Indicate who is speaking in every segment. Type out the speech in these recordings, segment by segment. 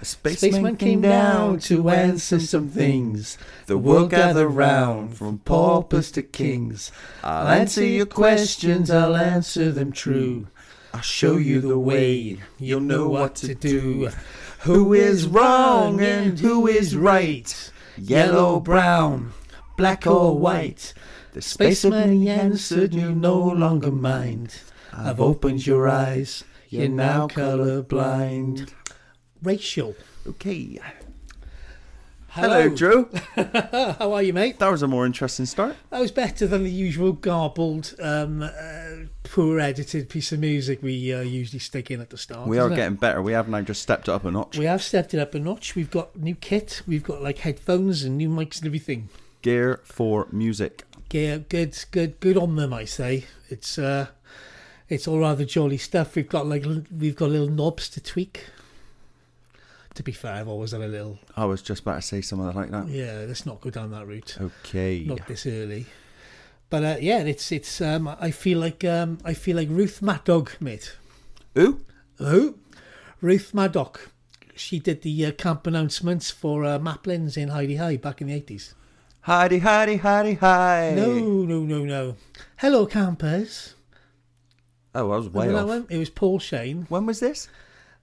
Speaker 1: A spaceman, came down to answer some things. The world gathered round from paupers to kings. I'll answer your questions, I'll answer them true. I'll show you the way, you'll know what to do. Who is wrong and who is right? Yellow, brown, black or white. The spaceman he answered, you no longer mind. I've opened your eyes, you're now colorblind.
Speaker 2: Rachel.
Speaker 1: Okay.
Speaker 2: Hello,
Speaker 1: Drew.
Speaker 2: How are you, mate?
Speaker 1: That was a more interesting start.
Speaker 2: That was better than the usual garbled, um, uh, poor edited piece of music we uh, usually stick in at the start.
Speaker 3: We are
Speaker 2: isn't it?
Speaker 3: getting better. We have now just stepped it up a notch.
Speaker 2: We have stepped it up a notch. We've got new kit. We've got like headphones and new mics and everything.
Speaker 3: Gear for music.
Speaker 2: Yeah, good, good, good on them. I say it's uh, it's all rather jolly stuff. We've got like l- we've got little knobs to tweak. To be fair, I've always had a little.
Speaker 3: I was just about to say something like that.
Speaker 2: Yeah, let's not go down that route.
Speaker 3: Okay.
Speaker 2: not this early. But uh, yeah, it's it's. Um, I feel like um, I feel like Ruth Maddock, mate.
Speaker 3: Who?
Speaker 2: Who? Ruth Maddock. She did the uh, camp announcements for uh, Maplins in Heidi High back in the eighties.
Speaker 3: Hidey, hidey, hidey, hi.
Speaker 2: No, no, no, no. Hello, campers.
Speaker 3: Oh, I was way
Speaker 2: Remember that
Speaker 3: off.
Speaker 2: one? It was Paul Shane.
Speaker 3: When was this?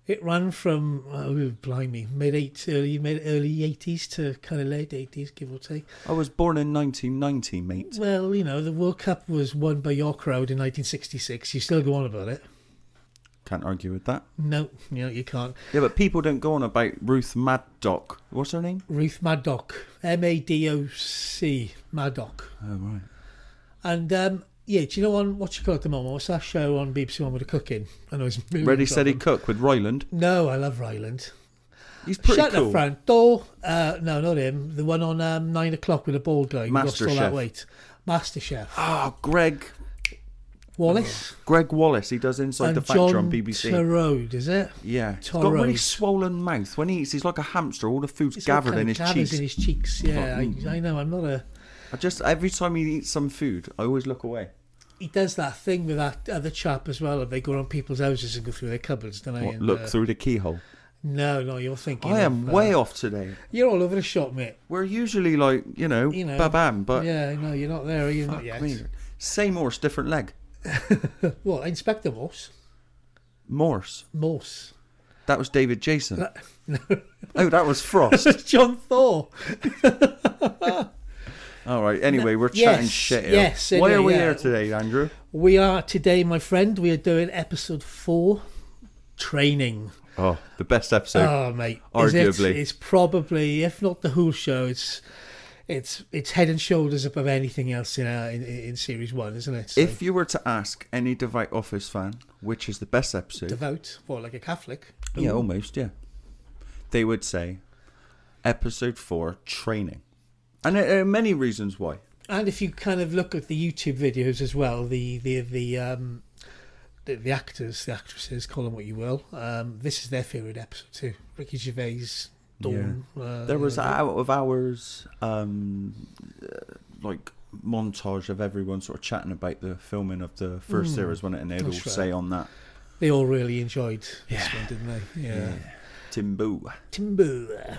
Speaker 2: It ran from oh, blimey mid eight early mid early eighties to kind of late eighties, give or take.
Speaker 3: I was born in 1990, mate.
Speaker 2: Well, you know, the World Cup was won by your crowd in nineteen sixty six. You still go on about it.
Speaker 3: Can't argue with that.
Speaker 2: No, no, you can't.
Speaker 3: Yeah, but people don't go on about Ruth Maddock. What's her name?
Speaker 2: Ruth Maddock, M A D O C, Maddock.
Speaker 3: Oh, right.
Speaker 2: And um, yeah, do you know on what you call it at the moment? What's that show on BBC One with the cooking? I know it's
Speaker 3: Ready, Steady, Cook with Royland.
Speaker 2: No, I love Ryland.
Speaker 3: He's pretty
Speaker 2: Shut the
Speaker 3: cool.
Speaker 2: front door. Uh, no, not him. The one on um, nine o'clock with a bald guy. who lost all
Speaker 3: MasterChef.
Speaker 2: that weight. Master Chef.
Speaker 3: Ah, Greg.
Speaker 2: Wallace
Speaker 3: Greg Wallace. He does Inside
Speaker 2: and
Speaker 3: Oh, the Factor
Speaker 2: John
Speaker 3: on BBC.
Speaker 2: Turode, is it?
Speaker 3: yeah. He's got a really
Speaker 2: Torrose.
Speaker 3: swollen mouth. When he eats, he's like a hamster. All the food's
Speaker 2: It's all
Speaker 3: gathered
Speaker 2: kind
Speaker 3: in his
Speaker 2: of gathers
Speaker 3: cheeks.
Speaker 2: in his cheeks. Yeah, I,
Speaker 3: Mm.
Speaker 2: I know. I'm not a.
Speaker 3: I just every time he eats some food, I always look away.
Speaker 2: He does that thing with that other chap as well. They go around people's houses and go through their cupboards, don't they?
Speaker 3: What,
Speaker 2: and,
Speaker 3: look
Speaker 2: uh,
Speaker 3: through the keyhole.
Speaker 2: No, no, you're thinking.
Speaker 3: I am
Speaker 2: of, uh,
Speaker 3: way off today.
Speaker 2: You're all over the shop, mate.
Speaker 3: We're usually like you know,
Speaker 2: You know,
Speaker 3: ba bam, but
Speaker 2: yeah, no, you're not there. Are you not
Speaker 3: fuck
Speaker 2: yet?
Speaker 3: me. same horse, different leg.
Speaker 2: Well, Inspector Morse.
Speaker 3: Morse.
Speaker 2: Morse.
Speaker 3: That was David Jason. oh, that was Frost.
Speaker 2: John Thor.
Speaker 3: All right. Anyway, we're
Speaker 2: Yes,
Speaker 3: chatting shit. Here.
Speaker 2: yes,
Speaker 3: Why are we
Speaker 2: yeah.
Speaker 3: here today, Andrew?
Speaker 2: We are today, my friend. We are doing episode four, training.
Speaker 3: Oh, the best episode.
Speaker 2: oh, mate. is it-
Speaker 3: arguably.
Speaker 2: it's probably, if not the whole show, it's it's it's head and shoulders above anything else in uh, in, in series one, isn't it? So,
Speaker 3: if you were to ask any devout office fan which is the best episode,
Speaker 2: devout, or like a Catholic.
Speaker 3: yeah, almost, yeah, they would say episode four training, and there are many reasons why.
Speaker 2: And if you kind of look at the YouTube videos as well, the the the um, the, the actors, the actresses, call them what you will. Um, this is their favorite episode too. Ricky Gervais, Dawn. Uh,
Speaker 3: There was
Speaker 2: you
Speaker 3: an
Speaker 2: know,
Speaker 3: out of hours, um, uh, like montage of everyone sort of chatting about the filming of the first series, wasn't it? And they'd all
Speaker 2: Hmm. That's right.
Speaker 3: say on that
Speaker 2: they all really enjoyed this one, didn't they? Yeah.
Speaker 3: Timbu.
Speaker 2: Timbu.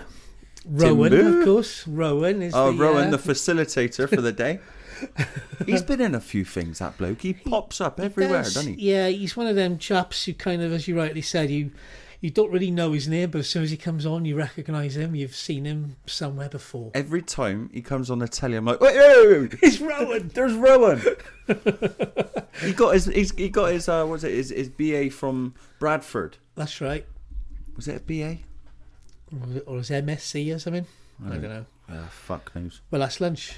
Speaker 2: Rowan,
Speaker 3: Timbu?
Speaker 2: of course. Rowan is.
Speaker 3: Oh,
Speaker 2: the,
Speaker 3: Rowan,
Speaker 2: uh,
Speaker 3: the facilitator for the day. He's been in a few things. That bloke. He pops up everywhere,
Speaker 2: does-
Speaker 3: does, not he?
Speaker 2: Yeah, he's one of them chaps who kind of, as you rightly said, you you don't really know his name, but as soon as he comes on, you recognise him. You've seen him somewhere before.
Speaker 3: Every time he comes on the telly, I'm like, wait, wait, wait, wait,
Speaker 2: It's Rowan.
Speaker 3: there's Rowan. he got his, he's, he got his, uh, what's it, his, his BA from Bradford.
Speaker 2: That's right.
Speaker 3: Was it a BA?
Speaker 2: Or- or his MSc or something. I don't know.
Speaker 3: Ah, fuck knows.
Speaker 2: Well, that's lunch,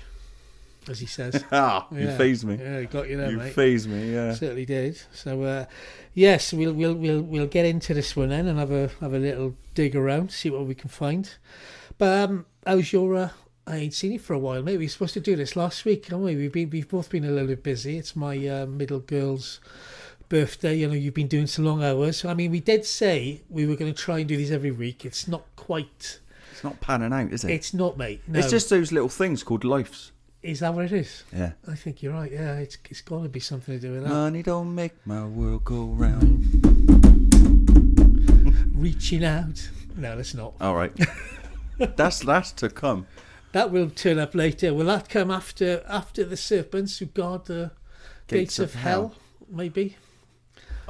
Speaker 2: as he says.
Speaker 3: Ah,
Speaker 2: Yeah.
Speaker 3: you phased me.
Speaker 2: Yeah, you got you there,
Speaker 3: you
Speaker 2: mate.
Speaker 3: phased me. Yeah.
Speaker 2: Certainly did. So, uh, yes, we'll we'll we'll we'll get into this one then and have a have a little dig around, see what we can find. But um, how's your? Uh, I ain't seen you for a while, mate. We were supposed to do this last week, haven't we? We've been we've both been a little bit busy. It's my uh, middle girl's birthday. You know, you've been doing some long hours. I mean, we did say we were going to try and do these every week. It's not quite.
Speaker 3: It's not panning out, is it?
Speaker 2: It's not, mate. No.
Speaker 3: It's just those little things called lives.
Speaker 2: Is that what it is?
Speaker 3: Yeah.
Speaker 2: I think you're right. Yeah, it's it's got to be something to do with that.
Speaker 3: Money don't make my world go round.
Speaker 2: reaching out. No, that's not.
Speaker 3: All right. that's that's to come.
Speaker 2: That will turn up later. Will that come after after the serpents who guard the gates, of, hell, Maybe.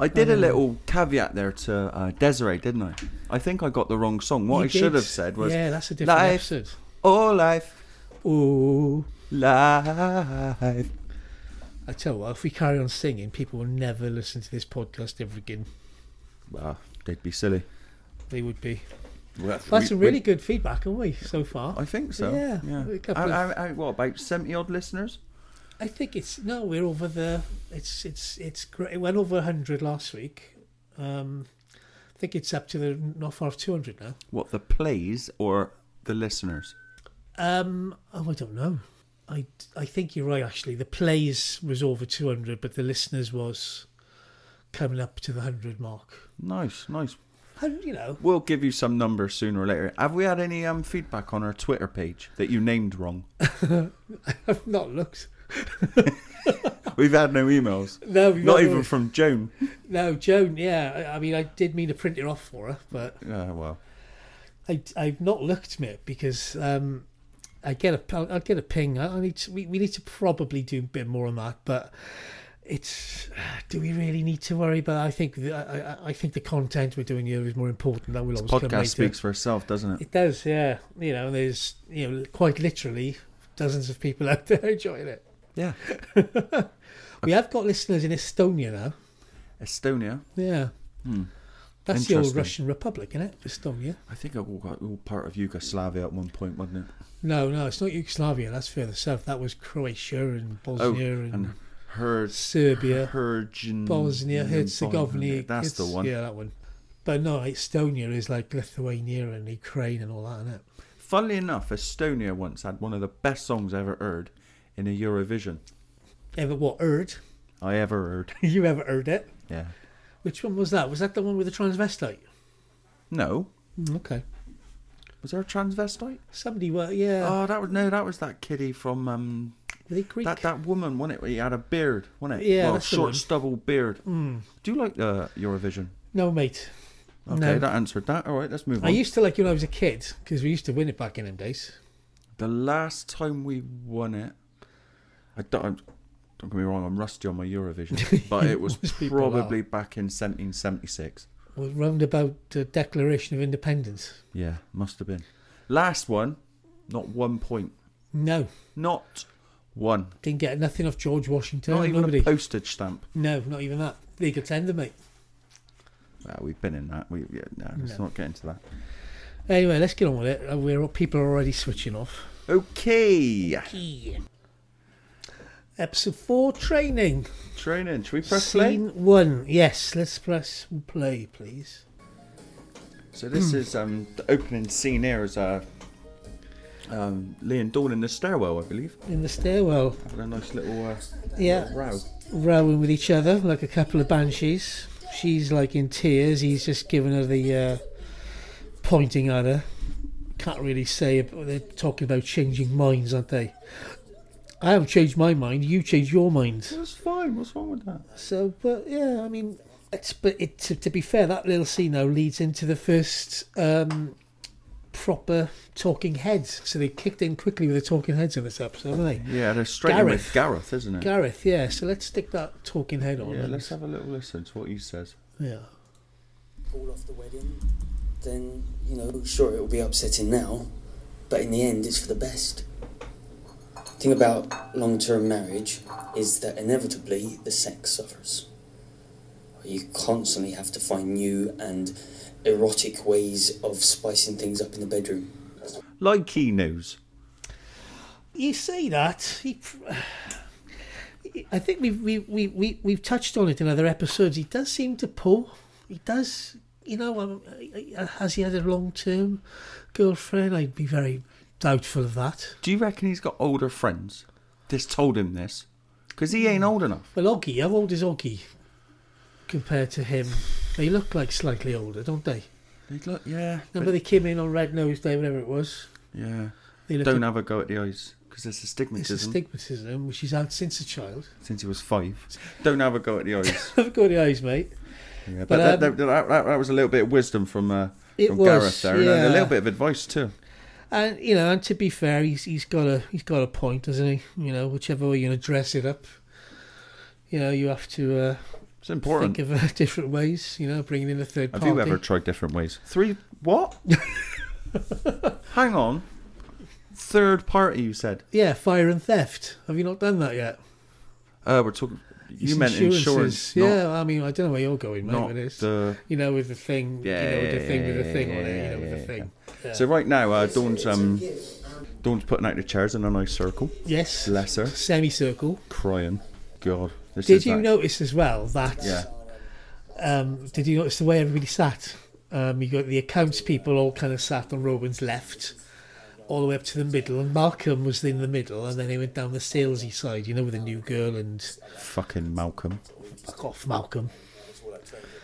Speaker 3: I did
Speaker 2: Uh-huh.
Speaker 3: a little caveat there to uh, Desiree, didn't I? I think I got the wrong song. What
Speaker 2: You
Speaker 3: I should
Speaker 2: did.
Speaker 3: have said was
Speaker 2: yeah, that's a different
Speaker 3: life.
Speaker 2: episode.
Speaker 3: "Oh life,
Speaker 2: Oh,
Speaker 3: life."
Speaker 2: I tell you what, if we carry on singing, people will never listen to this podcast ever again.
Speaker 3: Well, they'd be silly.
Speaker 2: They would be.
Speaker 3: Well,
Speaker 2: That's
Speaker 3: we-
Speaker 2: some
Speaker 3: we-
Speaker 2: really good feedback, aren't we, so far?
Speaker 3: I think so.
Speaker 2: Yeah, a
Speaker 3: yeah.
Speaker 2: couple
Speaker 3: I-
Speaker 2: of-
Speaker 3: I- I- what about seventy odd listeners?
Speaker 2: I think it's no, we're over the. It's it's it's great. It went over hundred last week. Um, I think it's up to the not far off two hundred now.
Speaker 3: What the plays or the listeners?
Speaker 2: Um, oh, I don't know. I, I think you're right. Actually, the plays was over two hundred, but the listeners was coming up to the hundred mark.
Speaker 3: Nice, nice.
Speaker 2: And, you know,
Speaker 3: We'll give you some numbers sooner or later. Have we had any um, feedback on our Twitter page that you named wrong?
Speaker 2: I've not looked.
Speaker 3: We've had no emails.
Speaker 2: No, we've
Speaker 3: Not even
Speaker 2: looked.
Speaker 3: from Joan. Uh,
Speaker 2: no, Joan. Yeah, I, I mean, I did mean to print it off for her, but
Speaker 3: Yeah, well,
Speaker 2: I, I've not looked, mate, because um, I get a I'll, I'll get a ping. I, I need to, we, we need to probably do a bit more on that, but it's do we really need to worry about? I think the, I, I- I think the content we're doing here is more important. That will always come later.
Speaker 3: podcast speaks for itself, doesn't it?
Speaker 2: It does, yeah. You know, there's you know quite literally dozens of people out there enjoying it.
Speaker 3: Yeah.
Speaker 2: We have got listeners in Estonia now.
Speaker 3: Estonia.
Speaker 2: Yeah, that's the old
Speaker 3: Hmm. Interesting.
Speaker 2: Russian Republic, isn't it? Estonia.
Speaker 3: I think it all got all part of Yugoslavia at one point, wasn't it?
Speaker 2: No, no, it's not Yugoslavia. That's further south. That was Croatia and Bosnia and,
Speaker 3: Oh, and her
Speaker 2: Serbia,
Speaker 3: Hergen,
Speaker 2: Bosnia, Herzegovina.
Speaker 3: That's the
Speaker 2: it's-
Speaker 3: one.
Speaker 2: Yeah, that one. But no, Estonia is like Lithuania and Ukraine and all that, isn't it?
Speaker 3: Funnily enough, Estonia once had one of the best songs I ever heard in a Eurovision
Speaker 2: Ever what? Heard?
Speaker 3: I ever heard.
Speaker 2: you ever heard it?
Speaker 3: Yeah.
Speaker 2: Which one was that? Was that the one with the transvestite?
Speaker 3: No.
Speaker 2: Mm, Okay.
Speaker 3: Was there a transvestite?
Speaker 2: Somebody were yeah.
Speaker 3: Oh, that was no, that was that kiddie from um
Speaker 2: were they Greek?
Speaker 3: that that woman, wasn't it? He had a beard, wasn't it?
Speaker 2: Yeah,
Speaker 3: well,
Speaker 2: that's the
Speaker 3: short
Speaker 2: one.
Speaker 3: stubble beard. Do you like uh, Eurovision?
Speaker 2: No, mate.
Speaker 3: Okay,
Speaker 2: no.
Speaker 3: that answered that. All right, let's move
Speaker 2: I
Speaker 3: on.
Speaker 2: used to like it when I was a kid because we used to win it back in them days.
Speaker 3: The last time we won it, I don't. I'm, don't get me wrong, I'm rusty on my Eurovision, but it was
Speaker 2: Most people are.
Speaker 3: probably back in 1776.
Speaker 2: Well, round about the Declaration of Independence.
Speaker 3: Yeah, must have been. Last one, not one point,
Speaker 2: No,
Speaker 3: not one,
Speaker 2: didn't get nothing off George Washington.
Speaker 3: not even
Speaker 2: nobody.
Speaker 3: a postage stamp.
Speaker 2: no, not even that. Legal tender, mate.
Speaker 3: Well, we've been in that. We yeah, no, let's
Speaker 2: No.
Speaker 3: not get into that.
Speaker 2: Anyway, let's get on with it. Uh, We're people are already switching off.
Speaker 3: Okay,
Speaker 2: Episode four training.
Speaker 3: training. Should we press play?
Speaker 2: Scene one. Yes, let's press play, please.
Speaker 3: So this is um the opening scene here is uh um Leon Dawn in the stairwell, I believe.
Speaker 2: In the stairwell.
Speaker 3: Having a nice little uh,
Speaker 2: Yeah.
Speaker 3: row.
Speaker 2: rowing with each other like a couple of banshees. She's like in tears. He's just giving her the uh, pointing at her. Can't really say. ab- They're talking about changing minds, aren't they? I haven't changed my mind. You changed your mind.
Speaker 3: That's fine. What's wrong with that?
Speaker 2: So, but yeah, I mean, it's but it to, to be fair, that little scene now leads into the first um, proper talking heads. So they kicked in quickly with the talking heads in this episode, haven't they?
Speaker 3: Yeah, they're straight in with Gareth, isn't it?
Speaker 2: Gareth, yeah. So let's stick that talking head on.
Speaker 3: yeah,
Speaker 2: and-
Speaker 3: let's have a little listen to what he says.
Speaker 2: yeah.
Speaker 4: call off the wedding, then, you know, sure, it will be upsetting now, but in the end, it's for the best. The thing about long term marriage is that inevitably the sex suffers. You constantly have to find new and erotic ways of spicing things up in the bedroom.
Speaker 3: Like he knows.
Speaker 2: you say that. He, I think we've we, we, we, we've touched on it in other episodes. He does seem to pull. He does. You know, um, has he had a long term girlfriend? I'd be very doubtful of that.
Speaker 3: Do you reckon he's got older friends? Just told him this, because he ain't old enough.
Speaker 2: Well, Oggy, how old is Oggy compared to him? They look like slightly older, don't they?
Speaker 3: He'd look, yeah,
Speaker 2: Remember
Speaker 3: but-
Speaker 2: they came in on Red Nose Day, whatever it was.
Speaker 3: yeah.
Speaker 2: They look
Speaker 3: Don't
Speaker 2: like,
Speaker 3: have a go at the eyes, because there's
Speaker 2: it's
Speaker 3: astigmatism
Speaker 2: astigmatism, which he's had since a child.
Speaker 3: since he was five. Don't have a go at the eyes.
Speaker 2: I've got the eyes, mate.
Speaker 3: Yeah, but,
Speaker 2: But,
Speaker 3: that,
Speaker 2: um,
Speaker 3: that, that, that, that was a little bit of wisdom from, uh,
Speaker 2: It
Speaker 3: from
Speaker 2: was,
Speaker 3: Gareth there, and a- and a
Speaker 2: yeah.
Speaker 3: little bit of advice too.
Speaker 2: And you know, and to be fair, he's he's got a he's got a point, doesn't he? You know, whichever way you gonna dress it up, you know, you have to uh,
Speaker 3: It's important.
Speaker 2: think of uh, different ways. You know, bringing in a third
Speaker 3: Have
Speaker 2: party.
Speaker 3: you ever tried different ways? Three what? Hang on. Third party, you said.
Speaker 2: Yeah, fire and theft. Have you not done that yet?
Speaker 3: Uh, we're talking. You
Speaker 2: It's
Speaker 3: meant insurance,
Speaker 2: insurances.
Speaker 3: not,
Speaker 2: Yeah, I mean, I don't know where you're going, mate.
Speaker 3: not
Speaker 2: with this.
Speaker 3: the.
Speaker 2: you know, with the thing,
Speaker 3: Yeah,
Speaker 2: you know, with the
Speaker 3: yeah,
Speaker 2: thing, with
Speaker 3: yeah,
Speaker 2: the thing
Speaker 3: yeah,
Speaker 2: on it,
Speaker 3: yeah,
Speaker 2: you know, with
Speaker 3: yeah,
Speaker 2: the thing. Yeah.
Speaker 3: So right now, uh, Dawn's um, Dawn's putting out the chairs in a nice circle.
Speaker 2: yes,
Speaker 3: Bless her.
Speaker 2: semicircle.
Speaker 3: Crying. God. This
Speaker 2: Did
Speaker 3: is
Speaker 2: you
Speaker 3: that-
Speaker 2: notice as well that?
Speaker 3: Yeah.
Speaker 2: Um, did you notice the way everybody sat? Um, you got the accounts people all kind of sat on Robin's left, all the way up to the middle, and Malcolm was in the middle, and then he went down the salesy side, you know, with a new girl and
Speaker 3: Fucking Malcolm.
Speaker 2: fuck off, Malcolm.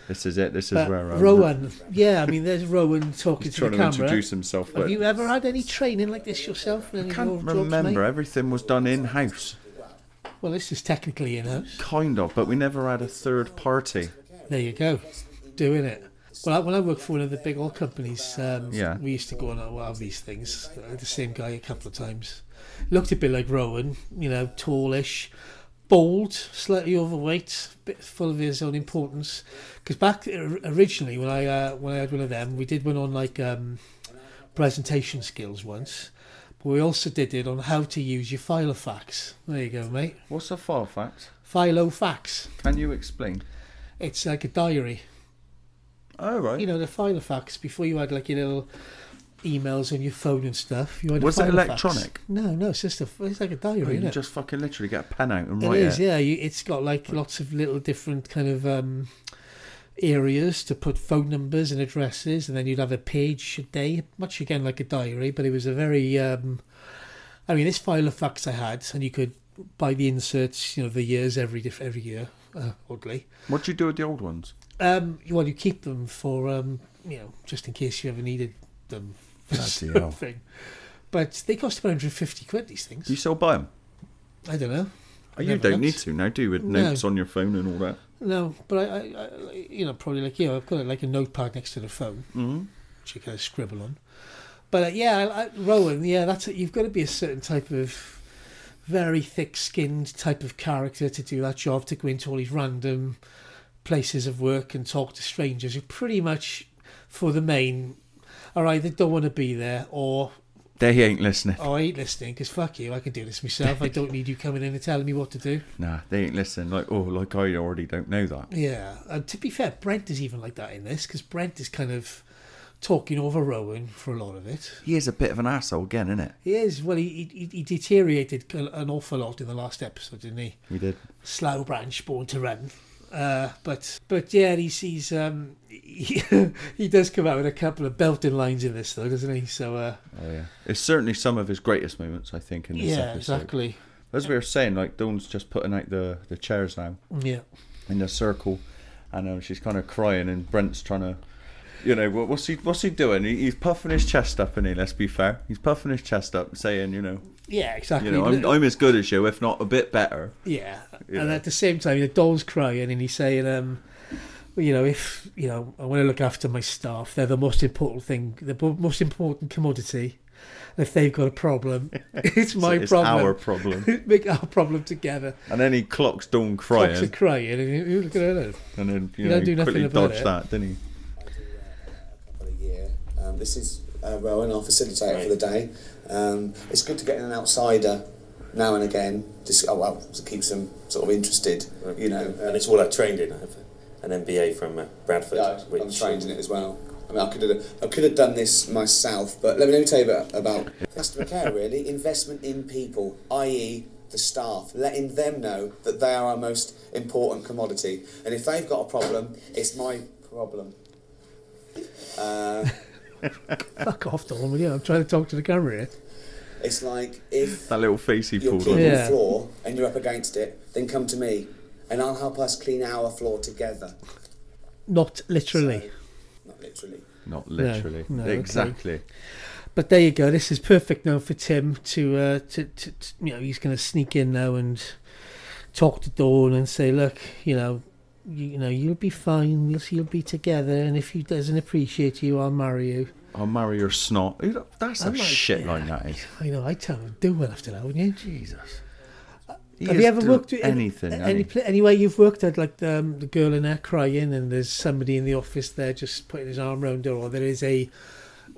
Speaker 3: This is it. This is
Speaker 2: But
Speaker 3: where um,
Speaker 2: Rowan, yeah, I mean, there's Rowan talking
Speaker 3: He's
Speaker 2: to
Speaker 3: trying
Speaker 2: the
Speaker 3: to
Speaker 2: camera.
Speaker 3: introduce himself. But
Speaker 2: Have you ever had any training like this yourself? I
Speaker 3: can't remember. Everything was done in house,
Speaker 2: Well, this is technically in house.
Speaker 3: kind of, but we never had a third party.
Speaker 2: There you go, doing it. Well, I, when I worked for one of the big oil companies, um,
Speaker 3: Yeah.
Speaker 2: we used to go on a lot of these things. I had the same guy a couple of times. Looked a bit like Rowan, you know, tallish, bald, slightly overweight, bit full of his own importance. Because back or- originally, when I uh, when I had one of them, we did one on like um, presentation skills once, but we also did it on how to use your filofax. There you go, mate.
Speaker 3: What's a file fact?
Speaker 2: Filofax.
Speaker 3: Can you explain?
Speaker 2: It's like a diary.
Speaker 3: Oh
Speaker 2: you
Speaker 3: right.
Speaker 2: know the file fax before you had like your little emails on your phone and stuff you had a
Speaker 3: Was it
Speaker 2: file fax.
Speaker 3: electronic? Oh,
Speaker 2: no no it's just a it's like a diary
Speaker 3: you
Speaker 2: isn't it?
Speaker 3: just fucking literally get a pen out and
Speaker 2: it
Speaker 3: write
Speaker 2: is yeah you, it's got like lots of little different kind of um areas to put phone numbers and addresses and then you'd have a page a day much again like a diary but it was a very um i mean this file of fax i had and you could buy the inserts you know the years every diff- every year uh, oddly
Speaker 3: What do you do with the old ones?
Speaker 2: Um, well, you keep them for um, you know just in case you ever needed them for
Speaker 3: Bloody hell.
Speaker 2: something. But they cost about 150 quid. These things.
Speaker 3: Do you still buy them?
Speaker 2: I don't know.
Speaker 3: Oh, you
Speaker 2: Never
Speaker 3: don't
Speaker 2: looked.
Speaker 3: need to now, do you? With
Speaker 2: No.
Speaker 3: notes on your phone and all that.
Speaker 2: No, but I, I, I you know, probably like you. I've got like a notepad next to the phone,
Speaker 3: Mm-hmm.
Speaker 2: which you kind of scribble on. But uh, yeah, I, I, Rowan, yeah, that's it. You've got to be a certain type of very thick-skinned type of character to do that job. To go into all these random places of work and talk to strangers who pretty much, for the main, are either don't want to be there or
Speaker 3: They ain't listening.
Speaker 2: oh, I ain't listening because fuck you, I can do this myself. I don't need you coming in and telling me what to do.
Speaker 3: Nah, they ain't listening. Like oh, like I already don't know that.
Speaker 2: Yeah, and to be fair, Brent is even like that in this because Brent is kind of talking over Rowan for a lot of it.
Speaker 3: He is a bit of an asshole again, isn't it?
Speaker 2: He is well. He he, he deteriorated an awful lot in the last episode, didn't he?
Speaker 3: He did.
Speaker 2: slow branch born to run. Uh, but but yeah, he sees um, he, he does come out with a couple of belting lines in this though, doesn't he? So uh,
Speaker 3: Oh yeah. It's certainly some of his greatest moments, I think, in this
Speaker 2: yeah,
Speaker 3: episode.
Speaker 2: exactly.
Speaker 3: As we were saying, like Dawn's just putting out the the chairs now
Speaker 2: Yeah,
Speaker 3: in the circle, and um, she's kind of crying, and Brent's trying to. You know what, what's he? What's he doing? He, he's puffing his chest up, and he. Let's be fair. He's puffing his chest up, saying, "You know,
Speaker 2: yeah, exactly.
Speaker 3: you know, I'm, I'm as good as you, if not a bit better."
Speaker 2: yeah.
Speaker 3: Yeah.
Speaker 2: and at the same time, you know, Dawn's crying and he's saying, um, well, you know, if you know, I want to look after my staff. They're the most important thing, the bo- most important commodity. And if they've got a problem, it's my
Speaker 3: it's
Speaker 2: problem.
Speaker 3: our problem.
Speaker 2: Make our problem together.
Speaker 3: And then he clocks Dawn crying,
Speaker 2: Clocks are crying, and you- you look at her.
Speaker 3: and then you,
Speaker 2: You
Speaker 3: know
Speaker 2: don't do
Speaker 3: he quickly
Speaker 2: nothing about
Speaker 3: dodged
Speaker 2: it.
Speaker 3: that, didn't he?
Speaker 5: couple of year. Um, this is uh, Rowan, our facilitator for the day. Um, it's good to get in an outsider now and again, just oh, well, to keep them sort of interested, you know.
Speaker 6: and it's what I trained in. I have an MBA from uh, Bradford,
Speaker 5: Yeah,
Speaker 6: which
Speaker 5: I'm trained in it as well. I mean, I could have, I could have done this myself, but let me, let me tell you about, about customer care. Really, investment in people, i.e., the staff, letting them know that they are our most important commodity, and if they've got a problem, it's my problem. Uh,
Speaker 2: Fuck off, Dawn, will you? I'm trying to talk to the camera here.
Speaker 5: it's like if
Speaker 3: That little face he
Speaker 5: you're
Speaker 3: pulled
Speaker 5: cleaning
Speaker 3: on.
Speaker 2: Yeah.
Speaker 5: the floor and you're up against it, then come to me and I'll help us clean our floor together.
Speaker 2: Not literally.
Speaker 5: So, not literally.
Speaker 3: Not literally.
Speaker 2: no, okay.
Speaker 3: exactly.
Speaker 2: But there you go. This is perfect now for Tim to, uh, to, to, to you know, he's going to sneak in now and talk to Dawn and say, look, you know, you, you know, you'll be fine. We'll see you'll be together. And if he doesn't appreciate you, I'll marry you.
Speaker 3: I'll marry your snot. Who the- That's a
Speaker 2: I'm like,
Speaker 3: shit
Speaker 2: yeah.
Speaker 3: line that is.
Speaker 2: I know. I tell him do well after that, wouldn't you? Jesus.
Speaker 3: He
Speaker 2: Have you
Speaker 3: is
Speaker 2: ever
Speaker 3: doing
Speaker 2: worked in-
Speaker 3: anything? hasn't
Speaker 2: any
Speaker 3: he?
Speaker 2: pla anywhere you've worked at like the, um, the girl in there crying and there's somebody in the office there just putting his arm round her or there is a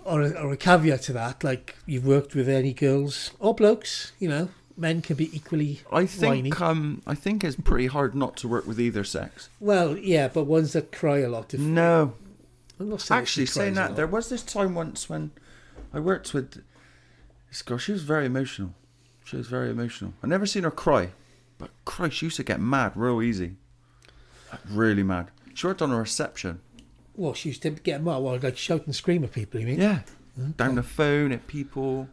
Speaker 2: or a, or a caveat to that like you've worked with any girls or blokes you know men can be equally
Speaker 3: I
Speaker 2: whiny
Speaker 3: think um, I think it's pretty hard not to work with either sex.
Speaker 2: well yeah but ones that cry a lot if,
Speaker 3: No,
Speaker 2: I'm not saying
Speaker 3: actually,
Speaker 2: she cries
Speaker 3: saying
Speaker 2: a
Speaker 3: that
Speaker 2: lot.
Speaker 3: there was this time once when I worked with this girl. She was very emotional. She was very emotional. I never seen her cry, but Christ, she used to get mad real easy, like, really mad. She worked on a reception.
Speaker 2: well she used to get more well, like shout and scream at people you mean
Speaker 3: Yeah, down the phone at people.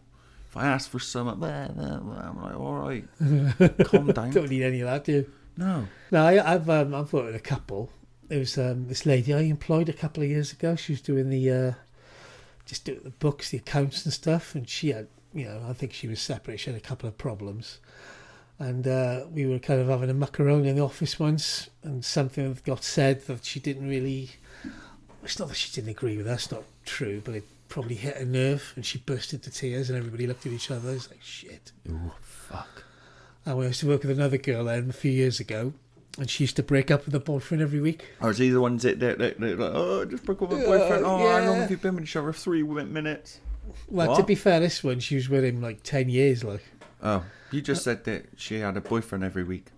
Speaker 3: If I asked for something, blah, blah, blah, I'm like, all right, calm down.
Speaker 2: don't need any of that do you
Speaker 3: No,
Speaker 2: No, I, I've um, I've worked with a couple. It was um, this lady I employed a couple of years ago. She was doing the uh, just doing the books, the accounts and stuff. And she had, you know, I think she was separate. She had a couple of problems, and uh, we were kind of having a macaroni in the office once, and something got said that she didn't really. It's not that she didn't agree with us. Not true, but it probably hit a nerve, and she burst into tears, and everybody looked at each other. It's like shit. And we used to work with another girl then a few years ago, and she used to break up with her boyfriend every week.
Speaker 3: Or is he the Oh, ones that, that, that, that like, oh, I just broke up with my boyfriend. Oh, how long
Speaker 2: yeah.
Speaker 3: have you been with each other? Three min- minutes.
Speaker 2: Well, to
Speaker 3: What?
Speaker 2: be fair, this one she was with him like ten years, like
Speaker 3: Oh, you just said that she had a boyfriend every week,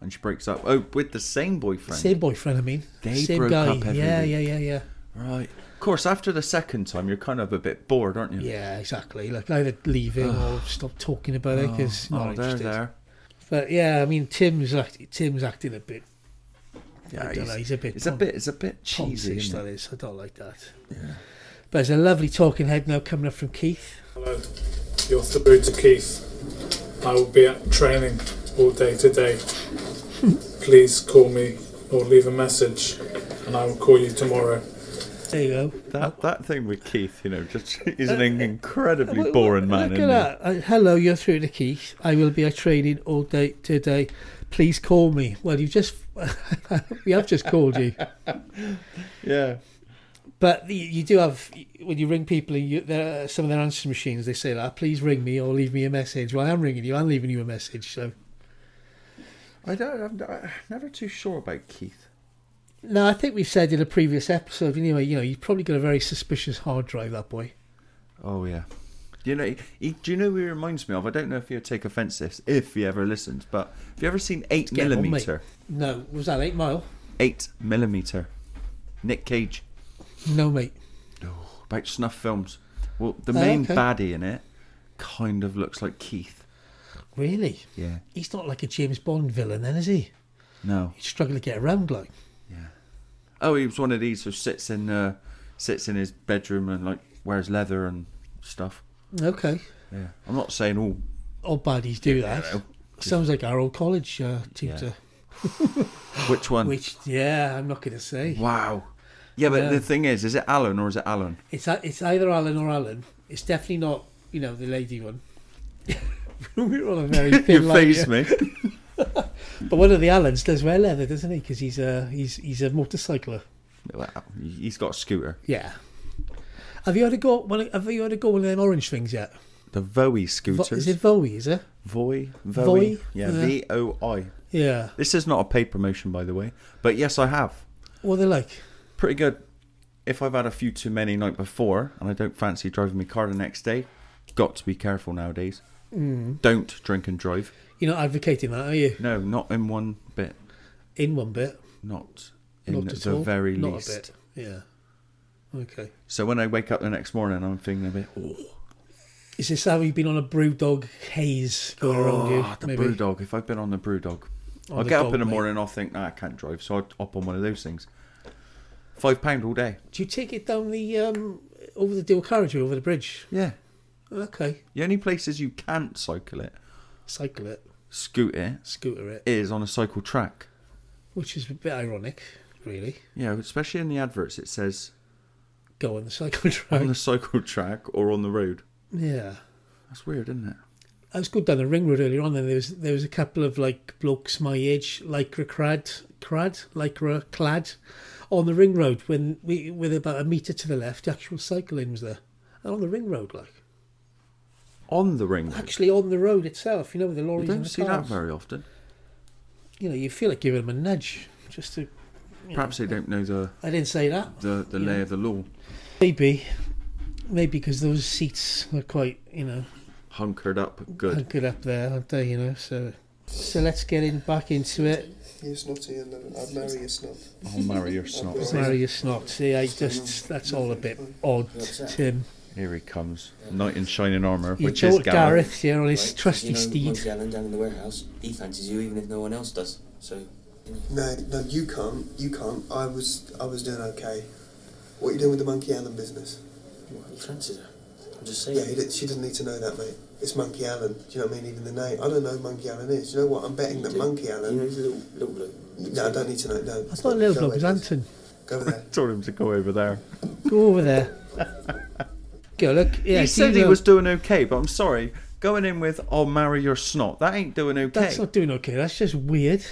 Speaker 3: and she breaks up. Oh, with the same boyfriend.
Speaker 2: same boyfriend. I mean,
Speaker 3: They
Speaker 2: same
Speaker 3: broke
Speaker 2: guy.
Speaker 3: up every
Speaker 2: yeah,
Speaker 3: week.
Speaker 2: yeah, yeah, yeah,
Speaker 3: Right. Of course, after the second time, you're kind of a bit bored, aren't you?
Speaker 2: yeah. Exactly. Like either leaving or stop talking about it because not
Speaker 3: Oh, there,
Speaker 2: interested.
Speaker 3: there.
Speaker 2: But yeah, I mean, Tim's act- Tim's acting a bit. I
Speaker 3: Yeah,
Speaker 2: don't know. He's a bit.
Speaker 3: It's a
Speaker 2: pon-
Speaker 3: bit. It's a bit cheesy.
Speaker 2: pontish,
Speaker 3: isn't
Speaker 2: That
Speaker 3: it?
Speaker 2: is. I don't like that. Yeah. But there's a lovely talking head now coming up from Keith.
Speaker 7: Hello, you're through to Keith. I will be at training all day today. Please call me or leave a message, and I will call you tomorrow.
Speaker 2: There you go.
Speaker 3: That that thing with Keith, you know, just he's
Speaker 2: Uh,
Speaker 3: an incredibly
Speaker 2: Well, well,
Speaker 3: boring man.
Speaker 2: Look
Speaker 3: isn't he?
Speaker 2: at that. Uh, hello, you're through to Keith. I will be at training all day today. Please call me. Well, you've just, we have just called you.
Speaker 3: Yeah.
Speaker 2: But you, you do have, when you ring people, you, there are some of their answer machines, they say that, please ring me or leave me a message. Well, I am ringing you, I'm leaving you a message. So,
Speaker 3: I don't. I'm, I'm never too sure about Keith.
Speaker 2: no, I think we've said in a previous episode, anyway, you know, you've probably got a very suspicious hard drive, that boy.
Speaker 3: Oh yeah. You know, he, do you know who he reminds me of? I don't know if he'll take offence to this if he ever listens, but have you ever seen Eight
Speaker 2: Get on, mate.
Speaker 3: Millimeter?
Speaker 2: No, was that 8 Mile?
Speaker 3: Eight Millimeter. Nick Cage
Speaker 2: No, mate.
Speaker 3: Oh, about snuff films. Well, the
Speaker 2: Oh,
Speaker 3: main
Speaker 2: okay.
Speaker 3: baddie in it kind of looks like Keith.
Speaker 2: Really?
Speaker 3: Yeah.
Speaker 2: He's not like a James Bond villain, then, is he?
Speaker 3: No.
Speaker 2: He's struggling to get around, like.
Speaker 3: Oh, he was one of these who sits in uh, sits in his bedroom and like wears leather and stuff.
Speaker 2: Okay.
Speaker 3: Yeah. I'm not saying all
Speaker 2: all baddies do that.
Speaker 3: know.
Speaker 2: Sounds like our old college uh, tutor.
Speaker 3: which one.
Speaker 2: Which, yeah, I'm not going to say.
Speaker 3: Wow. Yeah, but
Speaker 2: Yeah.
Speaker 3: the thing is, is it Alan or is it Alan?
Speaker 2: It's a- it's either Alan or Alan. It's definitely not, you know, the lady one. We're on a very thin
Speaker 3: You
Speaker 2: line.
Speaker 3: face
Speaker 2: here.
Speaker 3: me.
Speaker 2: But one of the Alans does wear leather, doesn't he? Because he's a he's he's a motorcycler.
Speaker 3: Wow. He's got a scooter.
Speaker 2: Yeah. Have you had a go? One, of- have you had a go one of them orange things yet?
Speaker 3: The Voe
Speaker 2: Vo,
Speaker 3: scooters.
Speaker 2: is it Voe? Is it?
Speaker 3: Voi? Voi?
Speaker 2: Voi?
Speaker 3: Yeah,
Speaker 2: Yeah.
Speaker 3: V O I.
Speaker 2: Yeah.
Speaker 3: This is not a paid promotion, by the way. But yes, I have.
Speaker 2: What are they like?
Speaker 3: Pretty good. If I've had a few too many night before and I don't fancy driving my car the next day, got to be careful nowadays.
Speaker 2: Mm.
Speaker 3: Don't drink and drive.
Speaker 2: You're not advocating that, are you?
Speaker 3: No, not in one bit.
Speaker 2: In one bit,
Speaker 3: Not in
Speaker 2: not at
Speaker 3: the
Speaker 2: all.
Speaker 3: very
Speaker 2: not
Speaker 3: least.
Speaker 2: a bit. Yeah. Okay.
Speaker 3: So when I wake up the next morning, I'm thinking a bit, oh,
Speaker 2: Is this how you've been on a brew dog haze going around you?
Speaker 3: ah, the brew dog. If I've been on the brew dog, I'll
Speaker 2: the
Speaker 3: get up
Speaker 2: dog,
Speaker 3: in the
Speaker 2: mate.
Speaker 3: morning and I'll think, nah, I can't drive. So I'll hop on one of those things. Five pound all day.
Speaker 2: Do you take it down the um, over the dual carriageway over the bridge?
Speaker 3: Yeah.
Speaker 2: Okay,
Speaker 3: The only places you can't cycle it,
Speaker 2: cycle it,
Speaker 3: scoot it,
Speaker 2: scooter it,
Speaker 3: is on a cycle track.
Speaker 2: which is a bit ironic, really.
Speaker 3: You know, especially in the adverts, it says
Speaker 2: Go on the cycle track.
Speaker 3: on the cycle track or on the road.
Speaker 2: Yeah,
Speaker 3: That's weird, isn't it?
Speaker 2: I was going down the ring road earlier on, and there was there was a couple of like blokes my age, lycra crad, crad, lycra clad, on the ring road when we with about a metre to the left, the actual cycle lane was there. And on the ring road, like
Speaker 3: On the ring.
Speaker 2: actually on the road itself, you know, with the
Speaker 3: You
Speaker 2: lorries and
Speaker 3: don't
Speaker 2: the
Speaker 3: see that
Speaker 2: cars.
Speaker 3: very often.
Speaker 2: You know, you feel like giving them a nudge just to.
Speaker 3: Perhaps they don't know the,
Speaker 2: I didn't say that.
Speaker 3: the, the lay of the law.
Speaker 2: Maybe, maybe because those seats are quite, you know,
Speaker 3: Hunkered up, good.
Speaker 2: hunkered up there, aren't they? You know, so so let's get in back into it.
Speaker 8: You're snotty and then I'd marry a snob.
Speaker 3: I'll marry your snob.
Speaker 2: Marius not. See, eh? I just that's all a bit odd, Tim.
Speaker 3: Here he comes, knight in shining armour,
Speaker 2: You
Speaker 3: which is
Speaker 2: don't
Speaker 3: Gareth.
Speaker 2: Gareth here on his
Speaker 4: Right,
Speaker 2: trusty
Speaker 4: you know,
Speaker 2: steed.
Speaker 4: Monty Allen down in the warehouse, he fancies you even if no one else does. So
Speaker 8: No, no, you can't. You can't. I was, I was doing okay. What are you doing with the Monkey Allen business?
Speaker 4: he fancies her. I'm just saying.
Speaker 8: Yeah, he did, she doesn't need to know that, mate. It's Monkey Allen. Do you know what I mean? Even the name. I don't know who Monkey Allen is. Do you know what? I'm betting that
Speaker 4: Do-
Speaker 8: Monkey
Speaker 4: You know,
Speaker 8: Allen.
Speaker 4: he's a little, little blue.
Speaker 8: No, I don't need to know. No.
Speaker 2: That's not Little
Speaker 8: Go
Speaker 2: Blob, it's
Speaker 8: away,
Speaker 2: Anton.
Speaker 8: Go there.
Speaker 3: Told him to go over there.
Speaker 2: Go over there. Go look. Yeah,
Speaker 3: he said he
Speaker 2: Hugo-
Speaker 3: was doing okay, but I'm sorry, going in with "I'll marry your snot" that ain't doing okay.
Speaker 2: That's not doing okay. That's just weird.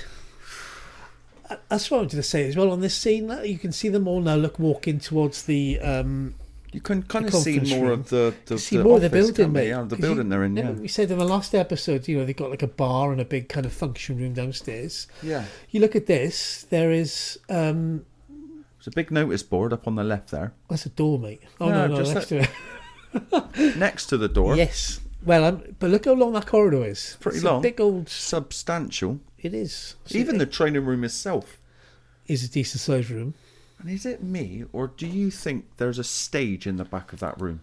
Speaker 2: Uh, That's what I wanted to say as well. On this scene, uh, you can see them all now. Look, walking towards the. Um,
Speaker 3: you can kind of
Speaker 2: The
Speaker 3: see
Speaker 2: conference
Speaker 3: more
Speaker 2: room.
Speaker 3: of the the,
Speaker 2: see
Speaker 3: the
Speaker 2: more
Speaker 3: office,
Speaker 2: of the building,
Speaker 3: can't we?
Speaker 2: mate.
Speaker 3: Yeah, the
Speaker 2: 'Cause you-
Speaker 3: building they're in. Yeah,
Speaker 2: remember We said in the last episode, you know, they've got like a bar and a big kind of function room downstairs.
Speaker 3: yeah.
Speaker 2: You look at this. There is. Um,
Speaker 3: There's a big notice board up on the left there,
Speaker 2: that's a door, mate. Oh
Speaker 3: No,
Speaker 2: no, no,
Speaker 3: just
Speaker 2: next
Speaker 3: that-
Speaker 2: to it.
Speaker 3: next to the door.
Speaker 2: Yes. Well, um, but look how long that corridor is.
Speaker 3: Pretty
Speaker 2: It's
Speaker 3: long.
Speaker 2: A big old.
Speaker 3: Substantial.
Speaker 2: It is.
Speaker 3: Even
Speaker 2: it
Speaker 3: the training room itself.
Speaker 2: is a decent sized room.
Speaker 3: And is it me, or do you think there's a stage in the back of that room?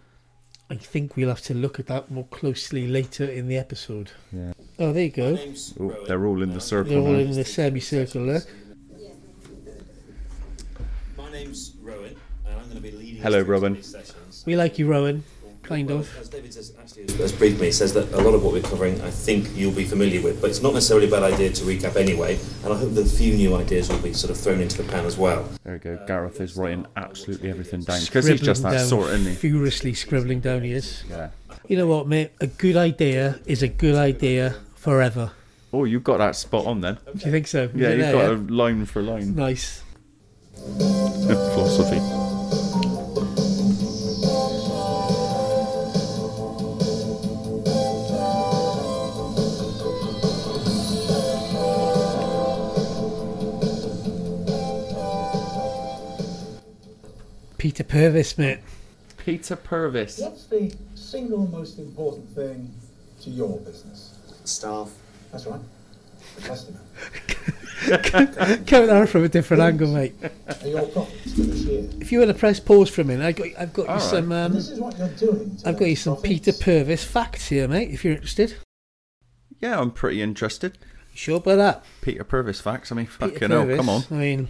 Speaker 2: I think we'll have to look at that more closely later in the episode.
Speaker 3: Yeah.
Speaker 2: Oh, there you go.
Speaker 3: Oh, they're all in
Speaker 6: Uh,
Speaker 3: the circle.
Speaker 2: They're all
Speaker 3: now.
Speaker 2: in the semicircle look.
Speaker 6: My name's Rowan, and I'm going to be leading.
Speaker 3: Hello,
Speaker 6: us through
Speaker 3: Rowan.
Speaker 6: these Sessions.
Speaker 2: We like you, Rowan. Kind
Speaker 6: Well,
Speaker 2: of.
Speaker 6: As David says, actually, as briefed me, says that a lot of what we're covering, I think you'll be familiar with, but it's not necessarily a bad idea to recap anyway. And I hope that a few new ideas will be sort of thrown into the pan as well.
Speaker 3: There we go. Gareth is writing absolutely everything down because he's just that
Speaker 2: Scribbling down,
Speaker 3: sort, isn't he?
Speaker 2: Furiously scribbling down he is.
Speaker 3: Yeah.
Speaker 2: You know what, mate? A good idea is a good idea forever.
Speaker 3: Oh, you've got that spot on then.
Speaker 2: Do you think so?
Speaker 3: Yeah,
Speaker 2: Is it
Speaker 3: you've
Speaker 2: there,
Speaker 3: got a line for line
Speaker 2: Nice.
Speaker 3: philosophy.
Speaker 2: Peter Purvis, mate.
Speaker 3: Peter Purvis.
Speaker 9: What's the single most important thing to your business?
Speaker 5: Staff.
Speaker 9: That's right. The customer.
Speaker 2: Coming at it from a different angle, mate.
Speaker 9: Are your profits for this year?
Speaker 2: If you want to press pause for a minute, I got, I've got
Speaker 3: All
Speaker 2: you
Speaker 3: right.
Speaker 2: some. Um,
Speaker 9: This is what you're doing. to
Speaker 2: I've got you
Speaker 9: those
Speaker 2: some
Speaker 9: profits.
Speaker 2: Peter Purvis facts here, mate. If you're interested. You
Speaker 3: Yeah, I'm pretty interested.
Speaker 2: sure about that?
Speaker 3: Peter Purvis facts. I mean,
Speaker 2: Peter
Speaker 3: fucking hell,
Speaker 2: Purvis,
Speaker 3: come on.
Speaker 2: I mean,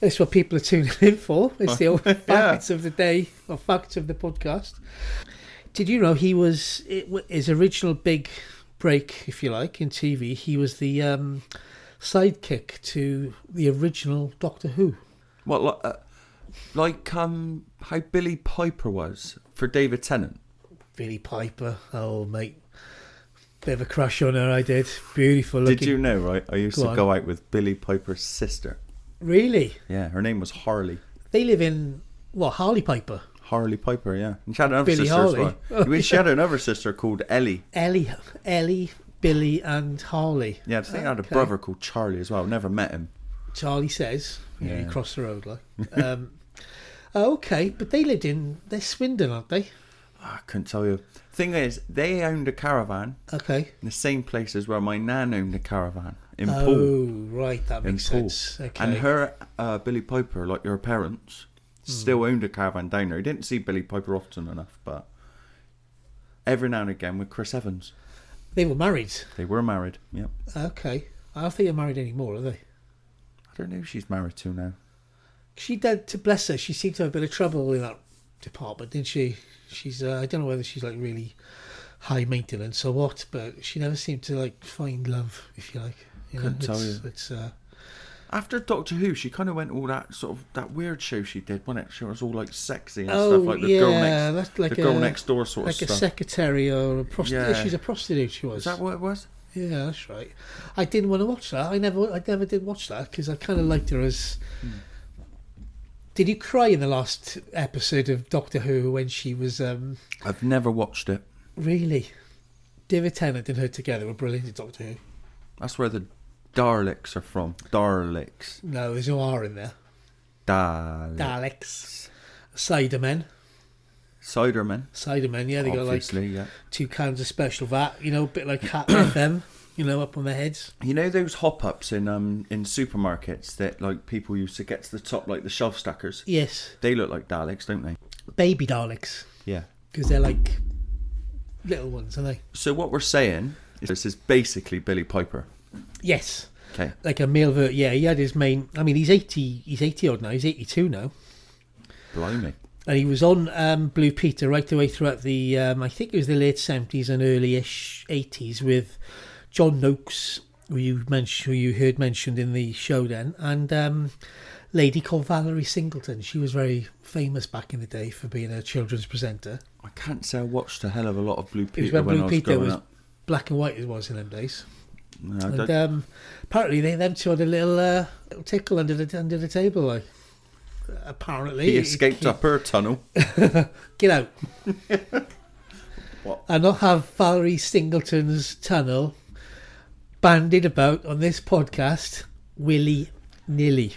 Speaker 2: that's what people are tuning in for. It's the old
Speaker 3: Yeah.
Speaker 2: facts of the day or facts of the podcast. Did you know he was it, w- his original big break, if you like, in TV? He was the um, sidekick to the original Doctor Who.
Speaker 3: What, like, uh, like um, how Billy Piper was for David Tennant?
Speaker 2: Billy Piper. Oh, mate. Bit of a crush on her, I did. Beautiful looking.
Speaker 3: Did you know, right? I used
Speaker 2: Go
Speaker 3: to
Speaker 2: on.
Speaker 3: go out with Billy Piper's sister.
Speaker 2: Really?
Speaker 3: Yeah, her name was Harley.
Speaker 2: They live in, what, Harley Piper?
Speaker 3: Harley Piper, yeah. And she had another
Speaker 2: Billy
Speaker 3: sister as
Speaker 2: Harley?
Speaker 3: well.
Speaker 2: Oh,
Speaker 3: She had another sister called Ellie.
Speaker 2: Ellie, Ellie, Billy, and Harley.
Speaker 3: Yeah, I think I had a
Speaker 2: Okay.
Speaker 3: brother called Charlie as well. Never met him.
Speaker 2: Charlie says, you know, you
Speaker 3: Yeah.
Speaker 2: cross the road, like. Um, oh, okay, but they lived in, they're Swindon, aren't they?
Speaker 3: Ah, I couldn't tell you. Thing is, they owned a caravan
Speaker 2: Okay.
Speaker 3: in the same place as where my nan owned a caravan in
Speaker 2: oh,
Speaker 3: Poole.
Speaker 2: right, that
Speaker 3: In
Speaker 2: makes
Speaker 3: Poole.
Speaker 2: sense. Okay.
Speaker 3: And her, uh, Billy Piper, like your parents,
Speaker 2: Hmm.
Speaker 3: still owned a caravan down there. You didn't see Billy Piper often enough, but every now and again with Chris Evans.
Speaker 2: They were married.
Speaker 3: They were married. Yep.
Speaker 2: Okay. I don't think they're married anymore, are they?
Speaker 3: I don't know who she's married to now.
Speaker 2: She did, to bless her, she seemed to have a bit of trouble in that department, didn't she? She's, uh, I don't know whether she's like really high maintenance or what, but she never seemed to like find love, if you like. You
Speaker 3: Couldn't tell
Speaker 2: it's,
Speaker 3: you.
Speaker 2: It's, uh,
Speaker 3: After Doctor Who, she kind of went all that sort of that weird show she did, wasn't it? She was all like sexy and
Speaker 2: oh,
Speaker 3: stuff, like the
Speaker 2: yeah,
Speaker 3: girl next,
Speaker 2: that's like
Speaker 3: the
Speaker 2: a,
Speaker 3: girl next door sort
Speaker 2: like
Speaker 3: of
Speaker 2: a
Speaker 3: stuff.
Speaker 2: secretary or a prostitute.
Speaker 3: Yeah.
Speaker 2: She's a prostitute, she was.
Speaker 3: Is that what it was?
Speaker 2: Yeah, that's right. I didn't want to watch that. I never, I never did watch that because I kind of liked her as.
Speaker 3: Hmm.
Speaker 2: Did you cry in the last episode of Doctor Who when she was um,
Speaker 3: I've never watched it.
Speaker 2: really? David Tennant and her together were brilliant in Doctor Who.
Speaker 3: That's where the Daleks are from. Daleks.
Speaker 2: No, there's no R in there.
Speaker 3: Daleks.
Speaker 2: Daleks, Cybermen,
Speaker 3: Cidermen.
Speaker 2: Cybermen. Yeah, they got like
Speaker 3: Obviously, yeah.
Speaker 2: two cans of special vat. You know, a bit like Cat FM. You know, up on their heads.
Speaker 3: You know those hop ups in um in supermarkets that like people used to get to the top like the shelf stackers?
Speaker 2: Yes,
Speaker 3: They look like Daleks, don't they?
Speaker 2: baby Daleks
Speaker 3: Yeah.
Speaker 2: because they're like little ones, aren't they?
Speaker 3: So what we're saying is this is basically Billy Piper.
Speaker 2: Yes.
Speaker 3: Okay.
Speaker 2: like a male ver- yeah he had his main i mean he's 80 he's 80 odd now he's 82 now
Speaker 3: Blimey.
Speaker 2: and he was on um, blue peter right the way throughout the um, i think it was the late 70s and early-ish 80s with john noakes who you mentioned who you heard mentioned in the show then and um, lady called valerie singleton she was very famous back in the day for being a children's presenter
Speaker 3: I can't say I watched a hell of a lot of Blue
Speaker 2: it was
Speaker 3: Peter
Speaker 2: when
Speaker 3: when, I
Speaker 2: blue
Speaker 3: was uh,
Speaker 2: peter
Speaker 3: growing
Speaker 2: was
Speaker 3: up.
Speaker 2: black and white as it was in them days
Speaker 3: No, I
Speaker 2: and
Speaker 3: don't-
Speaker 2: um, apparently they them two had a little, uh, little tickle under the under the table like apparently
Speaker 3: he escaped
Speaker 2: He-
Speaker 3: up her tunnel.
Speaker 2: Get out.
Speaker 3: What?
Speaker 2: And not have Valerie Singleton's tunnel bandied about on this podcast willy nilly.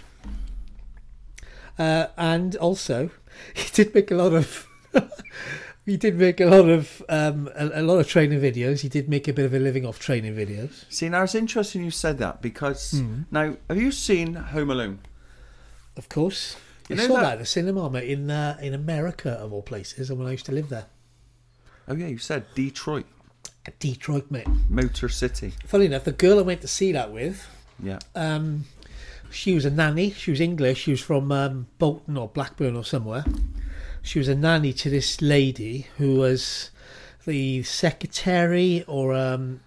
Speaker 2: Uh, and also, he did make a lot of. he did make a lot of um, a, a lot of training videos. He did make a bit of a living off training videos.
Speaker 3: See, now it's interesting you said that because
Speaker 2: Hmm.
Speaker 3: now have you seen Home Alone?
Speaker 2: Of course,
Speaker 3: You
Speaker 2: I
Speaker 3: know
Speaker 2: saw that
Speaker 3: that-
Speaker 2: at the cinema mate, in uh, in America of all places, and when I used to live there,
Speaker 3: Oh yeah, you said Detroit,
Speaker 2: Detroit, mate.
Speaker 3: Motor City.
Speaker 2: Funny enough, the girl I went to see that with,
Speaker 3: Yeah.
Speaker 2: um, she was a nanny. She was English. She was from um, Bolton or Blackburn or somewhere. She was a nanny to this lady who was the secretary or um,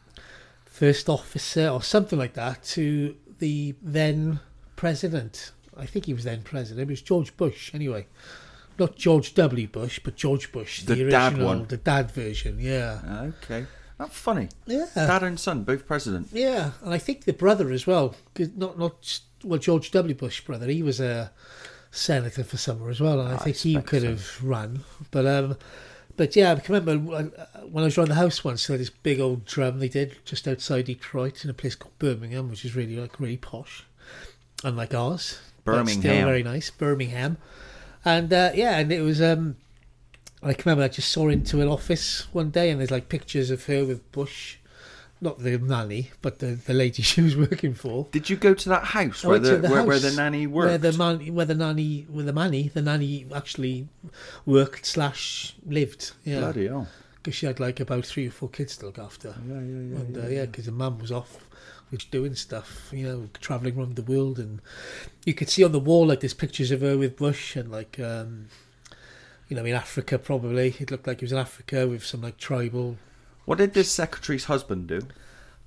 Speaker 2: first officer or something like that to the then president. I think he was then president. It was George Bush, anyway. Not George W. Bush, but George Bush, the,
Speaker 3: The
Speaker 2: original,
Speaker 3: dad one.
Speaker 2: the dad version. Yeah,
Speaker 3: Okay. That's funny.
Speaker 2: yeah.
Speaker 3: Dad and son, both president.
Speaker 2: Yeah, and I think the brother as well. 'cause Not not just- well George W. Bush brother. He was a senator for summer as well, and I,
Speaker 3: I
Speaker 2: think he
Speaker 3: expect
Speaker 2: could
Speaker 3: so.
Speaker 2: have run. But um, but yeah, I can remember when- when I was around the house once. They had this big old drum they did just outside Detroit in a place called Birmingham, which is really like really posh, unlike ours. but still
Speaker 3: Birmingham.
Speaker 2: very nice, Birmingham. And uh, yeah, and it was um, I can remember I just saw into an office one day, and there's like pictures of her with Bush, not the nanny, but the, the lady she was working for.
Speaker 3: Did you go to that house
Speaker 2: I
Speaker 3: where
Speaker 2: went
Speaker 3: the,
Speaker 2: to the
Speaker 3: where, where
Speaker 2: house
Speaker 3: the nanny worked?
Speaker 2: Where the man, where the nanny, where the nanny, the nanny actually worked slash lived. Yeah,
Speaker 3: Bloody hell.
Speaker 2: because she had like about three or four kids to look after.
Speaker 3: Yeah, yeah, yeah.
Speaker 2: And uh, yeah, because the mum was off, was doing stuff, you know, traveling around the world, and you could see on the wall like there's pictures of her with Bush and like, um, you know, in Africa probably. It looked like he was in Africa with some like tribal.
Speaker 3: What did this secretary's husband do?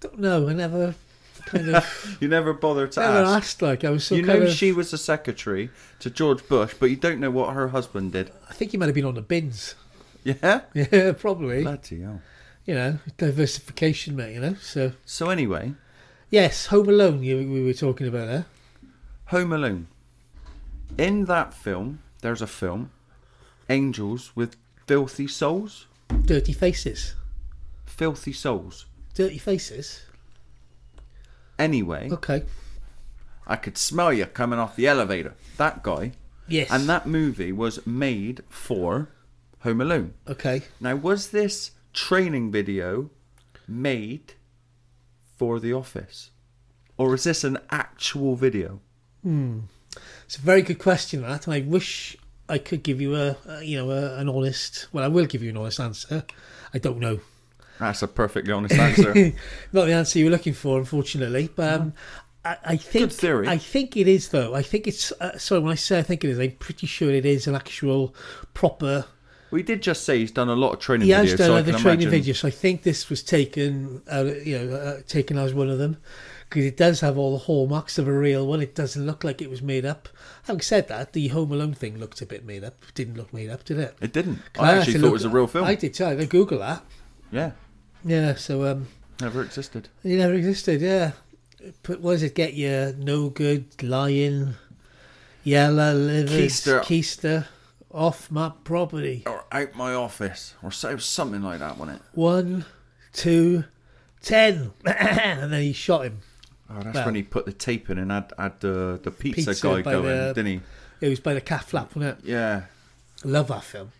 Speaker 2: Don't know. I never kind of
Speaker 3: You never bothered to
Speaker 2: never
Speaker 3: ask.
Speaker 2: asked. Like I was so
Speaker 3: You
Speaker 2: kind
Speaker 3: know
Speaker 2: of.
Speaker 3: she was the secretary to George Bush, but you don't know what her husband did.
Speaker 2: I think he might have been on the bins.
Speaker 3: Yeah?
Speaker 2: Yeah, probably.
Speaker 3: Bloody hell.
Speaker 2: You know, diversification, mate. You know, so
Speaker 3: So anyway,
Speaker 2: yes, Home Alone. You, we were talking about there.
Speaker 3: Home Alone. In that film, there's a film, Angels with Filthy Souls.
Speaker 2: Dirty Faces.
Speaker 3: Filthy Souls.
Speaker 2: Dirty Faces.
Speaker 3: Anyway,
Speaker 2: Okay.
Speaker 3: I could smell you coming off the elevator. That guy.
Speaker 2: Yes.
Speaker 3: And that movie was made for Home Alone.
Speaker 2: Okay.
Speaker 3: Now, was this training video made for The Office? Or is this an actual video?
Speaker 2: It's a very good question, that, and I wish I could give you a, a you know, a, an honest. Well, I will give you an honest answer. I don't know.
Speaker 3: That's a perfectly honest answer.
Speaker 2: Not the answer you were looking for, unfortunately. But um, I, I think
Speaker 3: theory.
Speaker 2: I think it is though. I think it's. Uh, sorry, when I say I think it is, I'm pretty sure it is an actual proper.
Speaker 3: we did just say he's done a lot of training
Speaker 2: He
Speaker 3: videos.
Speaker 2: has done
Speaker 3: so I
Speaker 2: other
Speaker 3: can
Speaker 2: training
Speaker 3: imagine-
Speaker 2: videos, so I think this was taken. Uh, you know, uh, taken as one of them. Because it does have all the hallmarks of a real one. It doesn't look like it was made up. Having said that, the Home Alone thing looked a bit made up. Didn't look made up, did it?
Speaker 3: It didn't.
Speaker 2: I
Speaker 3: I
Speaker 2: had
Speaker 3: actually
Speaker 2: to
Speaker 3: thought it
Speaker 2: look-
Speaker 3: was a real film.
Speaker 2: I did too. I had to Google that.
Speaker 3: Yeah.
Speaker 2: Yeah, so um,
Speaker 3: Never existed.
Speaker 2: He never existed, yeah. But what does it get you? No good, lying, yellow livered,
Speaker 3: Keister.
Speaker 2: keister, off my property.
Speaker 3: Or out my office, or so something like that, wasn't it?
Speaker 2: One, two, ten. and then he shot him.
Speaker 3: Oh, that's
Speaker 2: Well-
Speaker 3: when he put the tape in and had had the the pizza,
Speaker 2: Pizza
Speaker 3: guy
Speaker 2: by
Speaker 3: going,
Speaker 2: the-
Speaker 3: didn't he?
Speaker 2: It was by the cat flap, wasn't it?
Speaker 3: Yeah.
Speaker 2: I love that film.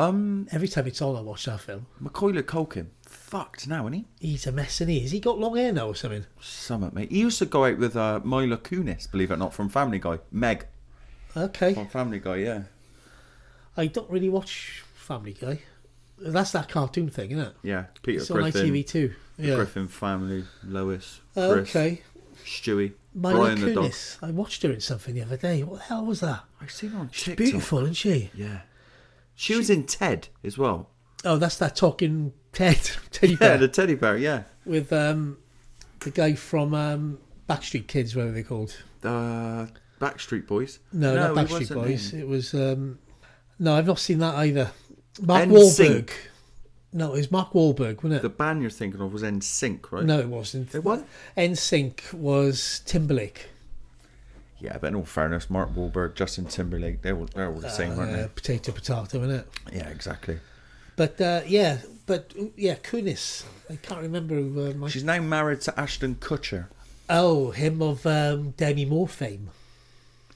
Speaker 3: Um,
Speaker 2: Every time it's on, I watch that film.
Speaker 3: Macaulay Culkin, fucked now, isn't he?
Speaker 2: He's a mess, and he is. He got long hair now or something.
Speaker 3: Summit, mate. He used to go out with uh, Mila Kunis, believe it or not, from Family Guy. Meg
Speaker 2: Okay.
Speaker 3: from Family Guy, yeah,
Speaker 2: I don't really watch Family Guy. That's that cartoon thing, isn't it?
Speaker 3: yeah. Peter
Speaker 2: It's on
Speaker 3: Griffin,
Speaker 2: ITV too.
Speaker 3: the
Speaker 2: Yeah.
Speaker 3: Griffin family, Lois,
Speaker 2: Uh,
Speaker 3: Chris,
Speaker 2: okay.
Speaker 3: Stewie,
Speaker 2: Mila
Speaker 3: Brian the dog.
Speaker 2: Kunis. I watched her in something the other day. What the hell was that?
Speaker 3: I've seen her on
Speaker 2: She's
Speaker 3: TikTok.
Speaker 2: beautiful, isn't she?
Speaker 3: Yeah, she, was in Ted as well.
Speaker 2: Oh, that's that talking Ted teddy
Speaker 3: Yeah,
Speaker 2: bear
Speaker 3: the teddy bear. Yeah,
Speaker 2: with um, the guy from um, Backstreet Kids, whatever they're called.
Speaker 3: the Backstreet Boys.
Speaker 2: No,
Speaker 3: he
Speaker 2: not Backstreet
Speaker 3: wasn't
Speaker 2: Boys.
Speaker 3: in.
Speaker 2: It was. Um, no, I've not seen that either.
Speaker 3: NSYNC.
Speaker 2: Mark Wahlberg. No, it was Mark Wahlberg, wasn't it?
Speaker 3: The band you're thinking of was NSYNC, right?
Speaker 2: No, it wasn't.
Speaker 3: it was.
Speaker 2: NSYNC was Timberlake.
Speaker 3: Yeah, but in all fairness, Mark Wahlberg, Justin Timberlake, they were they're all the same, weren't
Speaker 2: Uh, potato, potato, innit?
Speaker 3: they? Yeah, exactly.
Speaker 2: But uh, yeah, but yeah, Kunis. I can't remember who. Uh, my...
Speaker 3: She's now married to Ashton Kutcher.
Speaker 2: Oh, him of um, Demi Moore fame.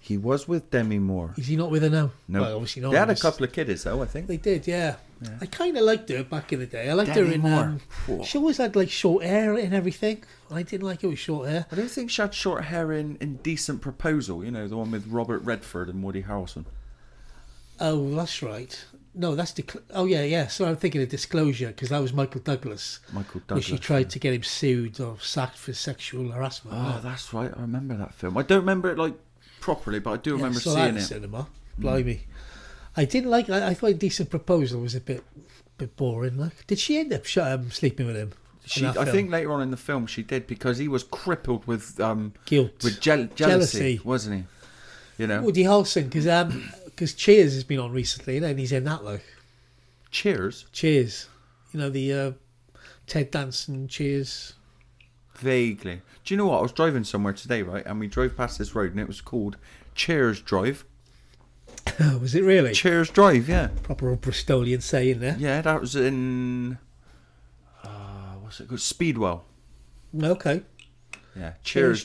Speaker 3: He was with Demi Moore.
Speaker 2: Is he not with her now?
Speaker 3: No,
Speaker 2: well, obviously not.
Speaker 3: They had a
Speaker 2: because
Speaker 3: couple of kiddies though, I think.
Speaker 2: They did, yeah. I kind of liked her back in the day. I liked her
Speaker 3: Demi
Speaker 2: in.
Speaker 3: Moore.
Speaker 2: Um,
Speaker 3: Whoa.
Speaker 2: she always had like short hair and everything. I didn't like it with short hair.
Speaker 3: I don't think she had short hair in, in Decent Proposal, you know, the one with Robert Redford and Woody Harrelson.
Speaker 2: Oh, that's right. No, that's dec- oh yeah, yeah. So I'm thinking of Disclosure because that was Michael Douglas.
Speaker 3: Michael
Speaker 2: where she
Speaker 3: Douglas,
Speaker 2: tried to get him sued or sacked for sexual harassment.
Speaker 3: Oh,
Speaker 2: wasn't it?
Speaker 3: that's right. I remember that film. I don't remember it like properly, but I do
Speaker 2: Yeah,
Speaker 3: remember
Speaker 2: saw that
Speaker 3: seeing
Speaker 2: in
Speaker 3: it. Mm.
Speaker 2: cinema. Blimey, I didn't like. I, I thought Decent Proposal was a bit, bit boring. Like, did she end up sh- um, sleeping with him? in
Speaker 3: She,
Speaker 2: that
Speaker 3: I
Speaker 2: film?
Speaker 3: think later on in the film she did because he was crippled with um
Speaker 2: guilt
Speaker 3: with jeal- jealousy,
Speaker 2: Jealousy.
Speaker 3: wasn't he? You know,
Speaker 2: Woody Harrelson because um, 'cause Cheers has been on recently, and he's in that like
Speaker 3: Cheers.
Speaker 2: Cheers. You know the uh, Ted Danson Cheers.
Speaker 3: Vaguely. Do you know what? I was driving somewhere today, right? And we drove past this road, and it was called Cheers Drive.
Speaker 2: was it really
Speaker 3: Cheers Drive, yeah.
Speaker 2: proper old Bristolian saying there?
Speaker 3: Yeah, that was in. Uh, what's it called? Speedwell.
Speaker 2: Okay,
Speaker 3: Yeah,
Speaker 2: Cheers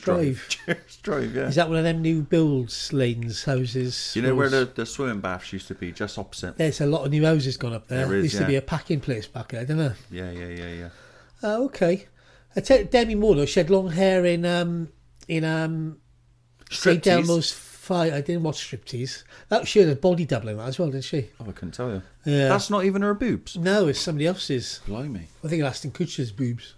Speaker 3: Cheers Drive. Cheers Drive, yeah.
Speaker 2: is that one of them new builds, lanes, houses?
Speaker 3: you know where the,
Speaker 2: schools?
Speaker 3: the swimming baths used to be, just opposite?
Speaker 2: There's a lot of new houses gone up there.
Speaker 3: There is,
Speaker 2: used to be
Speaker 3: yeah.
Speaker 2: a packing place back there, didn't there?
Speaker 3: Yeah, yeah, yeah, yeah.
Speaker 2: Oh, okay. I tell Demi Moore though, she had long hair in um in um St.
Speaker 3: Striptease?
Speaker 2: Elmo's Fire. I didn't watch striptease. That she had a body double in that as well, didn't she?
Speaker 3: Oh, I couldn't tell you.
Speaker 2: Yeah.
Speaker 3: That's not even her boobs.
Speaker 2: No, it's somebody else's.
Speaker 3: Blimey.
Speaker 2: I think Aston Kutcher's boobs.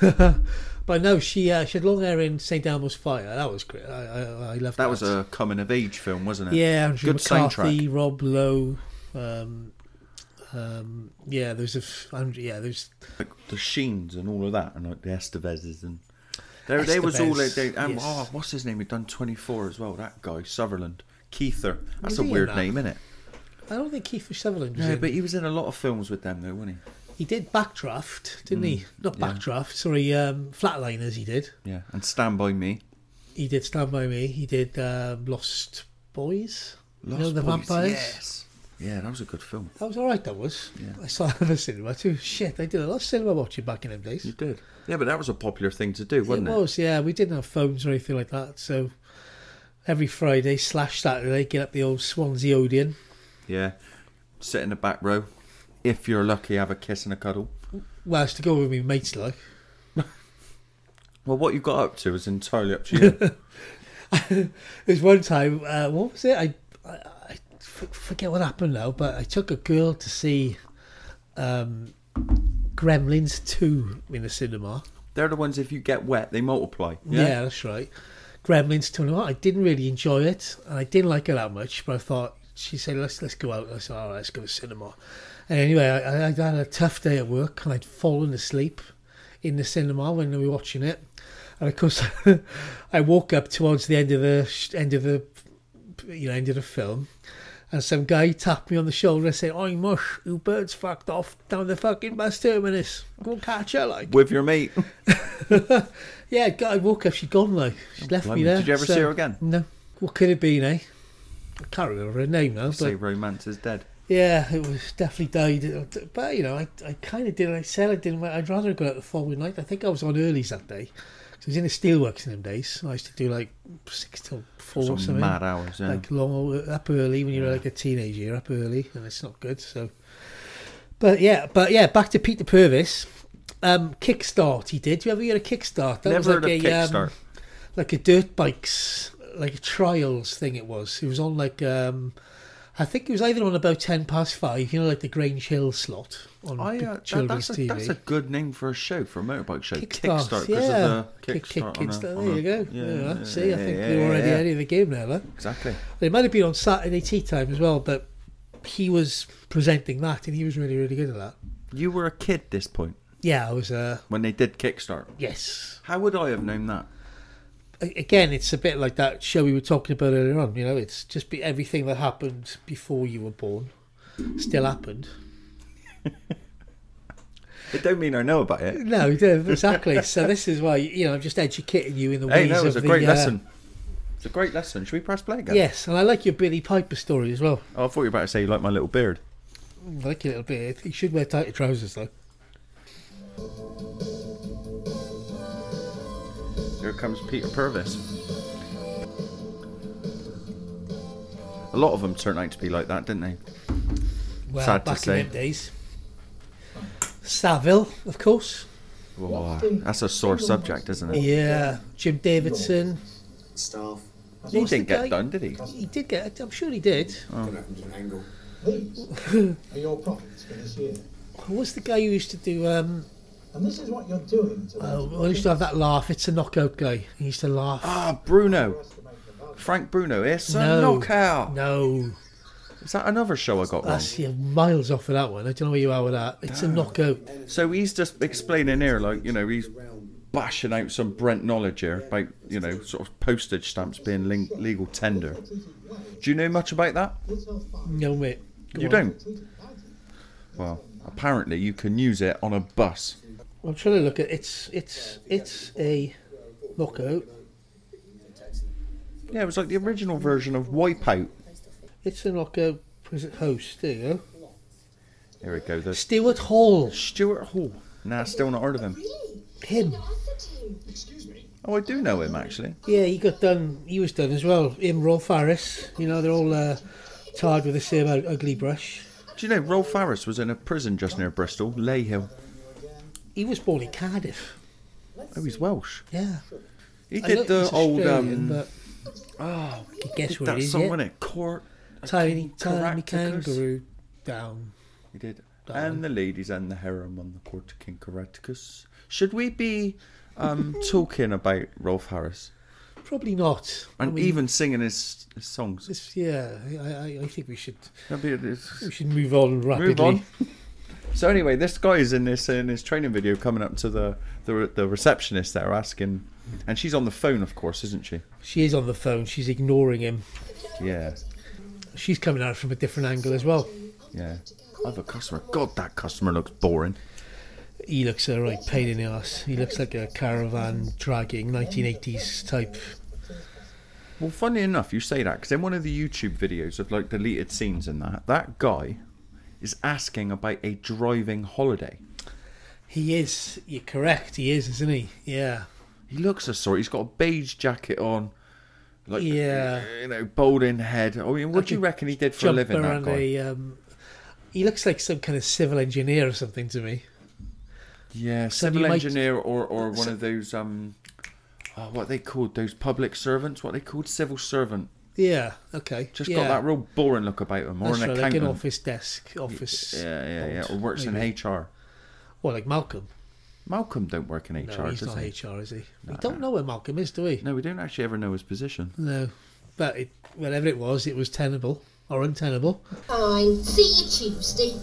Speaker 2: but no, she uh, she had long hair in St. Elmo's Fire. That was great. I I, I loved that.
Speaker 3: That was a coming of age film, wasn't it?
Speaker 2: yeah. Andrew
Speaker 3: Good
Speaker 2: McCarthy,
Speaker 3: soundtrack.
Speaker 2: Rob Lowe. Um, um, yeah, there's a f- Andrew, yeah, there's
Speaker 3: Like the Sheens and all of that, and like the Estevezes and. They, they was all. They,
Speaker 2: Estevez,
Speaker 3: they, um,
Speaker 2: yes.
Speaker 3: Oh, what's his name? He'd done 24 as well, that guy, Sutherland. Keither. That's
Speaker 2: Was
Speaker 3: a
Speaker 2: he in
Speaker 3: weird
Speaker 2: that?
Speaker 3: name, isn't it?
Speaker 2: I don't think Kiefer Sutherland was
Speaker 3: Yeah,
Speaker 2: in.
Speaker 3: but he was in a lot of films with them, though, wasn't
Speaker 2: He did backdraft, didn't
Speaker 3: Mm,
Speaker 2: he? Not backdraft, sorry, um, flatliners. He did.
Speaker 3: he? Yeah. And Stand By Me.
Speaker 2: He did Stand by Me. He did um, Lost Boys. You know,
Speaker 3: Lost
Speaker 2: the
Speaker 3: Boys,
Speaker 2: vampires.
Speaker 3: Yes. Yeah, that was a good film.
Speaker 2: That was all right. That was. I saw that in the cinema too. Shit, I did a lot of cinema watching back in them days.
Speaker 3: You did. Yeah, but that was a popular thing to do, wasn't it?
Speaker 2: was, yeah. We didn't have phones or anything like that, so every Friday slash Saturday, get up the old Swansea Odeon.
Speaker 3: Yeah. Sit in the back row. If you're lucky, have a kiss and a cuddle.
Speaker 2: Well, it's to go with me mates, like.
Speaker 3: Well, what you got up to is entirely up to you.
Speaker 2: There's one time, uh, what was it? I, I, I f- forget what happened now, but I took a girl to see um, Gremlins 2 in the cinema.
Speaker 3: They're the ones, if you get wet, they multiply.
Speaker 2: Yeah,
Speaker 3: Yeah.
Speaker 2: that's right. Gremlins 2. and I didn't really enjoy it, and I didn't like it that much, but I thought, she said, let's let's go out. I said, all right, let's go to cinema. And anyway, I, I I'd had a tough day at work, and I'd fallen asleep in the cinema when we were watching it. And of course, I woke up towards the end of the end of the you know end of the film, And some guy tapped me on the shoulder and said, Oi, mush, you birds fucked off down the fucking bus terminus. Go and catch her, like.
Speaker 3: with your mate.
Speaker 2: Yeah, I woke up, she'd gone, like. She'd left
Speaker 3: Oh, blimey.
Speaker 2: me there.
Speaker 3: Did you ever see her again?
Speaker 2: No. What could it be, eh? I can't remember her name now.
Speaker 3: Say
Speaker 2: But
Speaker 3: romance is dead.
Speaker 2: yeah, it was definitely died. uh, But, you know, I, I kind of did what I said I didn't. I'd rather go out the following night. I think I was on earlys that day. 'Cause I was in the steelworks in them days. I used to do like six till four or
Speaker 3: Some
Speaker 2: something.
Speaker 3: mad hours. Yeah.
Speaker 2: eh? like long uh, up early when you're like a teenager you're up early and it's not good so but yeah but yeah back to peter purvis um kickstart he did you ever get a kickstart
Speaker 3: Never heard of
Speaker 2: um,
Speaker 3: Kickstart.
Speaker 2: like a dirt bikes like a trials thing it was it was on like um I think it was either on about ten past five, you know, like the Grange Hill slot on
Speaker 3: I,
Speaker 2: big
Speaker 3: uh, that-
Speaker 2: children's
Speaker 3: that's, a,
Speaker 2: TV.
Speaker 3: that's a good name for a show, for a motorbike show.
Speaker 2: Kickstart,
Speaker 3: Kickstart, because
Speaker 2: yeah.
Speaker 3: of the
Speaker 2: Kick- kick-
Speaker 3: kickstart. on a-
Speaker 2: kickstart,
Speaker 3: on
Speaker 2: there
Speaker 3: a-
Speaker 2: you go.
Speaker 3: Yeah,
Speaker 2: Yeah,
Speaker 3: yeah,
Speaker 2: see, I
Speaker 3: yeah,
Speaker 2: think
Speaker 3: yeah,
Speaker 2: you're already
Speaker 3: yeah.
Speaker 2: ahead of the game now, then.
Speaker 3: Exactly.
Speaker 2: They might have been on Saturday tea time as well, but he was presenting that, and he was really, really good at that.
Speaker 3: You were a kid this point
Speaker 2: Yeah, I was. Uh,
Speaker 3: when they did Kickstart.
Speaker 2: yes.
Speaker 3: How would I have known that?
Speaker 2: A- Again, it's a bit like that show we were talking about earlier on. You know, it's just be everything that happened before you were born still happened.
Speaker 3: It don't mean I know about it.
Speaker 2: No, you don't- exactly. so this is why you know I'm just educating you in the
Speaker 3: Hey,
Speaker 2: ways
Speaker 3: no,
Speaker 2: of
Speaker 3: it's a
Speaker 2: the,
Speaker 3: great
Speaker 2: uh,
Speaker 3: lesson. It's a great lesson. Should we press play again?
Speaker 2: Yes, and I like your Billy Piper story as well.
Speaker 3: Oh, I thought you were about to say you like my little beard.
Speaker 2: I like your little bit. You should wear tighter trousers though.
Speaker 3: Here comes Peter Purvis. A lot of them turned out to be like that, didn't they?
Speaker 2: Well,
Speaker 3: Sad to
Speaker 2: back
Speaker 3: say.
Speaker 2: in them days. Saville, of course.
Speaker 3: Whoa, that's a sore subject, isn't it?
Speaker 2: Yeah, Jim Davidson.
Speaker 5: Staff.
Speaker 3: He
Speaker 2: What's
Speaker 3: didn't
Speaker 2: the
Speaker 3: get
Speaker 2: guy-
Speaker 3: done, Oh. did he?
Speaker 2: He did get. I'm sure he did.
Speaker 5: Coming at them from an angle.
Speaker 9: These are your profits for this year.
Speaker 2: Who was the guy who used to do? Um,
Speaker 9: And this is what you're doing to
Speaker 2: oh,
Speaker 9: them.
Speaker 2: well, he used to have that laugh. It's a knockout guy. He used to laugh.
Speaker 3: Ah, Bruno. Frank Bruno. It's a
Speaker 2: No.
Speaker 3: knockout.
Speaker 2: No,
Speaker 3: Is that another show I got wrong? Ah.
Speaker 2: that's you're miles off of that one. I don't know where you are with that. It's a knockout.
Speaker 3: So he's just explaining here, like, you know, he's bashing out some Brent knowledge here about, you know, sort of postage stamps being ling- legal tender. Do you know much about that?
Speaker 2: No mate. Go
Speaker 3: You
Speaker 2: on.
Speaker 3: don't? Well, apparently you can use it on a bus.
Speaker 2: I'm trying to look at it's it's it's a knockout.
Speaker 3: Yeah, it was like the original version of Wipeout.
Speaker 2: It's a knockout present host. There you go.
Speaker 3: Here we go. The
Speaker 2: Stewart Hall.
Speaker 3: Stuart Hall. Nah, still not heard of him.
Speaker 2: Him.
Speaker 3: Oh, I do know him actually.
Speaker 2: Yeah, he got done. He was done as well. Him, Rolf Harris. You know, they're all uh, tarred with the same u- ugly brush.
Speaker 3: Do you know Rolf Harris was in a prison just near Bristol, Ley Hill?
Speaker 2: He was born in Cardiff.
Speaker 3: Oh, he's Welsh.
Speaker 2: Yeah.
Speaker 3: He
Speaker 2: I
Speaker 3: did
Speaker 2: know
Speaker 3: the
Speaker 2: he's
Speaker 3: old
Speaker 2: Australian,
Speaker 3: um,
Speaker 2: but I can
Speaker 3: oh,
Speaker 2: guess
Speaker 3: did
Speaker 2: where it
Speaker 3: that
Speaker 2: is.
Speaker 3: song
Speaker 2: Yeah.
Speaker 3: in it, Court.
Speaker 2: Tiny, tiny
Speaker 3: Caractacus.
Speaker 2: kangaroo down.
Speaker 3: He did.
Speaker 2: That one.
Speaker 3: And the ladies and the harem on the court of King Caraticus. Should we be um, talking about Rolf Harris
Speaker 2: Probably not.
Speaker 3: and
Speaker 2: I mean,
Speaker 3: even singing his, his songs?
Speaker 2: This, yeah, I, I, I think we should
Speaker 3: That'd be- it's-
Speaker 2: we should move on rapidly.
Speaker 3: Move on. So anyway, this guy is in this uh, in his training video coming up to the the, the receptionist there asking, and she's on the phone, of course, isn't she?
Speaker 2: She is on the phone. She's ignoring him.
Speaker 3: Yeah,
Speaker 2: She's coming at it from a different angle as well.
Speaker 3: yeah. I have a customer. God, that customer looks boring.
Speaker 2: He looks a right pain in the ass. He looks like a caravan dragging 1980s type.
Speaker 3: Well, funny enough, you say that because in one of the YouTube videos of like deleted scenes and that, that guy is asking about a driving holiday.
Speaker 2: He is. You're correct. He is, isn't he? Yeah.
Speaker 3: He looks a sort. He's got a beige jacket on, like
Speaker 2: Yeah.
Speaker 3: you know, balding head. I mean, what
Speaker 2: Like
Speaker 3: do you
Speaker 2: a
Speaker 3: reckon he did for a
Speaker 2: Jump
Speaker 3: living? That
Speaker 2: around
Speaker 3: guy.
Speaker 2: a. Um, he looks like some kind of civil engineer or something to me.
Speaker 3: Yeah,
Speaker 2: So
Speaker 3: civil
Speaker 2: you might-
Speaker 3: engineer or, or one
Speaker 2: so-
Speaker 3: of those um, oh, what are they called those public servants? What are they called civil servant?
Speaker 2: Yeah. Okay.
Speaker 3: Just
Speaker 2: yeah.
Speaker 3: got that real boring look about them, or an
Speaker 2: That's right, like an
Speaker 3: accountant.
Speaker 2: office desk, office.
Speaker 3: yeah, yeah, yeah.
Speaker 2: bolt,
Speaker 3: Or works
Speaker 2: maybe.
Speaker 3: in HR.
Speaker 2: Well, like Malcolm.
Speaker 3: Malcolm don't work in HR,
Speaker 2: No, he's
Speaker 3: does
Speaker 2: not
Speaker 3: he?
Speaker 2: HR, is he? we don't know where Malcolm is, do we?
Speaker 3: No, we don't actually ever know his position.
Speaker 2: No. But it, whatever it was, it was tenable or untenable.
Speaker 10: Fine. See you Tuesday.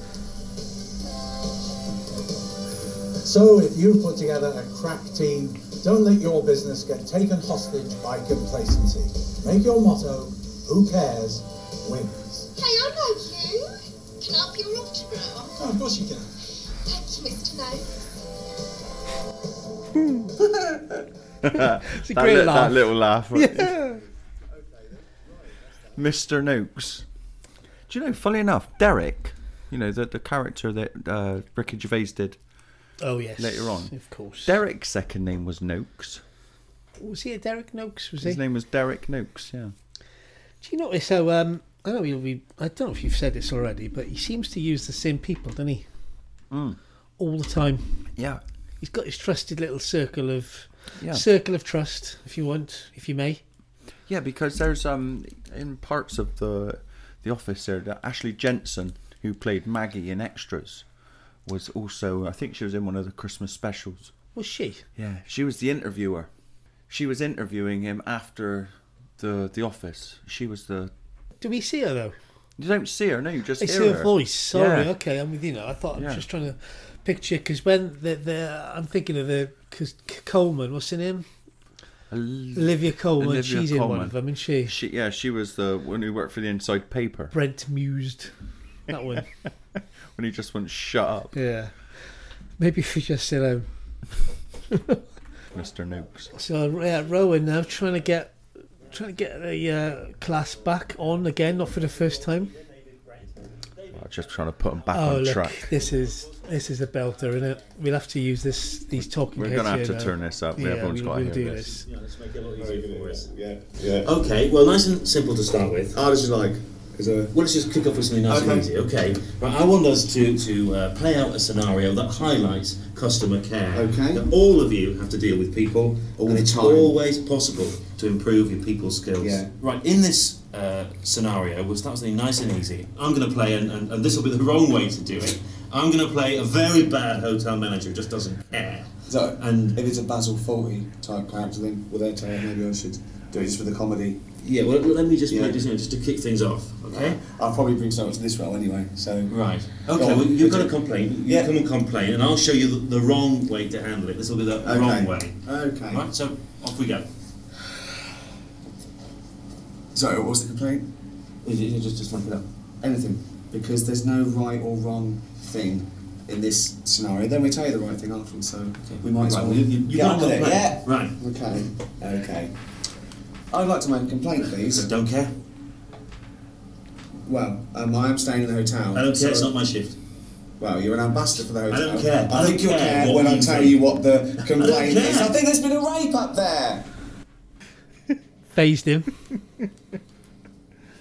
Speaker 9: So if you put together a crack team, don't let your business get taken hostage by complacency. Make your motto, who cares, wins.
Speaker 10: I know you. Can I have your autograph?
Speaker 9: Oh, of course you can.
Speaker 10: Thank you, Mr. Notes.
Speaker 2: It's
Speaker 3: that,
Speaker 2: a great
Speaker 3: li-
Speaker 2: laugh.
Speaker 3: that little laugh. Right?
Speaker 2: Yeah.
Speaker 3: Mr. Noakes. Do you know, funny enough, Derek, you know, the, the character that uh, Ricky Gervais did,
Speaker 2: Oh yes.
Speaker 3: Later on.
Speaker 2: of course.
Speaker 3: Derek's second name was Noakes.
Speaker 2: was he a Derek Noakes? Was he?
Speaker 3: His name was Derek Noakes, yeah.
Speaker 2: Do you notice how? Um, I know he'll be. I don't know if you've said this already, but he seems to use the same people, doesn't he?
Speaker 3: Mm.
Speaker 2: All the time.
Speaker 3: Yeah.
Speaker 2: He's got his trusted little circle of
Speaker 3: Yeah.
Speaker 2: circle of trust, if you want, if you may.
Speaker 3: Yeah, because there's um in parts of the the office there that Ashley Jensen, who played Maggie in Extras, was also I think she was in one of the Christmas specials.
Speaker 2: Was she?
Speaker 3: Yeah, she was the interviewer. She was interviewing him after the the office. She was the
Speaker 2: Do we see her though?
Speaker 3: you don't see her, no, you just
Speaker 2: I
Speaker 3: hear
Speaker 2: see her
Speaker 3: her
Speaker 2: voice. Sorry,
Speaker 3: Yeah.
Speaker 2: okay, I'm with you now. I thought
Speaker 3: Yeah.
Speaker 2: I'm just trying to picture because when the the I'm thinking of the because Coleman, what's her name?
Speaker 3: L-
Speaker 2: Olivia Coleman.
Speaker 3: Olivia
Speaker 2: she's in one
Speaker 3: Colman.
Speaker 2: of them, and she
Speaker 3: She yeah, she was the one who worked for the Inside Paper
Speaker 2: Brent mused that one.
Speaker 3: when he just went shut up,
Speaker 2: yeah, maybe if we just sit down.
Speaker 3: Mr. Noakes.
Speaker 2: So yeah, Rowan now trying to get trying to get the uh, class back on again, not for the first time.
Speaker 3: Oh, just trying to put him back
Speaker 2: oh
Speaker 3: on
Speaker 2: look,
Speaker 3: track.
Speaker 2: this is this is a belter, isn't it? We'll have to use this these talking
Speaker 3: We're
Speaker 2: heads
Speaker 3: gonna have
Speaker 2: here
Speaker 3: to
Speaker 2: now.
Speaker 3: turn this up.
Speaker 2: Yeah,
Speaker 3: Everyone's
Speaker 2: we'll,
Speaker 3: got to
Speaker 2: we'll
Speaker 3: hear
Speaker 2: do
Speaker 3: this.
Speaker 2: this.
Speaker 6: Okay, well, nice and simple to start with.
Speaker 5: How does it like? Is there...
Speaker 6: Well, let's just kick off with something nice
Speaker 5: Okay.
Speaker 6: and easy. Okay. Right, I want us to, to uh, play out a scenario that highlights customer care.
Speaker 5: Okay.
Speaker 6: That all of you have to deal with people,
Speaker 5: All
Speaker 6: and
Speaker 5: the
Speaker 6: it's
Speaker 5: time.
Speaker 6: always possible to improve your people skills.
Speaker 5: Yeah.
Speaker 6: Right, in this uh, scenario, we'll start with something nice and easy. I'm going to play, and, and, and this will be the wrong way to do it. I'm going to play a very bad hotel manager who just doesn't care.
Speaker 5: So,
Speaker 6: And-
Speaker 5: if it's a Basil Fawlty type character, then well, they'll tell you maybe I should do it just for the comedy.
Speaker 6: Yeah, well, let me just
Speaker 5: Yeah.
Speaker 6: play this in just to kick things off, okay?
Speaker 5: I'll probably bring someone to this role anyway. So,
Speaker 6: Right.
Speaker 5: Go
Speaker 6: Okay,
Speaker 5: on.
Speaker 6: well, you've got
Speaker 5: Okay.
Speaker 6: to complain. You
Speaker 5: Yeah.
Speaker 6: come and complain, and I'll show you the, the wrong way to handle it. This will be the
Speaker 5: okay.
Speaker 6: wrong way.
Speaker 5: Okay.
Speaker 6: Right, so off we go.
Speaker 5: So, what was the complaint? You- you Just, just make it up. Anything, because there's no right or wrong thing in this scenario. Then we tell you the right thing afterwards. So we might as
Speaker 6: Right,
Speaker 5: well.
Speaker 6: well, you, you, you've
Speaker 5: get
Speaker 6: got
Speaker 5: on
Speaker 6: to
Speaker 5: with
Speaker 6: complain.
Speaker 5: it. Yeah.
Speaker 6: Right.
Speaker 5: Okay. Okay. I'd like to make a complaint, please.
Speaker 6: Don't care.
Speaker 5: Well, um, I am staying in the hotel.
Speaker 6: I don't care.
Speaker 5: so-
Speaker 6: It's not my shift.
Speaker 5: Well, you're an ambassador for the
Speaker 6: I
Speaker 5: hotel.
Speaker 6: don't care. I
Speaker 5: I think
Speaker 6: don't
Speaker 5: you'll
Speaker 6: care
Speaker 5: care,
Speaker 6: what
Speaker 5: when I
Speaker 6: you
Speaker 5: tell
Speaker 6: think.
Speaker 5: you what the complaint
Speaker 6: care.
Speaker 5: is. I think there's been a rape up there.
Speaker 2: Phased him.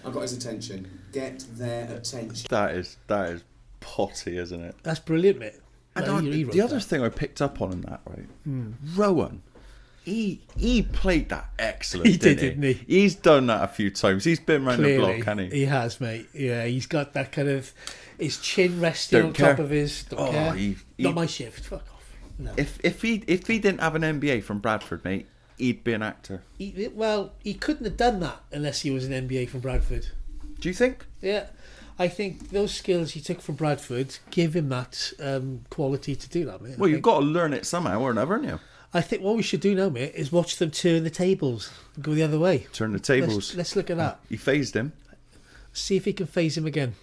Speaker 5: I got his attention. Get their attention.
Speaker 3: That is that is potty, isn't it?
Speaker 2: That's brilliant, mate.
Speaker 3: And
Speaker 2: Well,
Speaker 3: I-
Speaker 2: he- he wrote
Speaker 3: the other
Speaker 2: that. Hmm.
Speaker 3: thing I picked up on in that, right? Rowan, he he played that excellent.
Speaker 2: He did,
Speaker 3: didn't
Speaker 2: didn't
Speaker 3: He's done that a few times. He's been round
Speaker 2: Clearly,
Speaker 3: the block, hasn't he?
Speaker 2: he has, mate. Yeah, he's got that kind of his chin resting
Speaker 3: Don't
Speaker 2: on
Speaker 3: care.
Speaker 2: top of his. Don't
Speaker 3: Oh,
Speaker 2: care.
Speaker 3: he- he-
Speaker 2: Not my shift. Fuck off. No.
Speaker 3: If if he if he didn't have an MBA from Bradford, mate, he'd be an actor.
Speaker 2: He, well, he couldn't have done that unless he was an NBA from Bradford.
Speaker 3: Do you think?
Speaker 2: Yeah, I think those skills he took from Bradford give him that um, quality to do that, mate.
Speaker 3: Well,
Speaker 2: I
Speaker 3: you've
Speaker 2: think-
Speaker 3: got to learn it somehow or another, haven't you?
Speaker 2: I think what we should do now, mate, is watch them turn the tables and go the other way.
Speaker 3: Turn the
Speaker 2: Let's-
Speaker 3: tables.
Speaker 2: Let's, look at that.
Speaker 3: He phased him.
Speaker 2: See if he can phase him again.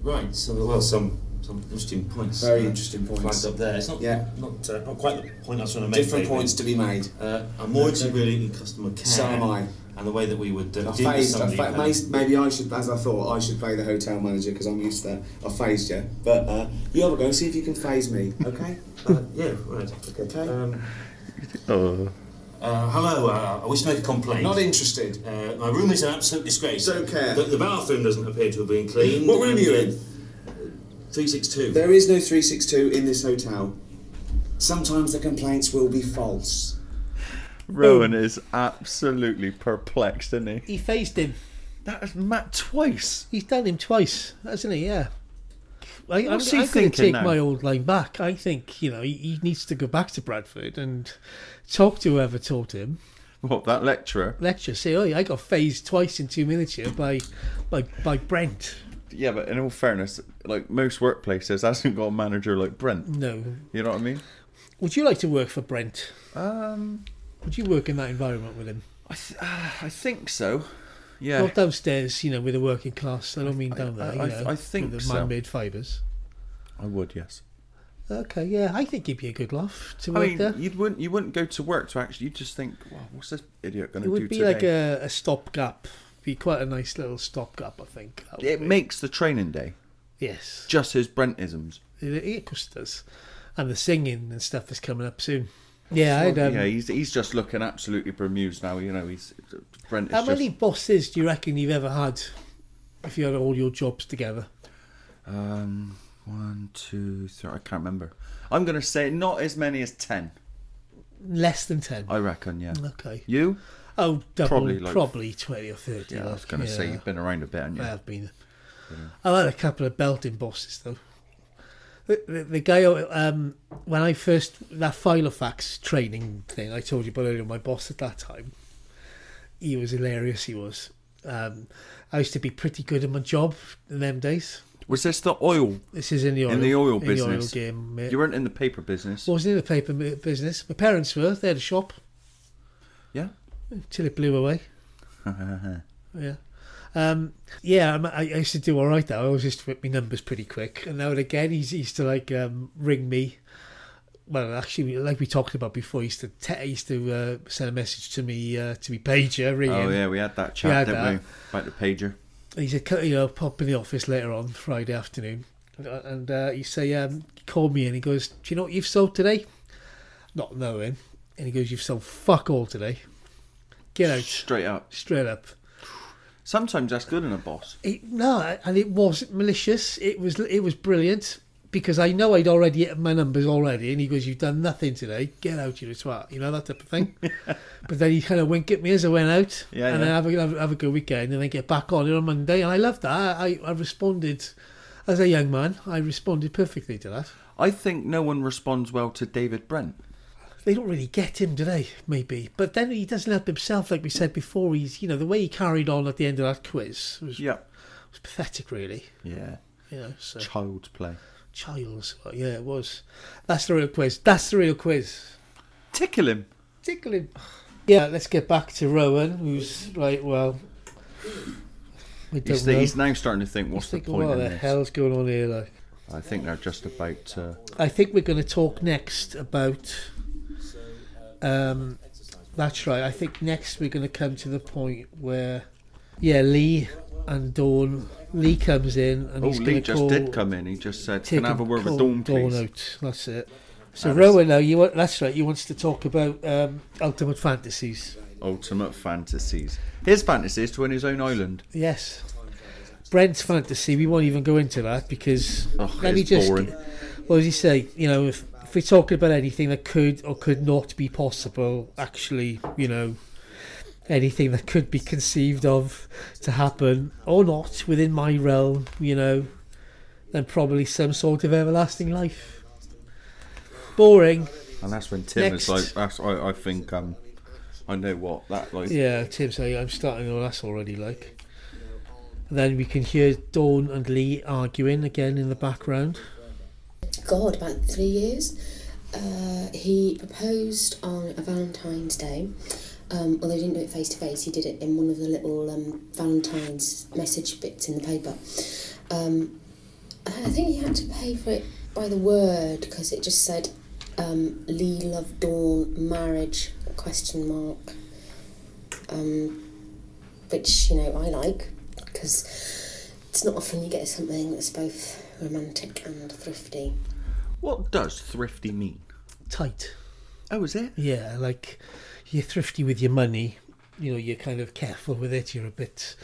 Speaker 6: Right. So well, some some interesting points. Uh,
Speaker 5: Very interesting points.
Speaker 6: Flagged up there. It's not
Speaker 5: Yeah.
Speaker 6: not uh, not quite the point I was trying to make.
Speaker 5: Different
Speaker 6: David.
Speaker 5: points to be made.
Speaker 6: Uh, I'm more interested really in customer care.
Speaker 5: So am I.
Speaker 6: And the way that we would uh,
Speaker 5: I
Speaker 6: deal with
Speaker 5: phased. I
Speaker 6: somebody.
Speaker 5: fa-
Speaker 6: who-
Speaker 5: may- maybe I should, as I thought, I should play the hotel manager because I'm used to that. I phased you, but uh, you have a go and see if you can phase me. Okay.
Speaker 6: Uh, yeah. Right.
Speaker 5: Okay.
Speaker 6: Um,
Speaker 3: Oh.
Speaker 6: uh, hello. Uh, I wish to make a complaint.
Speaker 5: Not interested.
Speaker 6: Uh, my room is an absolute disgrace.
Speaker 5: Don't care.
Speaker 6: The, the bathroom doesn't appear to have been cleaned. uh,
Speaker 5: What room are you in?
Speaker 6: Three six two.
Speaker 5: There is no three six two in this hotel. Sometimes the complaints will be false.
Speaker 3: Rowan is absolutely perplexed, isn't he?
Speaker 2: He phased him.
Speaker 3: That is Matt twice.
Speaker 2: He's done him twice, hasn't he? Yeah. I, I'm,
Speaker 3: What's he
Speaker 2: I'm going to
Speaker 3: thinking
Speaker 2: take
Speaker 3: now?
Speaker 2: my old line back. I think you know he, he needs to go back to Bradford and talk to whoever taught him.
Speaker 3: What that lecturer?
Speaker 2: Lecture, say, "Oh, I got phased twice in two minutes here by, by, by Brent."
Speaker 3: Yeah, but in all fairness, like most workplaces, hasn't got a manager like Brent.
Speaker 2: No.
Speaker 3: You know what I mean?
Speaker 2: Would you like to work for Brent?
Speaker 3: Um,
Speaker 2: Would you work in that environment with him?
Speaker 3: I th- uh, I think so. Yeah.
Speaker 2: Not downstairs, you know, with the working class. I don't mean down
Speaker 3: I-
Speaker 2: there.
Speaker 3: I-
Speaker 2: you know,
Speaker 3: I think
Speaker 2: with the
Speaker 3: so.
Speaker 2: man-made fibres.
Speaker 3: I would, yes.
Speaker 2: Okay, yeah, I think it'd be a good laugh to
Speaker 3: I
Speaker 2: work
Speaker 3: mean,
Speaker 2: there.
Speaker 3: you wouldn't you wouldn't go to work to actually. You just think, wow, what's this idiot going
Speaker 2: It
Speaker 3: to do
Speaker 2: would be
Speaker 3: today?
Speaker 2: like a, a stopgap. Be quite a nice little stopgap, I think. That would
Speaker 3: it
Speaker 2: be.
Speaker 3: makes the training day
Speaker 2: yes,
Speaker 3: just his Brentisms.
Speaker 2: it, it just does. And the singing and stuff is coming up soon. Yeah, I'd, um,
Speaker 3: yeah, he's he's just looking absolutely bemused now. You know, he's Brent is
Speaker 2: How
Speaker 3: just.
Speaker 2: many bosses do you reckon you've ever had if you had all your jobs together?
Speaker 3: Um, one, two, three. I can't remember. I'm going to say not as many as ten.
Speaker 2: Less than 10.
Speaker 3: I reckon. Yeah.
Speaker 2: Okay.
Speaker 3: You?
Speaker 2: Oh, double,
Speaker 3: Probably
Speaker 2: probably,
Speaker 3: like-
Speaker 2: 20 or 30.
Speaker 3: Yeah, I
Speaker 2: like,
Speaker 3: was going to say
Speaker 2: yeah.
Speaker 3: you've been around a bit, haven't you?
Speaker 2: I have been. I've had a couple of belting bosses, though. The, the, the guy, um, when I first, that Filofax training thing I told you about earlier, my boss at that time, he was hilarious, he was. Um, I used to be pretty good at my job in them days.
Speaker 3: Was this the oil?
Speaker 2: This is in the oil,
Speaker 3: In the oil
Speaker 2: in
Speaker 3: business.
Speaker 2: The oil game, mate.
Speaker 3: You weren't in the paper business.
Speaker 2: wasn't in the paper mi- business. My parents were. They had a shop
Speaker 3: Yeah.
Speaker 2: till it blew away. yeah. Um, yeah, I'm- I, I used to do all right though. I always used to whip my numbers pretty quick. And now and again, he's, he used to like um, ring me. Well, actually, like we talked about before, he used to te- he used to uh, send a message to me uh, to me pager, ring
Speaker 3: Oh
Speaker 2: him.
Speaker 3: yeah, we had that chat,
Speaker 2: had
Speaker 3: didn't
Speaker 2: that.
Speaker 3: we? About the pager.
Speaker 2: And he said, "Come- you know, pop in the office later on Friday afternoon. And, uh, And uh, you say, um, call me in. He goes, do you know what you've sold today? Not knowing. And he goes, you've sold fuck all today. Get out.
Speaker 3: Straight up.
Speaker 2: Straight up.
Speaker 3: Sometimes that's good in a boss.
Speaker 2: It, no, and it wasn't malicious. It was it was brilliant because I know I'd already hit my numbers already. And he goes, you've done nothing today. Get out, you little twat. You know, that type of thing. but then he kind of winked at me as I went out.
Speaker 3: Yeah,
Speaker 2: and
Speaker 3: yeah.
Speaker 2: then have a, have, a- have a good weekend and then get back on it on Monday. And I loved that. I, I responded, as a young man, I responded perfectly to that.
Speaker 3: I think no one responds well to David Brent.
Speaker 2: They don't really get him, do they? Maybe. But then he doesn't help himself, like we said before. He's, you know, the way he carried on at the end of that quiz was,
Speaker 3: Yeah.
Speaker 2: was pathetic, really.
Speaker 3: Yeah.
Speaker 2: You know, so.
Speaker 3: Child's play.
Speaker 2: Child's. well, Yeah, it was. That's the real quiz. That's the real quiz.
Speaker 3: Tickle him.
Speaker 2: Tickling. Yeah, let's get back to Rowan, who's like, well, we don't
Speaker 3: He's,
Speaker 2: know.
Speaker 3: he's now starting to think, what's the
Speaker 2: thinking,
Speaker 3: point
Speaker 2: what
Speaker 3: in
Speaker 2: the
Speaker 3: this?
Speaker 2: hell's going on here? Like,
Speaker 3: I think they're just about to.
Speaker 2: I think we're going to talk next about. Um, that's right. I think next we're going to come to the point where, yeah, Lee and Dawn. Lee comes in and
Speaker 3: oh,
Speaker 2: he's going
Speaker 3: Lee
Speaker 2: to
Speaker 3: just
Speaker 2: call.
Speaker 3: did come in. He just said,
Speaker 2: Take
Speaker 3: "Can I have a
Speaker 2: and
Speaker 3: word with
Speaker 2: call
Speaker 3: Dawn,
Speaker 2: Dawn
Speaker 3: please?"
Speaker 2: out. That's it. So
Speaker 3: That is-
Speaker 2: Rowan, now you want, that's right. You wants to talk about um, Ultimate Fantasies.
Speaker 3: Ultimate fantasies. His fantasy is to win his own island.
Speaker 2: Yes. Brent's fantasy. We won't even go into that because
Speaker 3: Oh,
Speaker 2: let me
Speaker 3: it's
Speaker 2: just.
Speaker 3: boring.
Speaker 2: Well, as you say, you know, if, if we're talking about anything that could or could not be possible, actually, you know, anything that could be conceived of to happen or not within my realm, you know, then probably some sort of everlasting life. Boring.
Speaker 3: And that's when Tim is
Speaker 2: Next.
Speaker 3: like, "That's I, I think um, I know what that like."
Speaker 2: Yeah, Tim saying I'm starting on us already, like. And then we can hear Dawn and Lee arguing again in the background.
Speaker 11: God, about three years. Uh, he proposed on a Valentine's Day, um, although he didn't do it face to face. He did it in one of the little um, Valentine's message bits in the paper. Um, I think he had to pay for it by the word because it just said um, Lee Love Dawn Marriage question mark, um, which you know I like because it's not often you get something that's both romantic and thrifty.
Speaker 3: What does thrifty mean?
Speaker 2: Tight.
Speaker 3: Oh, is it?
Speaker 2: Yeah, like you're thrifty with your money. You know, you're kind of careful with it. You're a bit.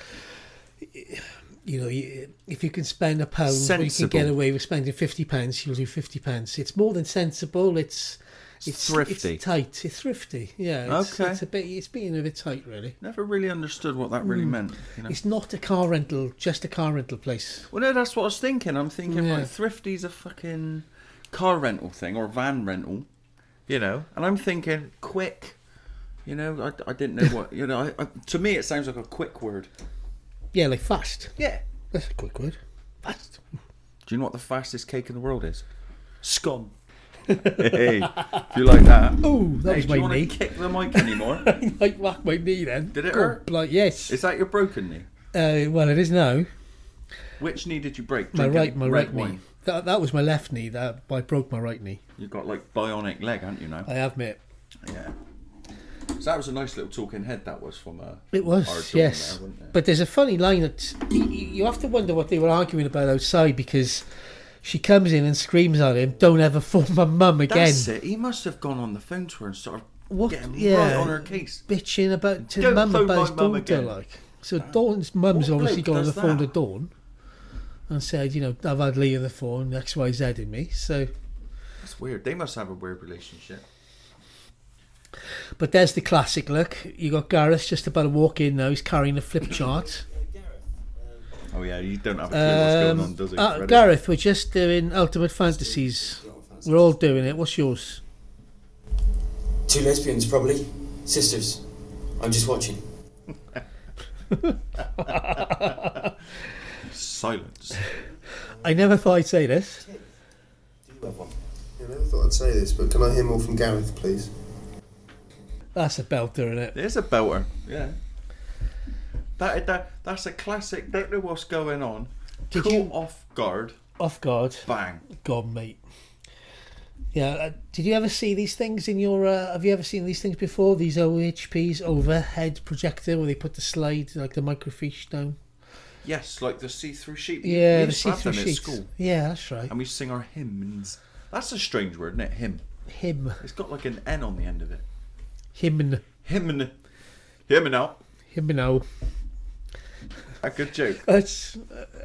Speaker 2: You know, you, if you can spend a pound, or you can
Speaker 3: Sensible.
Speaker 2: get away with spending fifty pence. You'll do fifty pence. It's more than sensible. It's it's
Speaker 3: Thrifty.
Speaker 2: It's tight. It's thrifty. Yeah. It's,
Speaker 3: Okay.
Speaker 2: It's a bit. It's being a bit tight, really.
Speaker 3: Never really understood what that really meant. You know?
Speaker 2: Hmm. It's not a car rental, just a car rental place.
Speaker 3: Well, no, that's what I was thinking. I'm thinking,
Speaker 2: Yeah.
Speaker 3: like, thrifty's a fucking car rental thing or van rental, you know? And I'm thinking, quick. You know, I, I didn't know what, you know, I, I, to me it sounds like a quick word.
Speaker 2: Yeah, like fast.
Speaker 3: Yeah.
Speaker 2: That's a quick word. Fast.
Speaker 3: Do you know what the fastest cake in the world is? Scum. hey, if you like that.
Speaker 2: Oh, that
Speaker 3: hey,
Speaker 2: was
Speaker 3: do
Speaker 2: my
Speaker 3: you wanna
Speaker 2: knee.
Speaker 3: kick the mic anymore?
Speaker 2: I whacked my knee then.
Speaker 3: Did it
Speaker 2: God
Speaker 3: hurt?
Speaker 2: blimey, yes.
Speaker 3: Is that your broken knee?
Speaker 2: Uh, well, it is now.
Speaker 3: Which knee did you break?
Speaker 2: My
Speaker 3: Drinking
Speaker 2: right, my
Speaker 3: red
Speaker 2: right
Speaker 3: wine.
Speaker 2: knee. That, that was my left knee. That I broke my right knee.
Speaker 3: You've got like bionic leg, haven't you now?
Speaker 2: I admit.
Speaker 3: Yeah. So that was a nice little talking head that was from uh,
Speaker 2: It
Speaker 3: our
Speaker 2: was,
Speaker 3: Jordan
Speaker 2: yes.
Speaker 3: there, wasn't it?
Speaker 2: but there's a funny line that y- y- you have to wonder what they were arguing about outside because she comes in and screams at him, "Don't ever fool my mum again."
Speaker 3: That's it. He must have gone on the phone to her and started
Speaker 2: What?
Speaker 3: getting
Speaker 2: yeah,
Speaker 3: right on her case.
Speaker 2: bitching about to
Speaker 3: Don't
Speaker 2: mum
Speaker 3: phone
Speaker 2: about his
Speaker 3: my mum
Speaker 2: daughter,
Speaker 3: again.
Speaker 2: like. So Dawn's mum's
Speaker 3: What
Speaker 2: obviously
Speaker 3: bloke
Speaker 2: got on the
Speaker 3: does
Speaker 2: phone to
Speaker 3: that?
Speaker 2: Dawn and said, "You know, I've had Lee on the phone, X, Y, Z in me." So,
Speaker 3: That's weird. They must have a weird relationship.
Speaker 2: but there's the classic look. You got Gareth just about to walk in now. He's carrying a flip chart.
Speaker 3: Oh yeah, you don't have a clue what's going on, does it?
Speaker 2: Um, uh,
Speaker 3: Freddie?
Speaker 2: Gareth, we're just doing Ultimate Fantasies. We're all doing it. What's yours?
Speaker 4: Two lesbians, probably. Sisters. I'm just watching.
Speaker 3: Silence.
Speaker 2: I never thought I'd say this.
Speaker 8: I never thought I'd say this, but can I hear more from Gareth, please?
Speaker 2: That's a belter, isn't it?
Speaker 3: There's a belter. Yeah. That, that that's a classic. Don't know what's going on.
Speaker 2: Did
Speaker 3: Caught
Speaker 2: you-
Speaker 3: off guard.
Speaker 2: Off guard.
Speaker 3: Bang.
Speaker 2: God, mate. Yeah. Uh, did you ever see these things in your? Uh, have you ever seen these things before? These OHPs, overhead projector, where they put the slide like the microfiche down.
Speaker 3: Yes, like the see-through sheet.
Speaker 2: Yeah,
Speaker 3: we
Speaker 2: the
Speaker 3: used to have
Speaker 2: see-through
Speaker 3: them
Speaker 2: sheets.
Speaker 3: at school, Um,
Speaker 2: Yeah, that's right.
Speaker 3: and we sing our hymns. That's a strange word, isn't it? Hymn.
Speaker 2: Him,
Speaker 3: It's got like an N on the end of it.
Speaker 2: him, and
Speaker 3: Hymn. Hymn now.
Speaker 2: him, and now.
Speaker 3: A good joke.
Speaker 2: That's.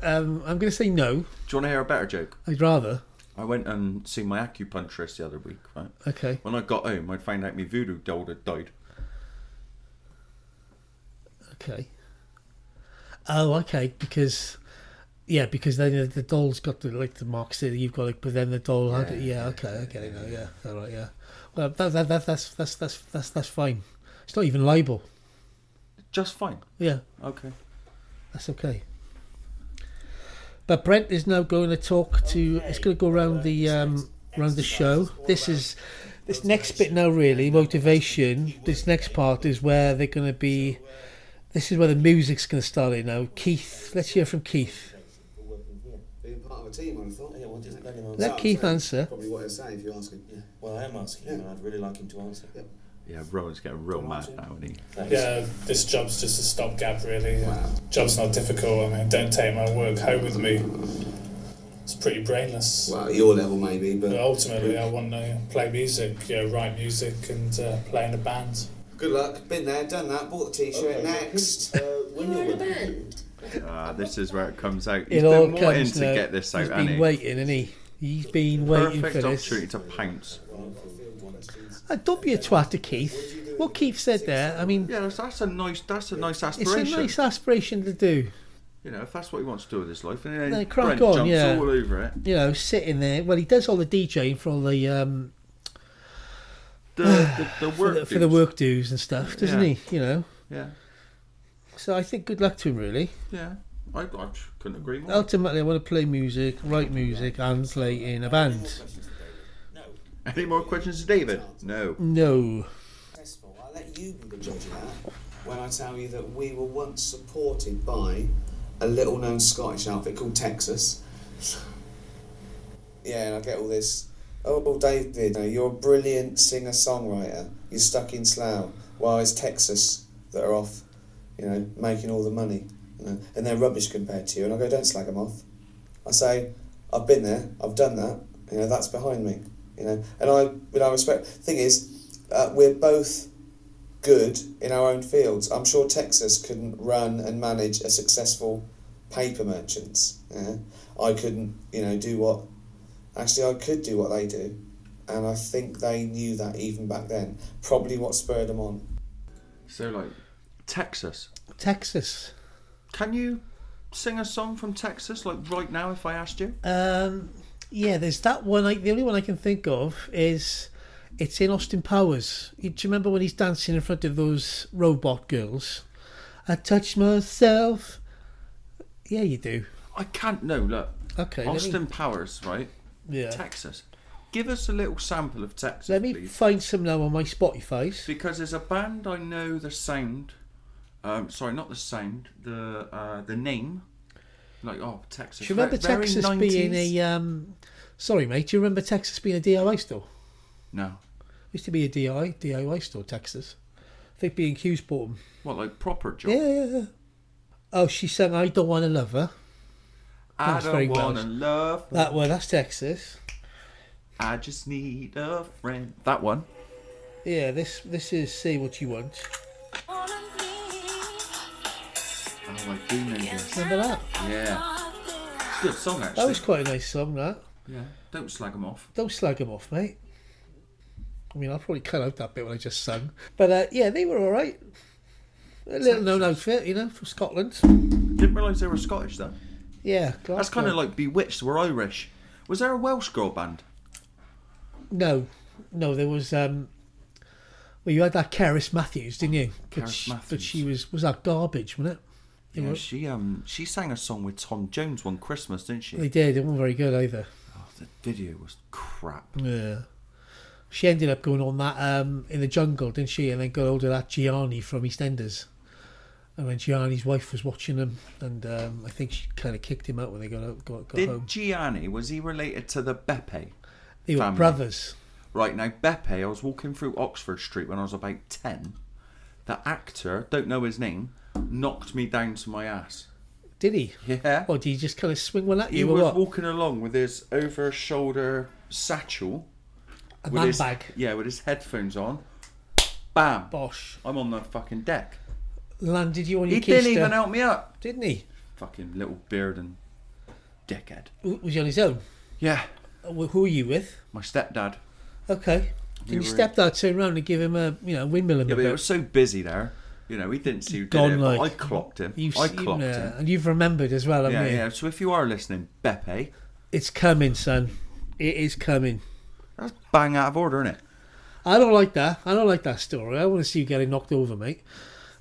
Speaker 2: Um, I'm going to say no.
Speaker 3: Do you want to hear a better joke?
Speaker 2: I'd rather.
Speaker 3: I went and seen my acupuncturist the other week, right?
Speaker 2: Okay.
Speaker 3: When I got home, I found out my voodoo doll had died.
Speaker 2: Okay. Oh, okay. Because, yeah, because then the, the doll's got the like the marks that you've got, like, but then the doll had it. Yeah, okay, I get it now. Yeah, all right, yeah. Well, that, that, that, that's that's that's that's that's fine. It's not even libel.
Speaker 3: Just fine.
Speaker 2: Yeah,
Speaker 3: Okay.
Speaker 2: that's okay. But Brent is now going to talk to. It's going to go around the um around the show. This is this next bit now really motivation. This next part is where they're going to be. This is where the music's going to start in now. Keith, let's hear from Keith.
Speaker 5: Being part of a team, I would've thought. Yeah, well, just let him answer.
Speaker 2: Let Keith answer.
Speaker 5: Probably what he'll say if you ask him. Yeah.
Speaker 6: Well, I am asking him, and I'd really like him to answer.
Speaker 3: Yeah, Rowan's getting real mad now, and he.
Speaker 7: Yeah, this job's just a stopgap, really. Job's not difficult. I mean, don't take my work home with me. It's pretty brainless.
Speaker 5: Well, at your level maybe, but
Speaker 7: But ultimately, I want to play music, yeah, write music, and uh, play in a band.
Speaker 5: good luck. Been there, done that. Bought the T-shirt. Next. Uh, when
Speaker 11: You're in a
Speaker 5: you're
Speaker 11: band.
Speaker 3: Ah, this is where it comes out.
Speaker 2: It
Speaker 3: He's
Speaker 2: all
Speaker 3: been wanting
Speaker 2: comes
Speaker 3: to
Speaker 2: now.
Speaker 3: get this out,
Speaker 2: He's
Speaker 3: hasn't
Speaker 2: been
Speaker 3: he?
Speaker 2: waiting, isn't he? He's been waiting
Speaker 3: Perfect
Speaker 2: for
Speaker 3: opportunity
Speaker 2: this.
Speaker 3: to pounce.
Speaker 2: Uh, don't be a twat to Keith. What Keith said there, I mean,
Speaker 3: Yeah, that's, that's a nice. That's a nice
Speaker 2: it's a
Speaker 3: aspiration.
Speaker 2: nice aspiration to do.
Speaker 3: You know, if that's what he wants to do with his life, and
Speaker 2: No,
Speaker 3: then
Speaker 2: crack
Speaker 3: Brent
Speaker 2: on,
Speaker 3: jumps
Speaker 2: yeah.
Speaker 3: all over it.
Speaker 2: You know, sitting there. Well, he does all the DJing for all the um,
Speaker 3: The the, the
Speaker 2: for
Speaker 3: work
Speaker 2: the, for the
Speaker 3: dudes.
Speaker 2: work dues and stuff, doesn't
Speaker 3: Yeah.
Speaker 2: he? You know.
Speaker 3: Yeah,
Speaker 2: So I think good luck to him, really.
Speaker 3: yeah. I, I couldn't agree more.
Speaker 2: Ultimately, I want to play music, write music, and play in a band.
Speaker 3: Any more questions, to David? No.
Speaker 2: No.
Speaker 5: successful, I'll let you be the judge of that. When I tell you that we were once supported by a little-known Scottish outfit called Texas. yeah, and I get all this. Oh, well, David, no, you're a brilliant singer-songwriter. You're stuck in Slough. Well, it's Texas that are off, you know, making all the money, you know, and they're rubbish compared to you. And I go, don't slag them off. I say, I've been there, I've done that, you know, that's behind me, you know, and I, you know, I respect. Thing is, uh, we're both good in our own fields. I'm sure Texas couldn't run and manage a successful paper merchants. Yeah? I couldn't, you know, do what. Actually, I could do what they do, and I think they knew that even back then. Probably what spurred them on.
Speaker 3: So like, Texas.
Speaker 2: Texas.
Speaker 3: Can you sing a song from Texas like right now if I asked you?
Speaker 2: Um, yeah, there's that one. I, the only one I can think of is it's in Austin Powers. You, do you remember when he's dancing in front of those robot girls? I touched myself. Yeah, you do.
Speaker 3: I can't. No, look.
Speaker 2: Okay. let me-
Speaker 3: Austin Powers, right?
Speaker 2: Yeah.
Speaker 3: Texas. Give us a little sample of Texas,
Speaker 2: Let me
Speaker 3: please.
Speaker 2: find some now on my Spotify's.
Speaker 3: Because there's a band I know the sound. Um, sorry, not the sound. The uh, the name. Like oh, Texas.
Speaker 2: Do you remember
Speaker 3: Ve- very
Speaker 2: Texas being
Speaker 3: 90s.
Speaker 2: a? Um, sorry, mate. Do you remember Texas being a DIY store?
Speaker 3: No.
Speaker 2: Used to be a DIY DIY store, Texas. I think B and Q's bought 'em.
Speaker 3: What like proper job?
Speaker 2: Yeah, yeah, yeah. Oh, she sang "I Don't Want to Love Her." That
Speaker 3: I
Speaker 2: was very
Speaker 3: don't wanna
Speaker 2: Welsh.
Speaker 3: love.
Speaker 2: That one. That's Texas.
Speaker 3: I just need a friend. That one.
Speaker 2: Yeah. This this is "Say What You Want."
Speaker 3: Oh, I do know this.
Speaker 2: Remember that?
Speaker 3: Yeah. Good song actually.
Speaker 2: That was quite a nice song. That.
Speaker 3: Yeah. Don't slag them off.
Speaker 2: Don't slag him off, mate. I mean, I'll probably cut out that bit when I just sung. But uh, yeah, they were all right. A little known outfit, you know, from Scotland.
Speaker 3: Didn't realise they were Scottish though.
Speaker 2: Yeah,
Speaker 3: That's kind of like Bewitched. We're Irish. Was there a Welsh girl band?
Speaker 2: No, no, there was. um Well, you had that Karis Matthews, didn't you? But
Speaker 3: Caris
Speaker 2: she, But
Speaker 3: Matthews.
Speaker 2: she was was that garbage, wasn't it? They
Speaker 3: Yeah,
Speaker 2: were-
Speaker 3: she um she sang a song with Tom Jones one Christmas, didn't she?
Speaker 2: They did. They weren't very good either.
Speaker 3: Oh, the video was crap.
Speaker 2: Yeah. She ended up going on that um, in the jungle, didn't she? And then got hold of that Gianni from EastEnders. And then Gianni's wife was watching them, and um, I think she kind of kicked him out when they got out, got, got
Speaker 3: Did
Speaker 2: home.
Speaker 3: Gianni was he related to the Beppe?
Speaker 2: They were
Speaker 3: family?
Speaker 2: brothers.
Speaker 3: Right now, Beppe. I was walking through Oxford Street when I was about ten. The actor, don't know his name, knocked me down to my ass.
Speaker 2: Did he?
Speaker 3: Yeah.
Speaker 2: Or did he just kind of swing one at
Speaker 3: He
Speaker 2: you? or
Speaker 3: was
Speaker 2: what?
Speaker 3: walking along with his over shoulder satchel.
Speaker 2: A
Speaker 3: with
Speaker 2: man
Speaker 3: his-
Speaker 2: bag.
Speaker 3: Yeah, with his headphones on. Bam.
Speaker 2: Bosh.
Speaker 3: I'm on the fucking deck.
Speaker 2: Landed you on
Speaker 3: He
Speaker 2: your
Speaker 3: didn't
Speaker 2: keister,
Speaker 3: even help me up.
Speaker 2: Didn't he?
Speaker 3: Fucking little beard and dickhead.
Speaker 2: W- Was he on his own?
Speaker 3: Yeah.
Speaker 2: Uh, wh- Who were you with?
Speaker 3: My stepdad.
Speaker 2: Okay.
Speaker 3: We
Speaker 2: Did your
Speaker 3: were-
Speaker 2: stepdad turn around and give him a you know windmill him
Speaker 3: Yeah,
Speaker 2: a
Speaker 3: but it
Speaker 2: bit?
Speaker 3: was so busy there. You know, he didn't see who did
Speaker 2: Gone
Speaker 3: it, but
Speaker 2: like-
Speaker 3: I clocked him.
Speaker 2: You've
Speaker 3: I
Speaker 2: seen,
Speaker 3: clocked
Speaker 2: uh,
Speaker 3: him.
Speaker 2: and you've remembered as well, haven't
Speaker 3: Yeah,
Speaker 2: you?
Speaker 3: yeah. So if you are listening, Beppe,
Speaker 2: It's coming, son. It is coming.
Speaker 3: that's bang out of order, isn't it?
Speaker 2: I don't like that. I don't like that story. I want to see you getting knocked over, mate.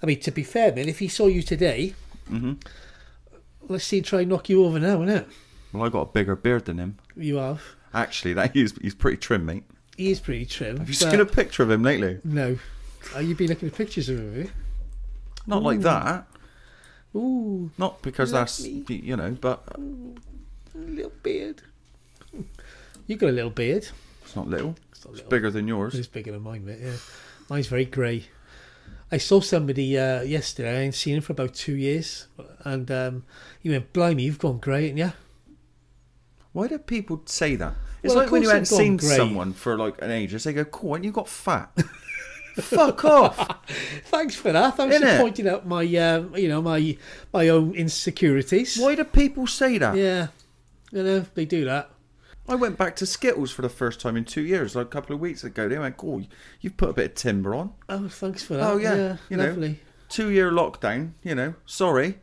Speaker 2: I mean, to be fair, mate, if he saw you today,
Speaker 3: Mhm.
Speaker 2: let's see him try and knock you over now, innit?
Speaker 3: Well, I got a bigger beard than him.
Speaker 2: You have.
Speaker 3: Actually, that he's he's pretty trim, mate.
Speaker 2: He is pretty trim.
Speaker 3: Have you
Speaker 2: but-
Speaker 3: seen a picture of him lately?
Speaker 2: No. Oh, you've been looking at pictures of him, have
Speaker 3: Not like
Speaker 2: Ooh.
Speaker 3: that.
Speaker 2: you? Ooh,
Speaker 3: Not because
Speaker 2: Let
Speaker 3: that's
Speaker 2: me-
Speaker 3: you know, but
Speaker 2: a little beard. you got a little beard.
Speaker 3: it's not little.
Speaker 2: It's not
Speaker 3: It's
Speaker 2: little.
Speaker 3: bigger than yours.
Speaker 2: It's bigger than mine, mate. Yeah, mine's very grey. I saw somebody uh, yesterday. I ain't seen him for about two years, and um, he went, "Blimey, you've gone grey, ain't you?"
Speaker 3: Why do people say that? It's
Speaker 2: Well, of
Speaker 3: like when you
Speaker 2: course
Speaker 3: hadn't
Speaker 2: I've gone
Speaker 3: seen
Speaker 2: grey.
Speaker 3: someone for like an age, they go, "Cool, and you got fat." Fuck off.
Speaker 2: Thanks for that. Thanks
Speaker 3: Innit?
Speaker 2: for pointing out my, um, you know, my my own insecurities.
Speaker 3: Why do people say that?
Speaker 2: Yeah, you know they do that.
Speaker 3: I went back to Skittles for the first time in two years, like a couple of weeks ago. They went, "Cool, you've put a bit of timber on."
Speaker 2: Oh, thanks for that.
Speaker 3: Oh, yeah, you know.
Speaker 2: lovely.
Speaker 3: Two-year lockdown, you know. Sorry.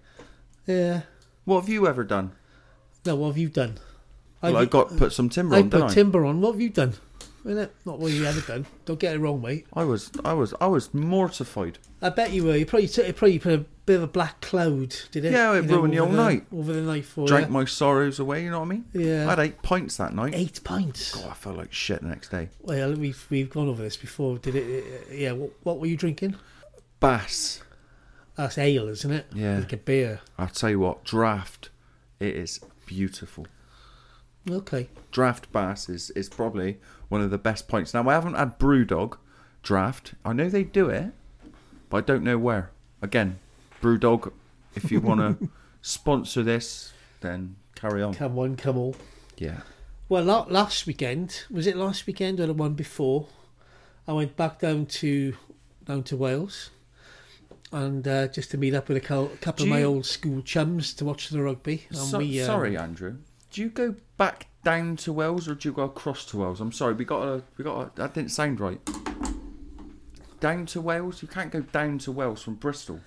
Speaker 2: Yeah.
Speaker 3: What have you ever done?
Speaker 2: Now, what have you done?
Speaker 3: Well,
Speaker 2: I've-
Speaker 3: I got put some timber
Speaker 2: I
Speaker 3: on,
Speaker 2: put
Speaker 3: didn't I?
Speaker 2: timber on. What have you done? Innit? Not what you ever done. Don't get it wrong, mate.
Speaker 3: I was, I was, I was mortified.
Speaker 2: I bet you were. You probably took, it probably put a bit of a black cloud, did it?
Speaker 3: Yeah, it
Speaker 2: You know,
Speaker 3: ruined the
Speaker 2: over
Speaker 3: whole night.
Speaker 2: Over the night for
Speaker 3: Drank
Speaker 2: you.
Speaker 3: my sorrows away. You know what I mean?
Speaker 2: Oh, Yeah.
Speaker 3: I had eight pints that night.
Speaker 2: Eight pints.
Speaker 3: God, I felt like shit the next day.
Speaker 2: Well, we've we've gone over this before. Did it? uh, Yeah. What, what were you drinking?
Speaker 3: Bass.
Speaker 2: That's ale, isn't it?
Speaker 3: Yeah.
Speaker 2: Like a beer.
Speaker 3: I'll tell you what, draft. It is beautiful.
Speaker 2: Okay.
Speaker 3: Draft Bass is, is probably one of the best points. Now, I haven't had Brewdog Draft. I know they do it, but I don't know where. Again, Brewdog, if you want to sponsor this, then carry on.
Speaker 2: Come on, come all.
Speaker 3: Yeah.
Speaker 2: Well, la- last weekend was it last weekend or the one before? I went back down to down to Wales, and uh, just to meet up with a cou- couple
Speaker 3: Do
Speaker 2: of my
Speaker 3: you-
Speaker 2: old school chums to watch the rugby. And
Speaker 3: So-
Speaker 2: we, uh,
Speaker 3: sorry, Andrew. Do you go back down to Wales or do you go across to Wales? I'm sorry, we got a, we got a, that didn't sound right. Down to Wales? You can't go down to Wales from Bristol.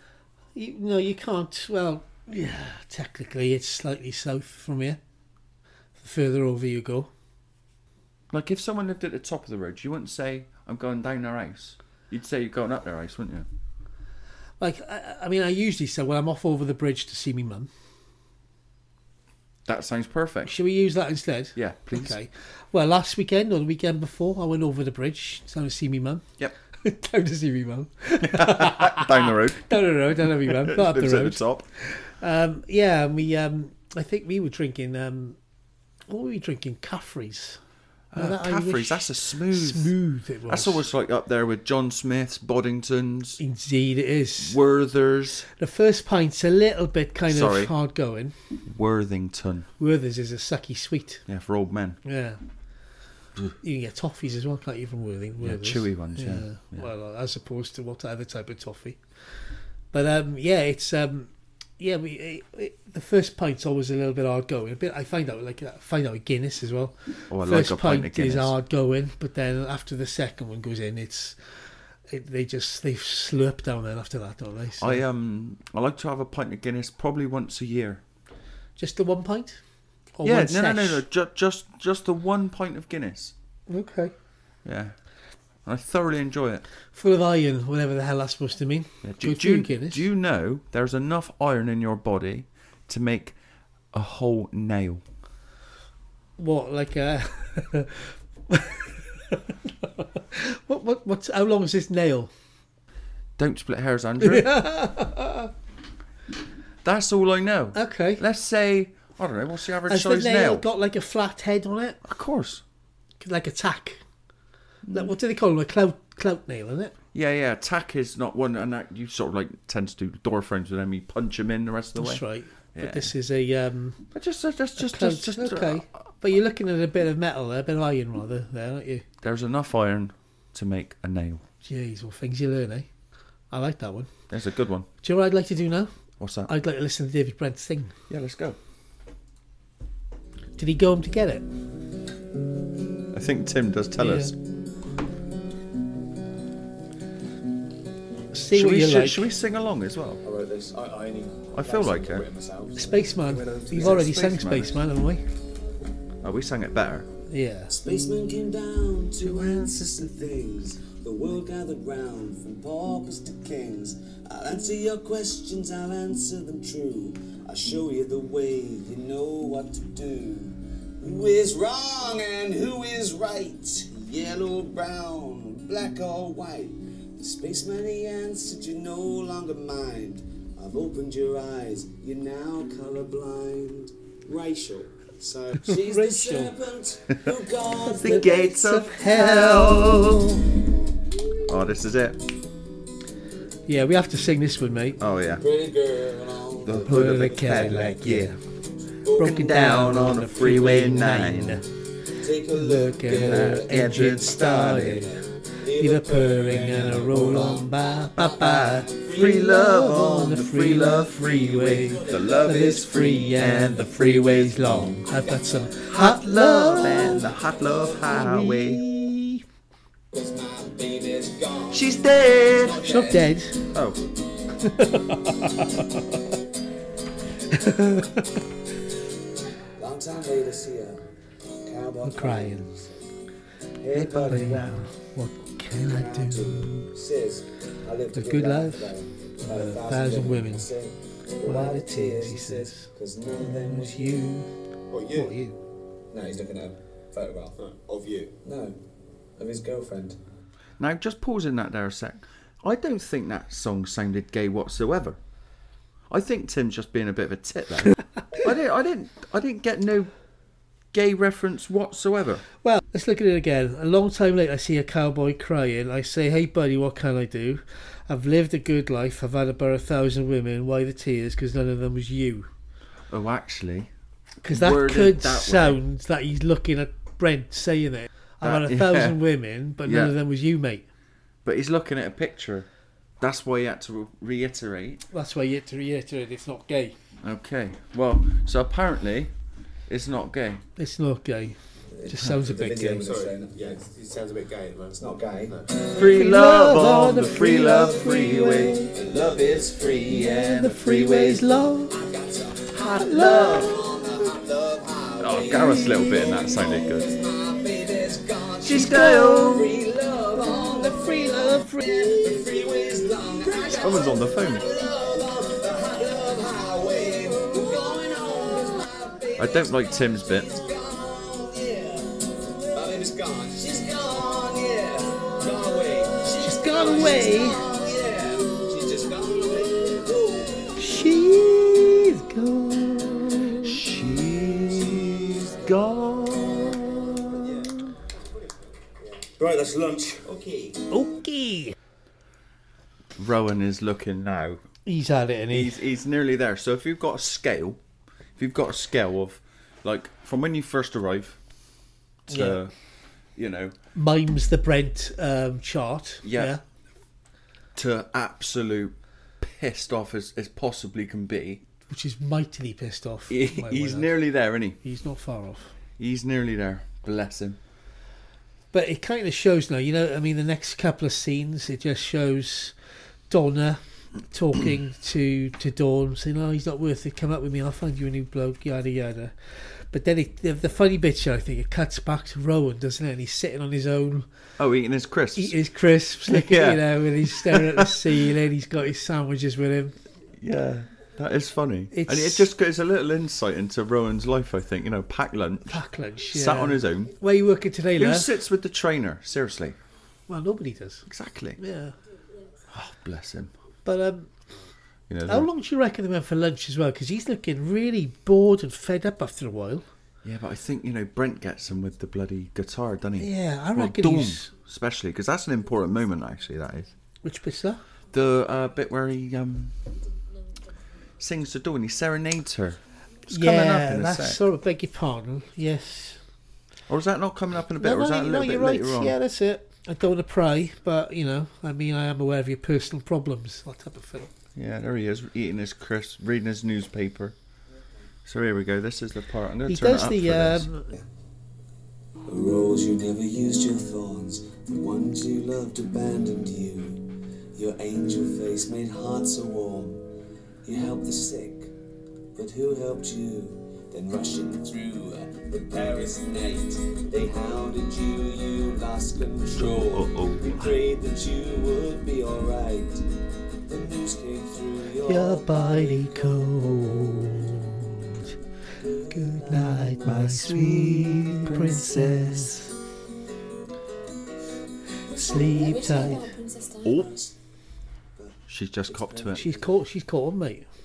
Speaker 2: You, no, you can't. Well, yeah, technically it's slightly south from here. The further over you go.
Speaker 3: Like if someone lived at the top of the road, you wouldn't say I'm going down their ice. You'd say you're going up their ice, wouldn't you?
Speaker 2: Like, I, I mean, I usually say, well, I'm off over the bridge to see me mum.
Speaker 3: That sounds perfect.
Speaker 2: Should we use that instead?
Speaker 3: Yeah, please.
Speaker 2: Okay. Well, last weekend or the weekend before, I went over the bridge down to see me mum.
Speaker 3: Yep.
Speaker 2: down to see me mum.
Speaker 3: Down the road.
Speaker 2: down the road. Down to me mum. Not up the
Speaker 3: Lives at
Speaker 2: road.
Speaker 3: top.
Speaker 2: Um, yeah, and we. Um, I think we were drinking. Um, what were we drinking? Caffrey's. Now
Speaker 3: Uh,
Speaker 2: that
Speaker 3: Caffrey's,
Speaker 2: Irish-
Speaker 3: that's a smooth.
Speaker 2: Smooth it was.
Speaker 3: That's almost like up there with John Smith's, Boddington's,
Speaker 2: Indeed, it is.
Speaker 3: Werther's,
Speaker 2: The first pint's a little bit kind
Speaker 3: Sorry.
Speaker 2: of hard going.
Speaker 3: Worthington.
Speaker 2: Werther's is a sucky sweet.
Speaker 3: Yeah, for old men.
Speaker 2: Yeah. You can get toffees as well, can't you, from Worthing?
Speaker 3: Yeah,
Speaker 2: Werther's?
Speaker 3: chewy ones, yeah. Yeah.
Speaker 2: Well, as opposed to what other type of toffee. But um, yeah, it's um, yeah. We it, it, the first pint's always a little bit hard going. A bit. I find out like I find out with Guinness as well.
Speaker 3: Oh, I
Speaker 2: first
Speaker 3: like a pint of
Speaker 2: is
Speaker 3: Guinness.
Speaker 2: hard going, but then after the second one goes in, it's it, they just they slurp down then after that, don't they? So
Speaker 3: I um, I like to have a pint of Guinness probably once a year.
Speaker 2: just the one pint. Or
Speaker 3: yeah,
Speaker 2: one
Speaker 3: no, no, no, no,
Speaker 2: sesh?
Speaker 3: just just just the one pint of Guinness.
Speaker 2: Okay.
Speaker 3: Yeah, and I thoroughly enjoy it.
Speaker 2: Full of iron, whatever the hell that's supposed to mean.
Speaker 3: Yeah,
Speaker 2: Good
Speaker 3: do,
Speaker 2: for
Speaker 3: do,
Speaker 2: you,
Speaker 3: you,
Speaker 2: Guinness.
Speaker 3: do you know there's enough iron in your body to make a whole nail?
Speaker 2: What like uh What what what? How long is this nail?
Speaker 3: Don't split hairs, Andrew. That's all I know.
Speaker 2: Okay.
Speaker 3: Let's say I don't know. What's the average
Speaker 2: Has the
Speaker 3: size
Speaker 2: nail,
Speaker 3: nail?
Speaker 2: got like a flat head on it,
Speaker 3: Of course.
Speaker 2: like a tack? Like,
Speaker 3: Mm.
Speaker 2: what do they call them? A clout clout nail, isn't it?
Speaker 3: Yeah, yeah. Tack is not one, and that you sort of like tend to do door frames with them. You punch them in the rest of the
Speaker 2: That's
Speaker 3: way.
Speaker 2: right.
Speaker 3: Yeah.
Speaker 2: But this is a um.
Speaker 3: But just, just, just, just,
Speaker 2: clout.
Speaker 3: just, just uh,
Speaker 2: okay. but you're looking at a bit of metal there, a bit of iron rather there, aren't you?
Speaker 3: There's enough iron to make a nail.
Speaker 2: Jeez, well things you learn, eh? I like that one.
Speaker 3: That's a good one.
Speaker 2: Do you know what I'd like to do now?
Speaker 3: What's that?
Speaker 2: I'd like to listen to David Brent sing.
Speaker 3: yeah, let's go.
Speaker 2: Did he go home to get it?
Speaker 3: I think Tim does tell
Speaker 2: Yeah.
Speaker 3: us.
Speaker 2: See
Speaker 3: should,
Speaker 2: what
Speaker 3: we,
Speaker 2: you
Speaker 3: should,
Speaker 2: like.
Speaker 3: should we sing along as well?
Speaker 5: I wrote this. I, I only.
Speaker 3: I feel like it.
Speaker 2: Spaceman.
Speaker 5: Is
Speaker 2: You've
Speaker 5: it
Speaker 2: already sang
Speaker 3: Spaceman?
Speaker 2: Spaceman, haven't we?
Speaker 3: Oh, we sang it better.
Speaker 2: Yeah.
Speaker 5: Spacemen came down to ancestor things. The world gathered round from paupers to kings. I'll answer your questions, I'll answer them true. I'll show you the way, you know what to do. Who is wrong and who is right? Yellow, brown, black or white? The spaceman he answered, you no longer mind. I've opened your eyes, you're now colorblind. Racial. So she's the
Speaker 2: Racial.
Speaker 5: serpent who guards
Speaker 3: The gates of
Speaker 5: hell.
Speaker 3: Oh, this is it.
Speaker 2: Yeah, we have to sing this one, mate.
Speaker 3: Oh yeah.
Speaker 5: Pretty girl on the
Speaker 2: hood of a Cadillac, yeah. Broken down on the freeway nine.
Speaker 5: Take a
Speaker 2: Look at her engine started. Either purring and a roll on by, bye bye. Free love on the free love freeway. The love is free and the freeway's long. I've got some hot love and
Speaker 3: the hot love highway.
Speaker 5: She's
Speaker 3: dead.
Speaker 2: She's not dead.
Speaker 3: Oh,
Speaker 5: Long time later, see her. Cowboy
Speaker 2: I'm crying.
Speaker 5: Hey, buddy, now.
Speaker 2: What can I do?
Speaker 5: Says, I lived
Speaker 2: The
Speaker 5: a
Speaker 2: good
Speaker 5: good life.
Speaker 2: life
Speaker 5: today.
Speaker 2: of
Speaker 5: About
Speaker 2: a thousand women.
Speaker 5: I say,
Speaker 2: Why
Speaker 5: Why
Speaker 2: the
Speaker 5: the
Speaker 2: tears,
Speaker 5: tears?
Speaker 2: he
Speaker 5: He
Speaker 2: says.
Speaker 5: says, because none of them was
Speaker 2: It's
Speaker 5: you.
Speaker 2: you.
Speaker 5: Or you.
Speaker 2: What you?
Speaker 5: No, he's looking at a photograph. Of you? No, of his girlfriend.
Speaker 3: now just pause in that there a sec. I don't think that song sounded gay whatsoever. I think Tim's just being a bit of a tit there. I didn't, I didn't, I didn't get no gay reference whatsoever.
Speaker 2: Well, let's look at it again. A long time later, I see a cowboy crying. I say, hey, buddy, what can I do? I've lived a good life. I've had about a thousand women. Why the tears? Because none of them was you.
Speaker 3: Oh, actually,
Speaker 2: Because that
Speaker 3: Worded
Speaker 2: could
Speaker 3: that way.
Speaker 2: sound that he's looking at Brent saying it. I've
Speaker 3: That-
Speaker 2: had a
Speaker 3: yeah.
Speaker 2: thousand women, but none
Speaker 3: Yeah.
Speaker 2: of them was you, mate.
Speaker 3: but he's looking at a picture. That's why he had to reiterate.
Speaker 2: That's why you have to reiterate it's not gay.
Speaker 3: Okay. Well, so apparently, it's not gay.
Speaker 2: It's not gay. Just sounds a
Speaker 5: The
Speaker 2: bit
Speaker 5: video
Speaker 2: gay.
Speaker 5: was showing it.
Speaker 1: Yeah, it sounds a bit gay at the moment.
Speaker 5: It's not gay.
Speaker 3: Free
Speaker 2: love on the free love freeway.
Speaker 5: Love is free
Speaker 2: And the freeway's long. Hot love.
Speaker 3: Oh, Gareth's little bit in that sounded good.
Speaker 2: She's gone.
Speaker 5: Free love on the free love free. The freeway's long.
Speaker 3: Someone's on the phone.
Speaker 5: Love on the high love highway. Going home 'cause my baby
Speaker 3: I don't like Tim's bit.
Speaker 5: My baby's gone. She's gone, yeah. Gone away. She's
Speaker 2: gone away.
Speaker 5: She's gone, yeah. She's just gone away.
Speaker 2: She's gone.
Speaker 1: She's gone.
Speaker 5: Right, that's lunch. Okay.
Speaker 2: Okay.
Speaker 3: Rowan is looking now.
Speaker 2: He's had it, and he.
Speaker 3: He's he's nearly there. So if you've got a scale, if you've got a scale of like from when you first arrive to you know
Speaker 2: mimes the Brent um, chart.
Speaker 3: Yeah. to absolute pissed off as, as possibly can be,
Speaker 2: Which is mightily pissed off.
Speaker 3: he-
Speaker 2: might
Speaker 3: he's
Speaker 2: we add.
Speaker 3: nearly there, isn't he?
Speaker 2: He's not far off.
Speaker 3: He's nearly there. Bless him.
Speaker 2: But it kind of shows now, you know, I mean, the next couple of scenes, it just shows Donna talking to, to Dawn, saying, oh, he's not worth it, come up with me, I'll find you a new bloke, yada, yada. But then it, the, the funny bit, I think, it cuts back to Rowan, doesn't it? And he's sitting on his own,
Speaker 3: Oh, eating his crisps.
Speaker 2: eating his crisps, looking,
Speaker 3: Yeah.
Speaker 2: you know, and he's staring at the ceiling, he's got his sandwiches with him.
Speaker 3: Yeah, that is funny. And it
Speaker 2: It's-
Speaker 3: just gives a little insight into Rowan's life, I think. You know, pack lunch,
Speaker 2: Pack lunch.
Speaker 3: sat
Speaker 2: yeah.
Speaker 3: on his own.
Speaker 2: Where you working today,
Speaker 3: Who
Speaker 2: lad?
Speaker 3: sits with the trainer? Seriously.
Speaker 2: Well, nobody does.
Speaker 3: Exactly.
Speaker 2: Yeah.
Speaker 3: Bless him.
Speaker 2: But um,
Speaker 3: You know,
Speaker 2: How long do you reckon they went for lunch as well? Because he's looking really bored and fed up after a while.
Speaker 3: Yeah, but I think, you know, Brent gets him with the bloody guitar, doesn't he?
Speaker 2: Yeah, I
Speaker 3: Well,
Speaker 2: reckon
Speaker 3: Dawn,
Speaker 2: he's.
Speaker 3: especially, because that's an important moment, actually, that is.
Speaker 2: Which bit's that?
Speaker 3: The uh, bit where he um, sings to Dawn, he serenades her. It's coming up in a
Speaker 2: that's
Speaker 3: sec.
Speaker 2: sort of. Beg your pardon. Yes.
Speaker 3: Or is that not coming up in a bit?
Speaker 2: No,
Speaker 3: or is
Speaker 2: no,
Speaker 3: that a
Speaker 2: no,
Speaker 3: little
Speaker 2: you're
Speaker 3: bit
Speaker 2: right.
Speaker 3: later on?
Speaker 2: Yeah, that's it. I don't want to pry, but you know, I mean, I am aware of your personal problems. That type of thing.
Speaker 3: Yeah, there he is, eating his crisps, reading his newspaper. So here we go. This is the part. I'm going
Speaker 2: He
Speaker 3: to turn it
Speaker 2: does
Speaker 3: up
Speaker 2: the.
Speaker 3: for this.
Speaker 2: Um,
Speaker 5: The rose you never used your thorns, the ones you loved abandoned you. Your angel face made hearts so warm. You helped the sick, but who helped you? Then rushing through the Paris night, they hounded you, you lost control.
Speaker 3: Oh, oh,
Speaker 5: We prayed that you would be alright. The news came through your,
Speaker 2: your body cold. Good night, my sweet princess. Sleep tight.
Speaker 11: Princess Diana.
Speaker 3: Oh. She's just copped to it.
Speaker 2: She's caught. She's caught on, mate.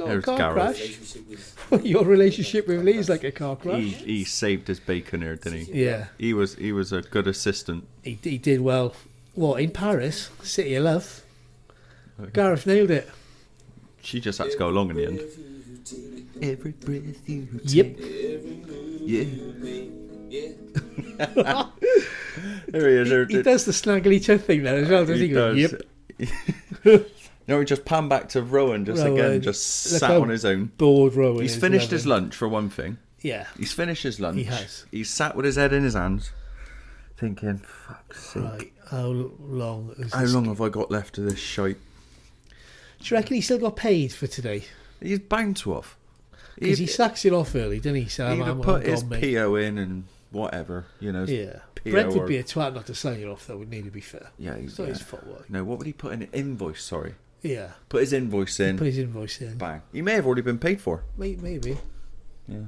Speaker 3: Oh.
Speaker 11: Car crash bit.
Speaker 2: It's
Speaker 3: There's
Speaker 2: not a car
Speaker 3: Gareth.
Speaker 2: crash.
Speaker 5: relationship with
Speaker 2: Your relationship with Lee is like a car
Speaker 3: He,
Speaker 2: crash.
Speaker 3: he saved his bacon here, didn't he?
Speaker 2: yeah,
Speaker 3: He was he was a good assistant.
Speaker 2: he, he did well. What in Paris, City of Love? Gareth nailed it.
Speaker 3: She just had to go along in the end. Every breath you
Speaker 2: Yep.
Speaker 3: yeah. there he is. There,
Speaker 2: He does the snaggly toe thing there as well, doesn't he? Goes, Yep.
Speaker 3: no, he just panned back to Rowan just again,
Speaker 2: Rowan.
Speaker 3: just
Speaker 2: Look
Speaker 3: sat
Speaker 2: how
Speaker 3: on his own.
Speaker 2: Bored Rowan.
Speaker 3: He's
Speaker 2: is
Speaker 3: finished his
Speaker 2: loving.
Speaker 3: lunch for one thing.
Speaker 2: Yeah.
Speaker 3: He's finished his lunch.
Speaker 2: He has.
Speaker 3: He's sat with his head in his hands, thinking, "Fuck's sake,
Speaker 2: Right. How long? Is
Speaker 3: how
Speaker 2: this?
Speaker 3: long have I got left of this shite?"
Speaker 2: Do you reckon he still got paid for today?
Speaker 3: He's bound to have.
Speaker 2: Because he
Speaker 3: He'd-
Speaker 2: sacks it off early, didn't he? So
Speaker 3: he'd
Speaker 2: I'm,
Speaker 3: have
Speaker 2: I'm,
Speaker 3: put
Speaker 2: I'm
Speaker 3: his
Speaker 2: gone, mate.
Speaker 3: PO in and whatever, you know.
Speaker 2: Yeah.
Speaker 3: PO
Speaker 2: Brent
Speaker 3: or-
Speaker 2: would be a twat not to sign it off, though. Would need to be fair.
Speaker 3: Yeah, he's-
Speaker 2: It's not his
Speaker 3: yeah.
Speaker 2: fault. What?
Speaker 3: No, what would he put in? Invoice, sorry.
Speaker 2: Yeah.
Speaker 3: Put his invoice in.
Speaker 2: Put his invoice in.
Speaker 3: Bang. He may have already been paid for.
Speaker 2: May- Maybe.
Speaker 3: Yeah.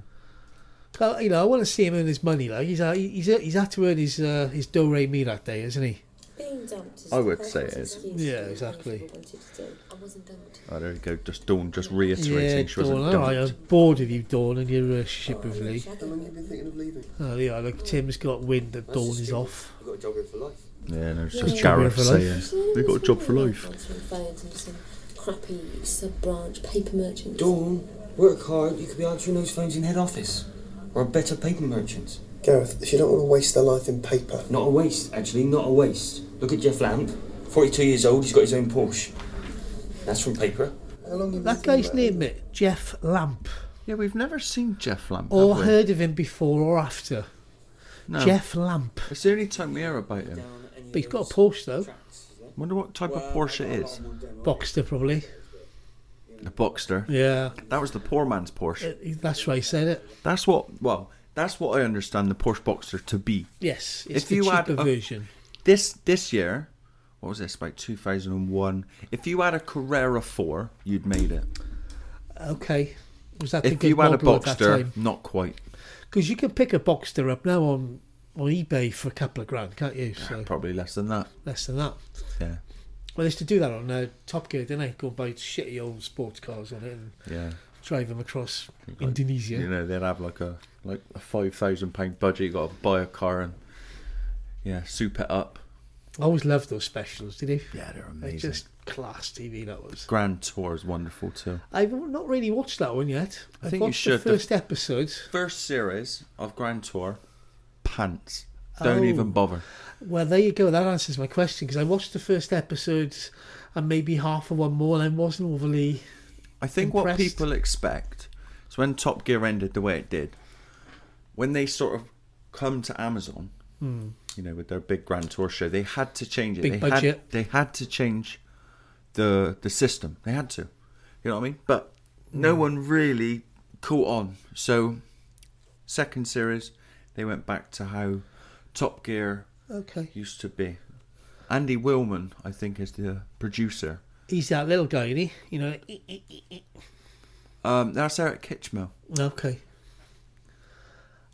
Speaker 2: Well, you know, I want to see him earn his money. Like he's uh, he's he's had to earn his uh, his do re mi that day, isn't he?
Speaker 11: Being dumped is
Speaker 3: I
Speaker 11: the
Speaker 3: would
Speaker 11: perfect
Speaker 3: say it is.
Speaker 11: excuse
Speaker 2: Yeah,
Speaker 11: to do
Speaker 2: exactly.
Speaker 11: what I wanted to do. I wasn't dumped.
Speaker 3: Oh, there you go. Just Dawn just reiterating
Speaker 2: yeah,
Speaker 3: she wasn't
Speaker 2: Dawn.
Speaker 3: dumped.
Speaker 2: All right, I was bored of you, Dawn, and your relationship with Lee.
Speaker 8: How long have you been thinking of leaving?
Speaker 2: Oh, yeah, look, Tim's got wind that Dawn is off.
Speaker 5: You've got a job here for life.
Speaker 3: Yeah, no, it's
Speaker 11: Yeah.
Speaker 3: just
Speaker 11: Job
Speaker 3: Gareth
Speaker 2: for life.
Speaker 3: saying. They got a job for life.
Speaker 11: Some crappy sub branch paper merchant.
Speaker 5: Dawn, work hard. You could be answering those phones in head office. Or a better paper merchant.
Speaker 8: Gareth, if you don't want to waste their life in paper,
Speaker 5: Not a waste, actually, not a waste. Look at Jeff Lamb. 42 years old, he's got his own Porsche. That's from paper.
Speaker 8: how long have you
Speaker 2: That guy's name, mate, Jeff Lamp.
Speaker 3: Yeah, we've never seen Jeff Lamp.
Speaker 2: Or
Speaker 3: have we? Oh.
Speaker 2: heard of him before or after.
Speaker 3: No.
Speaker 2: Jeff Lamp.
Speaker 3: It's the only time we hear about him.
Speaker 2: But he's got a Porsche, though.
Speaker 3: Wonder what type of Porsche it is.
Speaker 2: Boxster, probably.
Speaker 3: The Boxster.
Speaker 2: Yeah,
Speaker 3: That was the poor man's Porsche.
Speaker 2: Uh, that's why he said it.
Speaker 3: That's what. Well, that's what I understand the Porsche Boxster to be.
Speaker 2: Yes, it's
Speaker 3: If
Speaker 2: the
Speaker 3: you had
Speaker 2: cheaper
Speaker 3: a-
Speaker 2: version.
Speaker 3: This this year, what was this? About two thousand and one. If you had a Carrera four, you'd made it.
Speaker 2: Okay. Was that the
Speaker 3: If
Speaker 2: good
Speaker 3: you had a
Speaker 2: model at that
Speaker 3: Boxster,
Speaker 2: time?
Speaker 3: not quite.
Speaker 2: Because you can pick a Boxster up now on, on eBay for a couple of grand, can't you? So
Speaker 3: Probably less than that.
Speaker 2: less than that.
Speaker 3: Yeah.
Speaker 2: Well, they used to do that on uh, Top Gear, didn't they? Go and buy shitty old sports cars on it and
Speaker 3: Yeah.
Speaker 2: drive them across
Speaker 3: Like,
Speaker 2: Indonesia.
Speaker 3: You know, they'd have like a like a five thousand pound budget. You got to buy a car and yeah, soup it up.
Speaker 2: I always loved those specials, did you?
Speaker 3: Yeah, they're
Speaker 2: They're
Speaker 3: amazing.
Speaker 2: just class TV, that was.
Speaker 3: Grand Tour is wonderful too.
Speaker 2: I've not really watched that one yet.
Speaker 3: I
Speaker 2: I've
Speaker 3: think you
Speaker 2: watched
Speaker 3: should.
Speaker 2: the
Speaker 3: The-
Speaker 2: first episode.
Speaker 3: First series of Grand Tour, pants. Don't
Speaker 2: Oh.
Speaker 3: even bother.
Speaker 2: Well, there you go. That answers my question because I watched the first episode and maybe half of one more, and I wasn't overly.
Speaker 3: I think what
Speaker 2: impressed.
Speaker 3: people expect is when Top Gear ended the way it did, when they sort of come to Amazon,
Speaker 2: Hmm.
Speaker 3: you know, with their big Grand Tour show, they had to change it.
Speaker 2: Big
Speaker 3: they Had,
Speaker 2: budget.
Speaker 3: they had to change the the system. They had to. You know what I mean? But no
Speaker 2: Hmm.
Speaker 3: one really caught on. So second series, they went back to how Top Gear
Speaker 2: Okay.
Speaker 3: used to be. Andy Willman, I think, is the producer.
Speaker 2: He's that little guy, isn't he? You know. "Eh, eh, eh, eh."
Speaker 3: Um, that's Eric Kitchmill.
Speaker 2: Okay.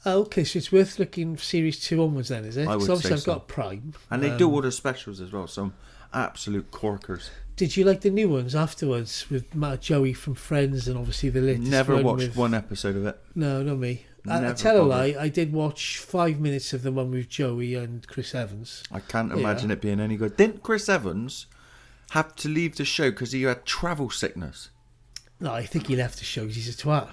Speaker 2: Oh, Okay, so it's worth looking series two onwards then, is it?
Speaker 3: I
Speaker 2: 'Cause
Speaker 3: would
Speaker 2: obviously
Speaker 3: say
Speaker 2: I've
Speaker 3: so.
Speaker 2: got Prime.
Speaker 3: And they do
Speaker 2: Um,
Speaker 3: order specials as well, some absolute corkers.
Speaker 2: Did you like the new ones afterwards with Matt Joey from Friends and obviously the latest
Speaker 3: Never
Speaker 2: one
Speaker 3: watched
Speaker 2: with-
Speaker 3: one episode of it.
Speaker 2: No, not me. I, I
Speaker 3: Never
Speaker 2: tell a lie.
Speaker 3: bothered.
Speaker 2: I did watch five minutes of the one with Joey and Chris Evans.
Speaker 3: I can't
Speaker 2: Yeah.
Speaker 3: imagine it being any good. Didn't Chris Evans have to leave the show because he had travel sickness?
Speaker 2: No, I think he left the show 'cause he's a twat.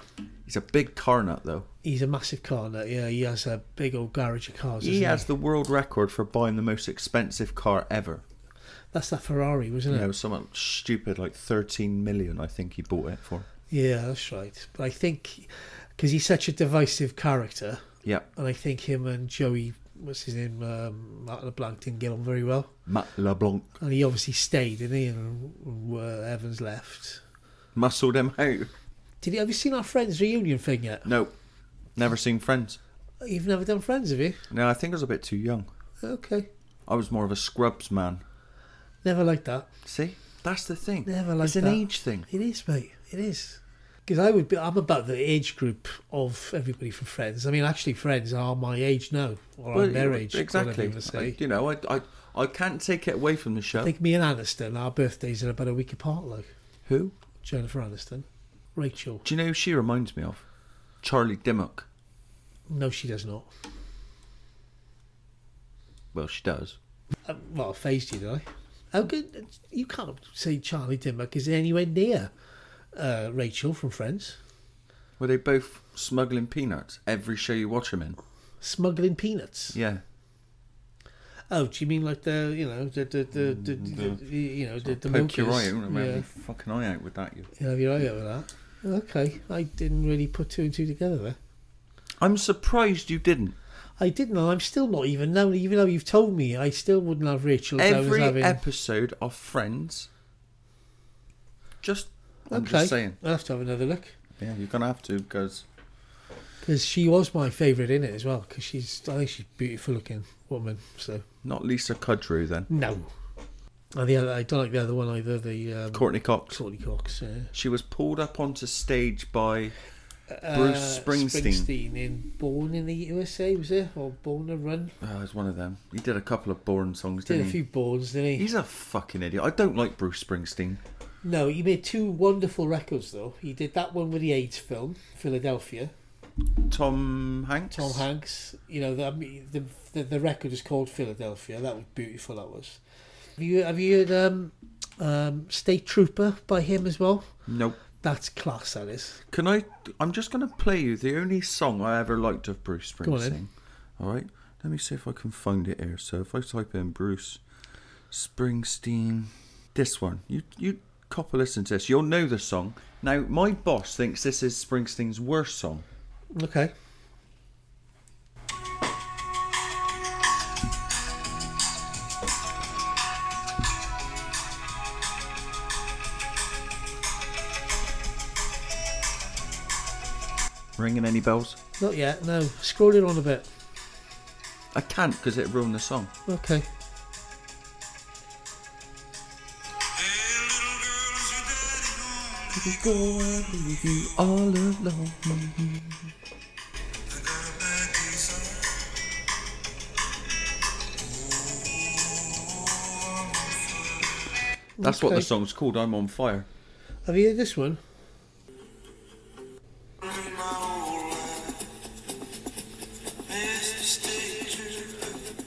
Speaker 3: He's a big car nut, though.
Speaker 2: He's a massive car nut. Yeah, he has a big old garage of cars.
Speaker 3: He
Speaker 2: doesn't
Speaker 3: has the world record for buying the most expensive car ever.
Speaker 2: That's that Ferrari, wasn't
Speaker 3: You know,
Speaker 2: it?
Speaker 3: something stupid like 13 million, I think he bought it for.
Speaker 2: Yeah, that's right. But I think because he's such a divisive character,
Speaker 3: Yep.
Speaker 2: and I think him and Joey, what's his name, um, Martin LeBlanc didn't get on very well.
Speaker 3: Matt LeBlanc
Speaker 2: And he obviously stayed, didn't he? And uh, Evans left.
Speaker 3: muscled him out.
Speaker 2: Did you have you seen our Friends reunion thing yet?
Speaker 3: Nope. Never seen Friends.
Speaker 2: You've never done Friends, have you?
Speaker 3: No, I think I was a bit too young.
Speaker 2: Okay,
Speaker 3: I was more of a Scrubs man.
Speaker 2: never liked that.
Speaker 3: See? That's the thing.
Speaker 2: Never liked
Speaker 3: it's an
Speaker 2: that.
Speaker 3: age thing.
Speaker 2: It is, mate. It is. Because I would be, I'm about the age group of everybody from Friends. I mean, actually, Friends are my age now, or
Speaker 3: Well,
Speaker 2: I'm their
Speaker 3: yeah,
Speaker 2: age.
Speaker 3: Exactly.
Speaker 2: Whatever you
Speaker 3: I-
Speaker 2: say.
Speaker 3: you know, I, I, I can't take it away from the
Speaker 2: I
Speaker 3: show.
Speaker 2: think me and Aniston, our birthdays are about a week apart. Like
Speaker 3: Who?
Speaker 2: Jennifer Aniston, Rachel.
Speaker 3: Do you know who she reminds me of? Charlie Dimmock.
Speaker 2: No, she does not.
Speaker 3: Well, she does.
Speaker 2: Um, well, I phased you, did I? How good? You can't say Charlie Dimmock is anywhere near uh, Rachel from Friends.
Speaker 3: Were they both smuggling peanuts every show you watch them in?
Speaker 2: Smuggling peanuts.
Speaker 3: Yeah.
Speaker 2: Oh, do you mean like the you know the the the,
Speaker 3: Mm,
Speaker 2: the, the, you know the, the
Speaker 3: Poke your eye
Speaker 2: milkers?
Speaker 3: out and round
Speaker 2: Yeah.
Speaker 3: your fucking eye out with that. You.
Speaker 2: You know, you're right over that. Okay, I didn't really put two and two together there.
Speaker 3: I'm surprised you didn't.
Speaker 2: I didn't, and I'm still not even now. Even though you've told me, I still wouldn't have Rachel down as
Speaker 3: every
Speaker 2: having.
Speaker 3: episode of Friends. Just, I'm
Speaker 2: okay,
Speaker 3: just saying.
Speaker 2: I'll have to have another look
Speaker 3: Yeah, you're gonna have to because
Speaker 2: because she was my favourite in it as well. Because she's, I think she's a beautiful looking woman. So
Speaker 3: not Lisa Kudrow then.
Speaker 2: no, and the other, I don't like the other one either. The um,
Speaker 3: Courtney Cox.
Speaker 2: Courtney Cox. uh, Yeah.
Speaker 3: She was pulled up onto stage by
Speaker 2: Uh,
Speaker 3: Bruce Springsteen.
Speaker 2: Springsteen in Born in the USA was it or Born to Run?
Speaker 3: Oh, he's one of them. He did a couple of Bourne songs,
Speaker 2: Did
Speaker 3: didn't
Speaker 2: a
Speaker 3: he?
Speaker 2: few boards, didn't he?
Speaker 3: He's a fucking idiot. I don't like Bruce Springsteen.
Speaker 2: No, he made two wonderful records though. He did that one with the AIDS film, Philadelphia.
Speaker 3: Tom Hanks.
Speaker 2: Tom Hanks, you know, the, I mean, the, the the record is called Philadelphia. That was beautiful. That was. Have you have you heard um, um, State Trooper by him as well?
Speaker 3: Nope.
Speaker 2: That's class. That is.
Speaker 3: Can I? I'm just gonna play you the only song I ever liked of Bruce
Speaker 2: Go on then.
Speaker 3: Springsteen. All right. Let me see if I can find it here. So if I type in Bruce Springsteen, this one. You you cop a listen to this. You'll know the song. Now my boss thinks this is Springsteen's worst song.
Speaker 2: Okay.
Speaker 3: Ringing any bells?
Speaker 2: Not yet. No. Scroll it on a bit.
Speaker 3: I can't because it ruined the song.
Speaker 2: Okay.
Speaker 1: will go and leave you all alone.
Speaker 3: That's what the
Speaker 2: Okay.
Speaker 3: song's called. I'm on fire.
Speaker 2: Have you heard this one?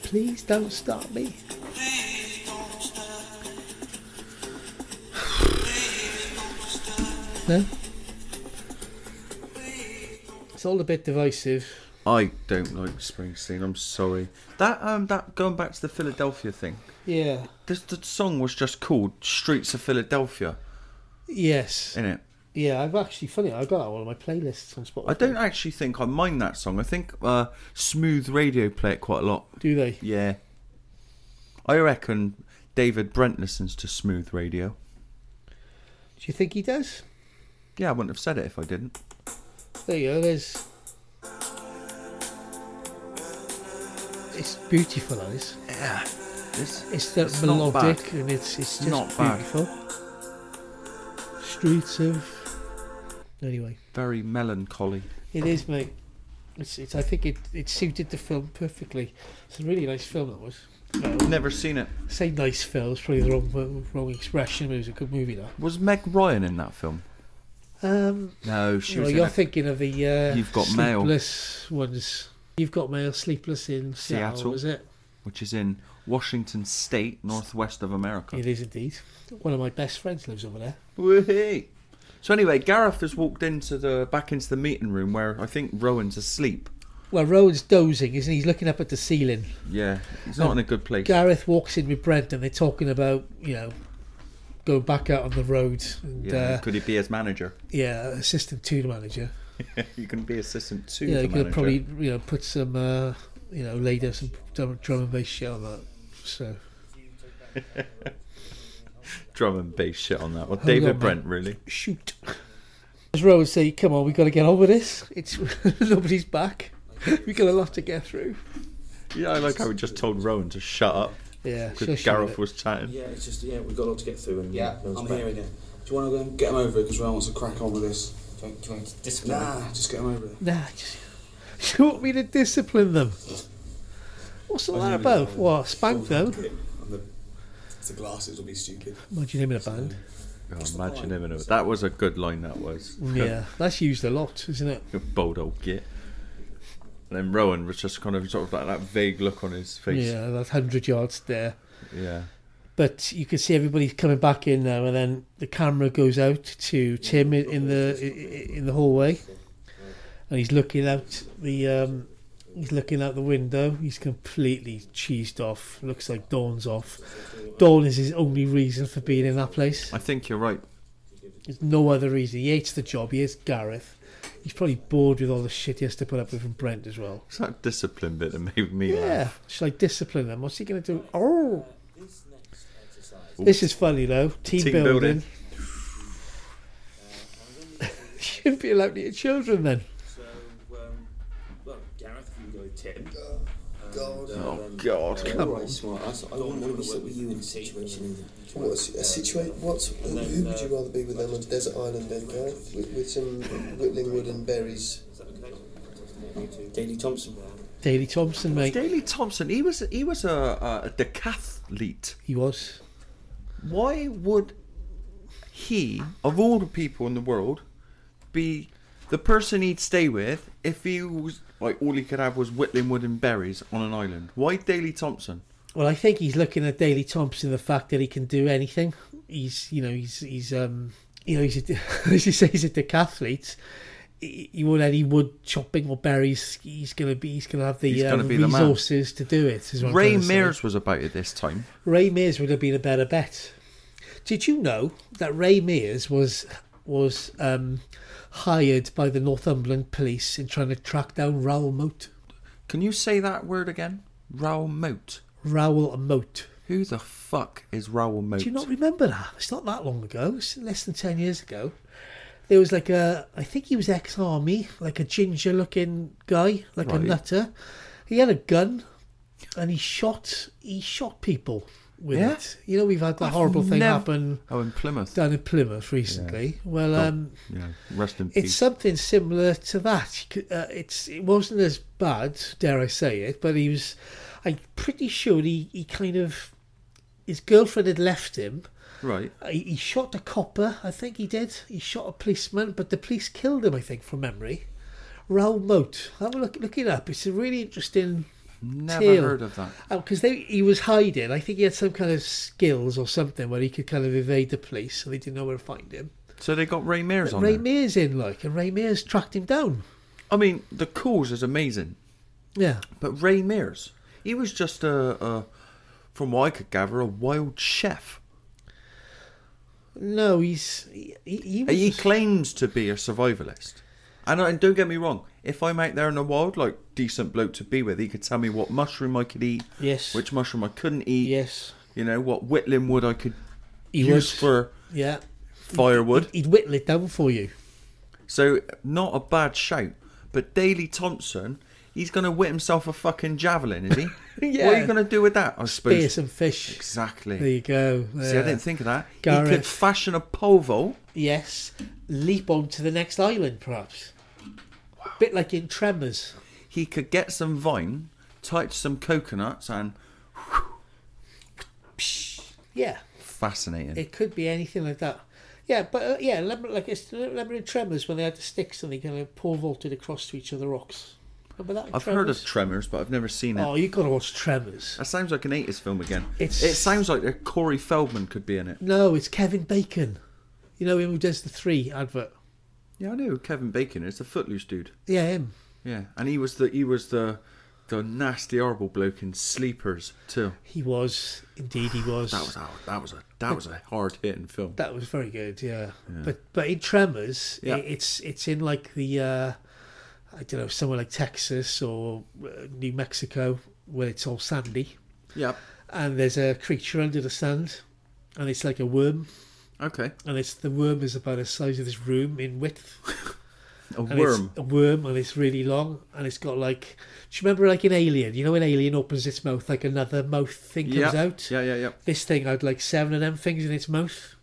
Speaker 2: Please don't stop me. No? It's all a bit divisive.
Speaker 3: I don't like Springsteen. I'm sorry. That um, that going back to the Philadelphia thing.
Speaker 2: Yeah.
Speaker 3: This the song was just called "Streets of Philadelphia,"
Speaker 2: Yes.
Speaker 3: in it.
Speaker 2: Yeah, I've actually, funny, I've got that one on my playlists on Spotify.
Speaker 3: I don't actually think I mind that song. I think uh, Smooth Radio play it quite a lot.
Speaker 2: Do they?
Speaker 3: Yeah. I reckon David Brent listens to Smooth Radio.
Speaker 2: Do you think he does?
Speaker 3: Yeah, I wouldn't have said it if I didn't.
Speaker 2: There you go, there's. It's beautiful, that is.
Speaker 3: Yeah. It's,
Speaker 2: it's that
Speaker 3: it's not
Speaker 2: melodic
Speaker 3: bad.
Speaker 2: and it's, it's just
Speaker 3: Not bad.
Speaker 2: beautiful. Streets of. Anyway,
Speaker 3: Very melancholy.
Speaker 2: it is, mate. It's, it's, I think it, it suited the film perfectly. It's a really nice film, that was. Well,
Speaker 3: Never seen it.
Speaker 2: say nice film, it's probably the wrong, wo- wrong expression, but it was a good movie, though.
Speaker 3: Was Meg Ryan in that film?
Speaker 2: Um,
Speaker 3: No, she
Speaker 2: well,
Speaker 3: was in
Speaker 2: you're
Speaker 3: it.
Speaker 2: thinking of the uh,
Speaker 3: You've Got Mail.
Speaker 2: sleepless ones. You've got mail, sleepless in Seattle,
Speaker 3: Seattle.
Speaker 2: was it?
Speaker 3: Which is in Washington State, northwest of America.
Speaker 2: It is indeed. One of my best friends lives over there.
Speaker 3: Whee! So anyway, Gareth has walked into the back into the meeting room where I think Rowan's asleep.
Speaker 2: Well, Rowan's dozing, isn't he? He's looking up at the ceiling.
Speaker 3: Yeah, he's not
Speaker 2: And
Speaker 3: in a good place.
Speaker 2: Um, Gareth walks in with Brent, and they're talking about you know going back out on the road. And,
Speaker 3: yeah,
Speaker 2: yeah, uh,
Speaker 3: could he be his manager?
Speaker 2: yeah, assistant to the manager.
Speaker 3: you can be assistant to
Speaker 2: yeah,
Speaker 3: the
Speaker 2: you could
Speaker 3: manager.
Speaker 2: probably you know put some uh, you know lay down some drum, drum and bass shit on that. So
Speaker 3: Drum and bass shit on that. Well,
Speaker 2: Hold
Speaker 3: David
Speaker 2: on, mate.
Speaker 3: Brent, really.
Speaker 2: shoot. As Rowan say, come on, we've got to get on with this. It's nobody's back. We've got a lot to get through.
Speaker 3: Yeah, I like how we just told Rowan to shut up
Speaker 2: Yeah,
Speaker 3: because
Speaker 2: shush him a
Speaker 3: Gareth
Speaker 2: bit.
Speaker 3: was chatting.
Speaker 6: Yeah, it's just yeah, we've got a lot to get through, and
Speaker 5: Yeah,
Speaker 6: no one's
Speaker 5: I'm
Speaker 6: back.
Speaker 5: hearing you. Do you want to go and get him over it? Because Ryan wants to crack on with this.
Speaker 4: Do you, want- do you want to discipline?
Speaker 5: Nah, just get him over it.
Speaker 2: Nah, just, you want me to discipline them? What's all that about? What, spank them?
Speaker 5: And the, the glasses will be stupid.
Speaker 2: Imagine him in a band.
Speaker 3: Oh, imagine him in a. That was a good line. That was.
Speaker 2: Yeah, that's used a lot, isn't it?
Speaker 3: You bold old git. And then Rowan was just kind of sort of like that vague look on his face.
Speaker 2: Yeah, that 100 yards there.
Speaker 3: yeah.
Speaker 2: But you can see everybody coming back in now, and then the camera goes out to Tim in, in the i- i- in the hallway, and he's looking out the um, he's looking out the window. He's completely cheesed off. Looks like Dawn's off. Dawn is his only reason for being in that place.
Speaker 3: I think you're right.
Speaker 2: There's no other reason. He hates the job. He hates Gareth. He's probably bored with all the shit he has to put up with from Brent as well.
Speaker 3: It's that discipline bit that made me
Speaker 2: Yeah.
Speaker 3: laugh.
Speaker 2: Shall I discipline him? What's he going to do? Oh. This is funny though. Team,
Speaker 3: Team
Speaker 2: building.
Speaker 3: building.
Speaker 2: Shouldn't be allowed near children then.
Speaker 6: So, um, well, Gareth, you can go with Tim. uh,
Speaker 8: God.
Speaker 3: Oh God!
Speaker 2: Come
Speaker 5: Alright, smart. I, I wouldn't want to be stuck with you in a situation either.
Speaker 8: What a si- a situation? What? Who who would you rather be with them on a desert island than Gareth? With, with some whittling wood and berries.
Speaker 5: Daley Thompson.
Speaker 2: Daley Thompson, mate.
Speaker 3: Daley Thompson, he was he was a, a decathlete.
Speaker 2: He was.
Speaker 3: Why would he, of all the people in the world, be the person he'd stay with if he was like all he could have was whittling wood and berries on an island? Why Daley Thompson?
Speaker 2: Well, I think he's looking at Daley Thompson, the fact that he can do anything. He's, you know, he's, he's, um, you know, he's, a, as you say, he's a decathlete. He he won't any wood chopping or berries. He's gonna be, he's gonna have the,
Speaker 3: He's
Speaker 2: uh,
Speaker 3: gonna be the man.
Speaker 2: resources to do it. Is what I'm
Speaker 3: Ray
Speaker 2: trying to say.
Speaker 3: Mears was about it this time.
Speaker 2: Ray Mears would have been a better bet. Did you know that Ray Mears was was um, hired by the Northumberland police in trying to track down Raoul Moat?
Speaker 3: Can you say that word again? Raoul Moat.
Speaker 2: Raoul Moat.
Speaker 3: Who the fuck is Raoul Moat?
Speaker 2: Do you not remember that? It's not that long ago. It's less than ten years ago. There was like a, I think he was ex-army, like a ginger-looking guy, like a
Speaker 3: Right.
Speaker 2: nutter. He had a gun, and he shot. He shot people. with
Speaker 3: Yeah?
Speaker 2: it. You know, we've had that
Speaker 3: I've
Speaker 2: horrible thing
Speaker 3: nev-
Speaker 2: happen.
Speaker 3: Oh, in Plymouth.
Speaker 2: Down in Plymouth recently. Well,
Speaker 3: God,
Speaker 2: um,
Speaker 3: yeah, rest in
Speaker 2: it's
Speaker 3: peace.
Speaker 2: something similar to that. You c- Uh, it's it wasn't as bad, dare I say it, but he was. I'm pretty sure he, he kind of his girlfriend had left him.
Speaker 3: Right.
Speaker 2: Uh, He, he shot a copper, I think he did. He shot a policeman, but the police killed him. I think from memory. Raoul Moat. Have a look. Look it up. It's a really interesting.
Speaker 3: Never
Speaker 2: tale.
Speaker 3: heard of that.
Speaker 2: Because they he was hiding. I think he had some kind of skills or something where he could kind of evade the police, so they didn't know where to find him.
Speaker 3: So they got Ray Mears
Speaker 2: But
Speaker 3: on
Speaker 2: Ray
Speaker 3: there.
Speaker 2: Mears in, like, and Ray Mears tracked him down.
Speaker 3: I mean, the cause is amazing.
Speaker 2: Yeah.
Speaker 3: But Ray Mears, he was just a, a from what I could gather, a wild chef.
Speaker 2: No, he's he, he, he was
Speaker 3: He claims to be a survivalist. And, I, and don't get me wrong, if I'm out there in the wild, like decent bloke to be with, he could tell me what mushroom I could eat,
Speaker 2: Yes.
Speaker 3: which mushroom I couldn't eat,
Speaker 2: yes,
Speaker 3: you know, what whittling wood I could
Speaker 2: He
Speaker 3: use
Speaker 2: would.
Speaker 3: for
Speaker 2: yeah.
Speaker 3: firewood.
Speaker 2: He'd whittle it down for you.
Speaker 3: So not a bad shout. But Daley Thompson, he's going to whip himself a fucking javelin, is he? What are
Speaker 2: Yeah.
Speaker 3: you going to do with that? I suppose.
Speaker 2: Spear some fish.
Speaker 3: Exactly.
Speaker 2: There you go.
Speaker 3: See, I
Speaker 2: Yeah.
Speaker 3: didn't think of that. He could
Speaker 2: Gareth.
Speaker 3: fashion a pole vault.
Speaker 2: Uh, Yes, leap on to the next island, perhaps. Bit like in Tremors.
Speaker 3: He could get some vine, touch some coconuts, and
Speaker 2: Yeah,
Speaker 3: fascinating.
Speaker 2: it could be anything like that. Yeah, but uh, yeah, remember, like it's remember in Tremors when they had the sticks and they kind of pole vaulted across to each other rocks. Remember that? in
Speaker 3: I've heard of
Speaker 2: Tremors?
Speaker 3: Tremors, but I've never seen it.
Speaker 2: Oh, you've got to watch Tremors.
Speaker 3: That sounds like an 80s film again.
Speaker 2: It's-
Speaker 3: It sounds like a Corey Feldman could be in it.
Speaker 2: No, it's Kevin Bacon. You know him who does the three advert.
Speaker 3: Yeah, I know who Kevin Bacon is the Footloose dude.
Speaker 2: Yeah, him.
Speaker 3: Yeah, and he was the he was the the nasty horrible bloke in Sleepers too.
Speaker 2: He was indeed. He was.
Speaker 3: That was a, that was a that was a hard hitting film.
Speaker 2: That was very good, yeah.
Speaker 3: Yeah.
Speaker 2: But but in Tremors,
Speaker 3: Yeah.
Speaker 2: i it's it's in like the uh, I don't know somewhere like Texas or uh, New Mexico where it's all sandy,
Speaker 3: Yeah.
Speaker 2: and there's a creature under the sand, and it's like a worm,
Speaker 3: Okay.
Speaker 2: and it's the worm is about the size of this room in width.
Speaker 3: A
Speaker 2: and it's
Speaker 3: worm.
Speaker 2: A worm, and it's really long, and it's got like. Do you remember like an alien? You know, an alien opens its mouth like another mouth thing
Speaker 3: yeah.
Speaker 2: comes out.
Speaker 3: Yeah, yeah, yeah.
Speaker 2: This thing had like seven of them things in its mouth.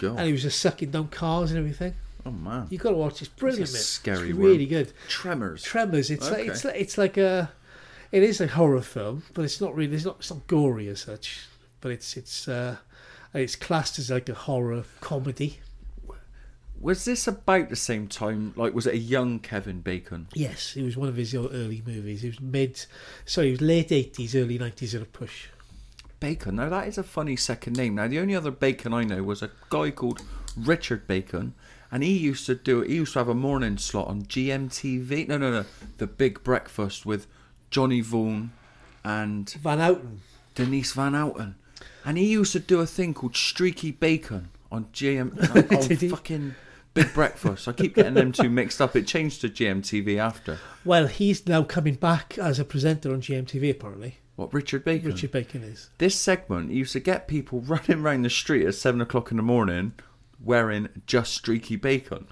Speaker 3: God.
Speaker 2: And he was just sucking down cars and everything.
Speaker 3: Oh man.
Speaker 2: You got to watch. It's brilliant.
Speaker 3: a
Speaker 2: mate.
Speaker 3: scary
Speaker 2: It's
Speaker 3: worm.
Speaker 2: really good.
Speaker 3: Tremors.
Speaker 2: Tremors. It's like
Speaker 3: Okay.
Speaker 2: it's like, it's like a. It is a horror film, but it's not really. It's not. It's not gory as such. But it's it's uh, it's classed as like a horror comedy.
Speaker 3: was this about the same time? Like, was it a young Kevin Bacon?
Speaker 2: Yes, it was one of his early movies. It was mid, sorry, it was late eighties, early nineties at a push.
Speaker 3: Bacon. Now that is a funny second name. Now the only other Bacon I know was a guy called Richard Bacon, and he used to do. He used to have a morning slot on GMTV. No, no, no. The Big Breakfast with Johnny Vaughan and
Speaker 2: Van Houten.
Speaker 3: Denise Van Outen, and he used to do a thing called Streaky Bacon on GM. on
Speaker 2: Did he?
Speaker 3: fucking Big Breakfast. I keep getting them two mixed up. It changed to GMTV after.
Speaker 2: Well, he's now coming back as a presenter on GMTV. Apparently,
Speaker 3: What Richard Bacon?
Speaker 2: Richard Bacon is.
Speaker 3: This segment used to get people running around the street at seven o'clock in the morning wearing just streaky bacon.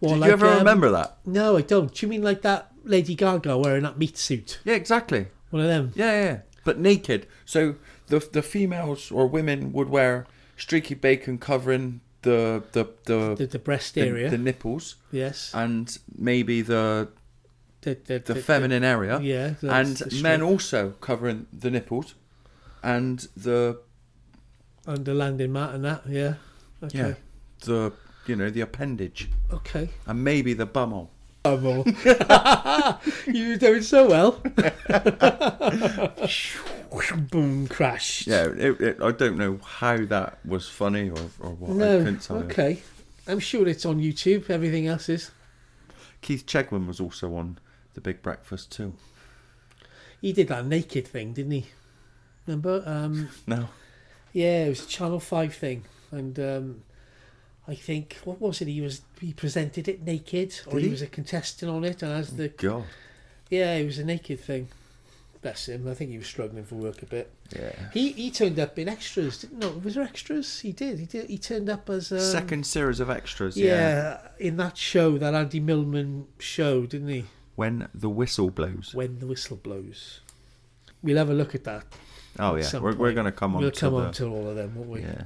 Speaker 2: Or
Speaker 3: Did
Speaker 2: like,
Speaker 3: you ever
Speaker 2: um,
Speaker 3: remember that?
Speaker 2: No, I don't. Do you mean like that Lady Gaga wearing that meat suit?
Speaker 3: Yeah, exactly.
Speaker 2: One of them.
Speaker 3: Yeah, yeah, yeah. But naked. So the the females or women would wear streaky bacon covering the the the,
Speaker 2: the, the breast
Speaker 3: the-
Speaker 2: area.
Speaker 3: the nipples,
Speaker 2: yes.
Speaker 3: and maybe the
Speaker 2: The, the,
Speaker 3: the feminine area.
Speaker 2: yeah, the-
Speaker 3: and
Speaker 2: the
Speaker 3: men
Speaker 2: strip.
Speaker 3: also covering the nipples, and the
Speaker 2: and the landing mat and that. Yeah. Okay.
Speaker 3: yeah the you know the appendage
Speaker 2: Okay.
Speaker 3: and maybe the bumhole.
Speaker 2: I'm all. you were doing so well. Boom! Crash.
Speaker 3: Yeah, it, it, I don't know how that was funny or, or what. I
Speaker 2: No.
Speaker 3: couldn't tell you.
Speaker 2: Okay. I'm sure it's on YouTube. Everything else is.
Speaker 3: Keith Chegwin was also on The Big Breakfast too.
Speaker 2: He did that naked thing, didn't he? Remember? Um,
Speaker 3: No,
Speaker 2: yeah, it was a Channel Five thing, and um, I think what was it? He was he presented it naked, or
Speaker 3: Did
Speaker 2: he
Speaker 3: he?
Speaker 2: was a contestant on it, and as the
Speaker 3: God.
Speaker 2: Yeah, it was a naked thing. Bless him. I think he was struggling for work a bit.
Speaker 3: Yeah.
Speaker 2: He he turned up in extras, didn't no? Was there extras? He did. He did. He turned up as um,
Speaker 3: Second series of extras. Yeah.
Speaker 2: Yeah, in that show, that Andy Millman show, didn't he?
Speaker 3: When the whistle blows.
Speaker 2: When the whistle blows, we'll have a look at that.
Speaker 3: Oh
Speaker 2: at
Speaker 3: yeah,
Speaker 2: some
Speaker 3: we're, we're
Speaker 2: point.
Speaker 3: going to come on.
Speaker 2: We'll
Speaker 3: to
Speaker 2: come
Speaker 3: the,
Speaker 2: on to all of them, won't we?
Speaker 3: Yeah.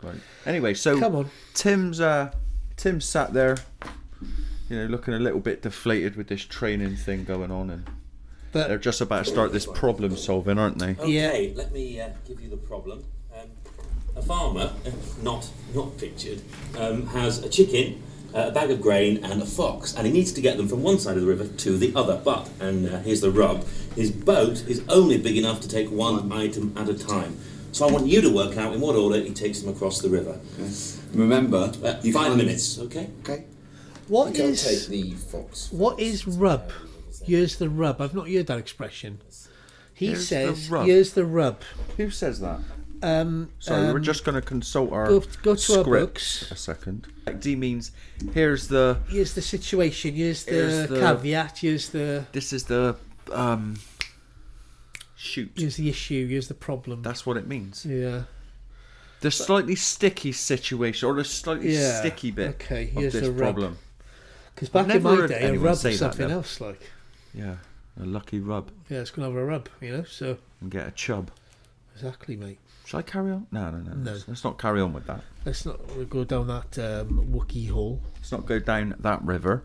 Speaker 3: Right. Anyway, so
Speaker 2: Come on.
Speaker 3: Tim's uh, Tim sat there, you know, looking a little bit deflated with this training thing going on, and
Speaker 2: But-
Speaker 3: they're just about to start this problem solving, aren't they?
Speaker 6: Okay, let me uh, give you the problem. Um, a farmer, uh, not not pictured, um, has a chicken, uh, a bag of grain, and a fox, and he needs to get them from one side of the river to the other. But, and uh, here's the rub, his boat is only big enough to take one item at a time. So I want you to work out in what order he takes them across the river.
Speaker 5: Remember,
Speaker 6: Uh,
Speaker 5: you
Speaker 6: 5
Speaker 5: can't-
Speaker 6: minutes, okay?
Speaker 5: Okay.
Speaker 2: What
Speaker 5: you
Speaker 2: is-
Speaker 5: can't take the fox.
Speaker 2: What is rub? Here's the rub. I've not heard that expression. He
Speaker 3: Here's the
Speaker 2: says,
Speaker 3: rub.
Speaker 2: "Here's the rub."
Speaker 3: Who says that?
Speaker 2: Um,
Speaker 3: Sorry, we we're
Speaker 2: um,
Speaker 3: just going to consult our
Speaker 2: go- go to our
Speaker 3: script
Speaker 2: books.
Speaker 3: a second. D means here's the
Speaker 2: Here's the situation. Here's the,
Speaker 3: Here's the-
Speaker 2: caveat. Here's the
Speaker 3: this is the um shoot.
Speaker 2: here's the issue. Here's the problem.
Speaker 3: That's what it means.
Speaker 2: yeah.
Speaker 3: The slightly sticky situation or the slightly
Speaker 2: Yeah,
Speaker 3: sticky bit
Speaker 2: okay,
Speaker 3: of
Speaker 2: here's
Speaker 3: this
Speaker 2: the rub.
Speaker 3: problem.
Speaker 2: Because
Speaker 3: I've
Speaker 2: back in my
Speaker 3: never heard
Speaker 2: day, a
Speaker 3: anyone
Speaker 2: rub
Speaker 3: say
Speaker 2: was
Speaker 3: that,
Speaker 2: something
Speaker 3: though.
Speaker 2: else. Like,
Speaker 3: Yeah, a lucky rub
Speaker 2: yeah, it's gonna have a rub. You know, so
Speaker 3: and get a chub.
Speaker 2: exactly, mate.
Speaker 3: Should I carry on? No, no, no.
Speaker 2: No.
Speaker 3: Let's, let's not carry on with that.
Speaker 2: Let's not go down that um, Wookiee hole.
Speaker 3: Let's not go down that river.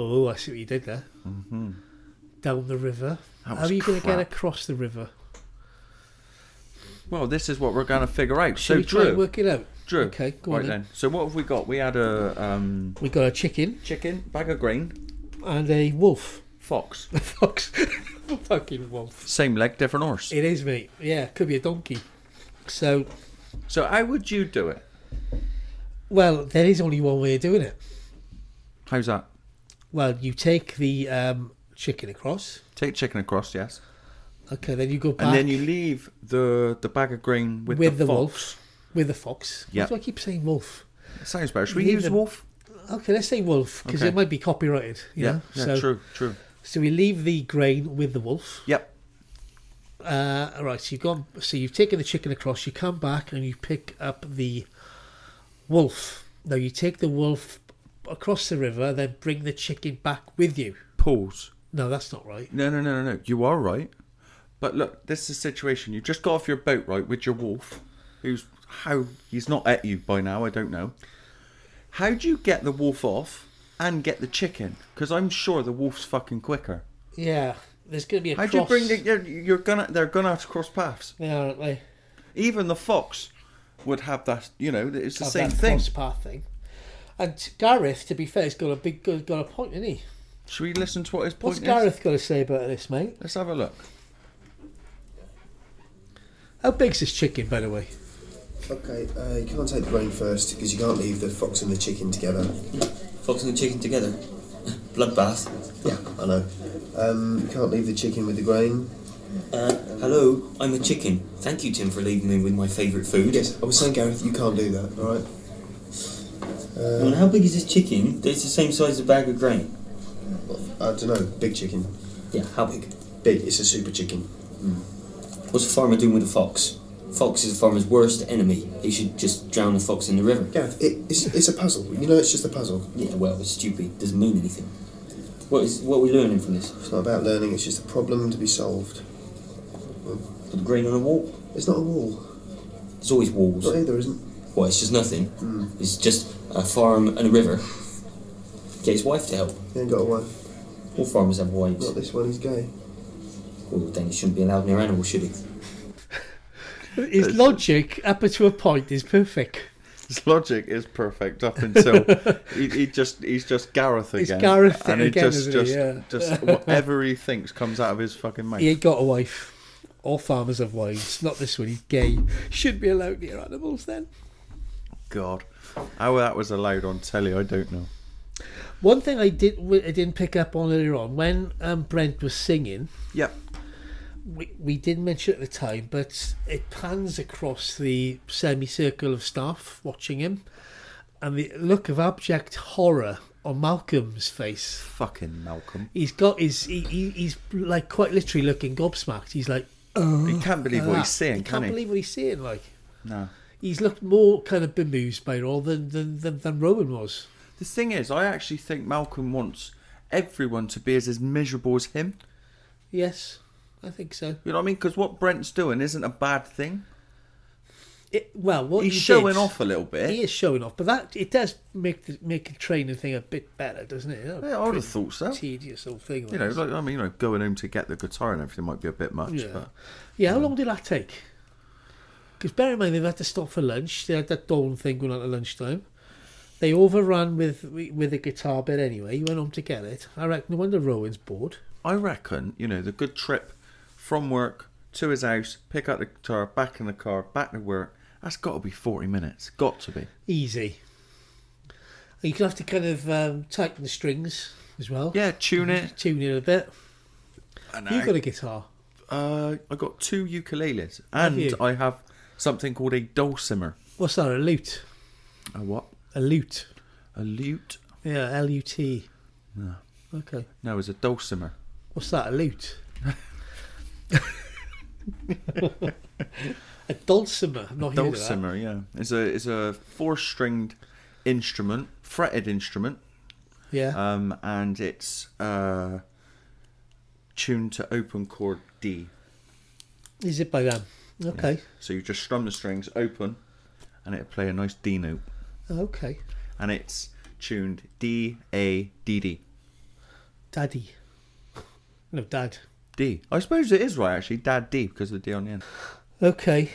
Speaker 2: Oh, I see what you did there.
Speaker 3: hmm
Speaker 2: Down the river.
Speaker 3: That
Speaker 2: How
Speaker 3: was
Speaker 2: are you going to get
Speaker 3: crap.
Speaker 2: across the river?
Speaker 3: Well, this is what we're going to figure out.
Speaker 2: Should
Speaker 3: so
Speaker 2: we try
Speaker 3: Drew,
Speaker 2: and work it out?
Speaker 3: Drew,
Speaker 2: Okay, go
Speaker 3: right
Speaker 2: on then.
Speaker 3: then. So what have we got? We had a um,
Speaker 2: We got a chicken
Speaker 3: chicken, bag of grain,
Speaker 2: and a wolf.
Speaker 3: fox,
Speaker 2: A fox. Fucking wolf.
Speaker 3: same leg, different horse.
Speaker 2: It is, mate. Yeah, could be a donkey. So,
Speaker 3: So how would you do it?
Speaker 2: well, there is only one way of doing it.
Speaker 3: How's that?
Speaker 2: Well, you take the um, chicken across.
Speaker 3: Take chicken across, yes,
Speaker 2: Okay, then you go back
Speaker 3: and then you leave the the bag of grain with,
Speaker 2: with,
Speaker 3: the,
Speaker 2: the,
Speaker 3: fox.
Speaker 2: wolf. With the fox.
Speaker 3: Yeah.
Speaker 2: Why do I keep saying wolf?
Speaker 3: Sounds better. Should we
Speaker 2: Leave
Speaker 3: use
Speaker 2: the-
Speaker 3: wolf?
Speaker 2: Okay, let's say wolf because
Speaker 3: Okay.
Speaker 2: it might be copyrighted. You
Speaker 3: Yeah,
Speaker 2: know?
Speaker 3: yeah,
Speaker 2: so,
Speaker 3: true, true.
Speaker 2: So we leave the grain with the wolf.
Speaker 3: Yep.
Speaker 2: Uh, all right, so you've gone. So you've taken the chicken across. You come back and you pick up the wolf. Now you take the wolf across the river, then bring the chicken back with you.
Speaker 3: Pause.
Speaker 2: No, that's not right.
Speaker 3: No, no, no, no, no. You are right. But look, this is a situation. You just got off your boat, right, with your wolf, who's how he's not at you by now. I don't know. How do you get the wolf off and get the chicken? Because I'm sure the wolf's fucking quicker.
Speaker 2: Yeah, there's going to be a.
Speaker 3: How do you
Speaker 2: cross.
Speaker 3: bring the? You're, you're gonna. They're gonna have to cross paths.
Speaker 2: Yeah, aren't they?
Speaker 3: Even the fox would have that. You know, it's the
Speaker 2: Have
Speaker 3: same
Speaker 2: that
Speaker 3: thing.
Speaker 2: cross path thing. And Gareth, to be fair, has got a big got got a point, isn't he?
Speaker 3: Should we listen to what his point
Speaker 2: What's
Speaker 3: is?
Speaker 2: Gareth got to say about this, mate?
Speaker 3: Let's have a look.
Speaker 2: How big's this chicken, by the way?
Speaker 8: Okay, uh, you can't take the grain first because you can't leave the fox and the chicken together.
Speaker 5: Fox and the chicken together. Bloodbath.
Speaker 8: Yeah, I know. Um, you can't leave the chicken with the grain.
Speaker 5: Uh, hello, I'm a chicken. Thank you, Tim, for leaving me with my favourite food.
Speaker 8: Yes, I was saying, Gareth, you can't do that, alright?
Speaker 5: Well,
Speaker 8: Uh,
Speaker 5: how big is this chicken? It's the same size as a bag of grain.
Speaker 8: I don't know, big chicken.
Speaker 5: Yeah, how big?
Speaker 8: Big, it's a super chicken.
Speaker 5: What's a farmer doing with a fox? Fox is a farmer's worst enemy. He should just drown the fox in the river.
Speaker 8: Gareth, it, it's, it's a puzzle. You know, it's just a puzzle.
Speaker 5: Yeah, well, it's stupid. Doesn't mean anything. What is what are we learning from this?
Speaker 8: It's not about learning, it's just a problem to be solved.
Speaker 5: Put the grain on a wall.
Speaker 8: It's not a wall.
Speaker 5: There's always walls.
Speaker 8: Not either, isn't
Speaker 5: Well, it's just nothing.
Speaker 8: Hmm.
Speaker 5: It's just a farm and a river. Get his wife to help.
Speaker 8: He ain't got a wife.
Speaker 5: All farmers have wives.
Speaker 8: Not this one, he's gay.
Speaker 5: Well, then he shouldn't be allowed near animals, should he?
Speaker 2: His logic up to a point is perfect.
Speaker 3: His logic is perfect up until he, he just he's just Gareth again.
Speaker 2: He's Gareth
Speaker 3: and
Speaker 2: again,
Speaker 3: he just
Speaker 2: isn't he?
Speaker 3: just
Speaker 2: Yeah.
Speaker 3: just whatever he thinks comes out of his fucking mouth.
Speaker 2: He ain't got a wife. All farmers have wives. Not this one. He's gay. Should be allowed near animals then.
Speaker 3: God, how that was allowed on telly, I don't know.
Speaker 2: One thing I did I didn't pick up on earlier on when um, Brent was singing,
Speaker 3: Yep.
Speaker 2: we, we didn't mention it at the time, but it pans across the semicircle of staff watching him, and the look of abject horror on Malcolm's face.
Speaker 3: Fucking Malcolm.
Speaker 2: He's got his he, he, he's like quite literally looking gobsmacked. He's like, oh,
Speaker 3: He can't believe what
Speaker 2: ah."
Speaker 3: he's seeing,
Speaker 2: He
Speaker 3: can
Speaker 2: can't
Speaker 3: he?
Speaker 2: believe what he's seeing. Like
Speaker 3: No.
Speaker 2: he's looked more kind of bemused by it all than than than, than Rowan was.
Speaker 3: The thing is, I actually think Malcolm wants everyone to be as, as miserable as him.
Speaker 2: Yes, I think so.
Speaker 3: You know what I mean? Because what Brent's doing isn't a bad thing.
Speaker 2: It, well, what
Speaker 3: He's
Speaker 2: he
Speaker 3: showing
Speaker 2: did-
Speaker 3: off a little bit.
Speaker 2: He is showing off, but that it does make the make the training thing a bit better, doesn't it? That was
Speaker 3: Yeah, I would have
Speaker 2: pretty
Speaker 3: thought so.
Speaker 2: Tedious old thing.
Speaker 3: You know,
Speaker 2: that.
Speaker 3: like, I mean, you know, going home to get the guitar and everything might be a bit much,
Speaker 2: yeah.
Speaker 3: but
Speaker 2: yeah. How long did that take? Because bear in mind they've had to stop for lunch. They had that dawn thing going on at lunchtime. They overran with with the guitar bit anyway. You went home to get it. I reckon. No wonder Rowan's bored.
Speaker 3: I reckon, you know, the good trip from work to his house, pick up the guitar, back in the car, back to work, that's got to be 40 minutes. Got to be.
Speaker 2: Easy. And you can have to kind of um, tighten the strings as well.
Speaker 3: Yeah, tune it.
Speaker 2: Tune it a bit.
Speaker 3: And
Speaker 2: You
Speaker 3: I-
Speaker 2: got a guitar.
Speaker 3: Uh, I got two ukuleles
Speaker 2: Have
Speaker 3: and
Speaker 2: you?
Speaker 3: I have something called a dulcimer.
Speaker 2: What's that? A lute.
Speaker 3: A what?
Speaker 2: A lute.
Speaker 3: A lute?
Speaker 2: Yeah, L U T.
Speaker 3: No.
Speaker 2: Okay.
Speaker 3: No, it's a dulcimer.
Speaker 2: What's that? A lute. a dulcimer. I'm not heard of that.
Speaker 3: dulcimer, yeah. It's a it's a four stringed instrument, fretted instrument.
Speaker 2: Yeah.
Speaker 3: Um, and it's uh, tuned to open chord D.
Speaker 2: Is it by them? Okay.
Speaker 3: So you just strum the strings open, and it'll play a nice D note.
Speaker 2: Okay.
Speaker 3: And it's tuned D A D D
Speaker 2: Daddy. No, dad.
Speaker 3: D. I suppose it is right actually, Dad D because of the D on the end.
Speaker 2: Okay.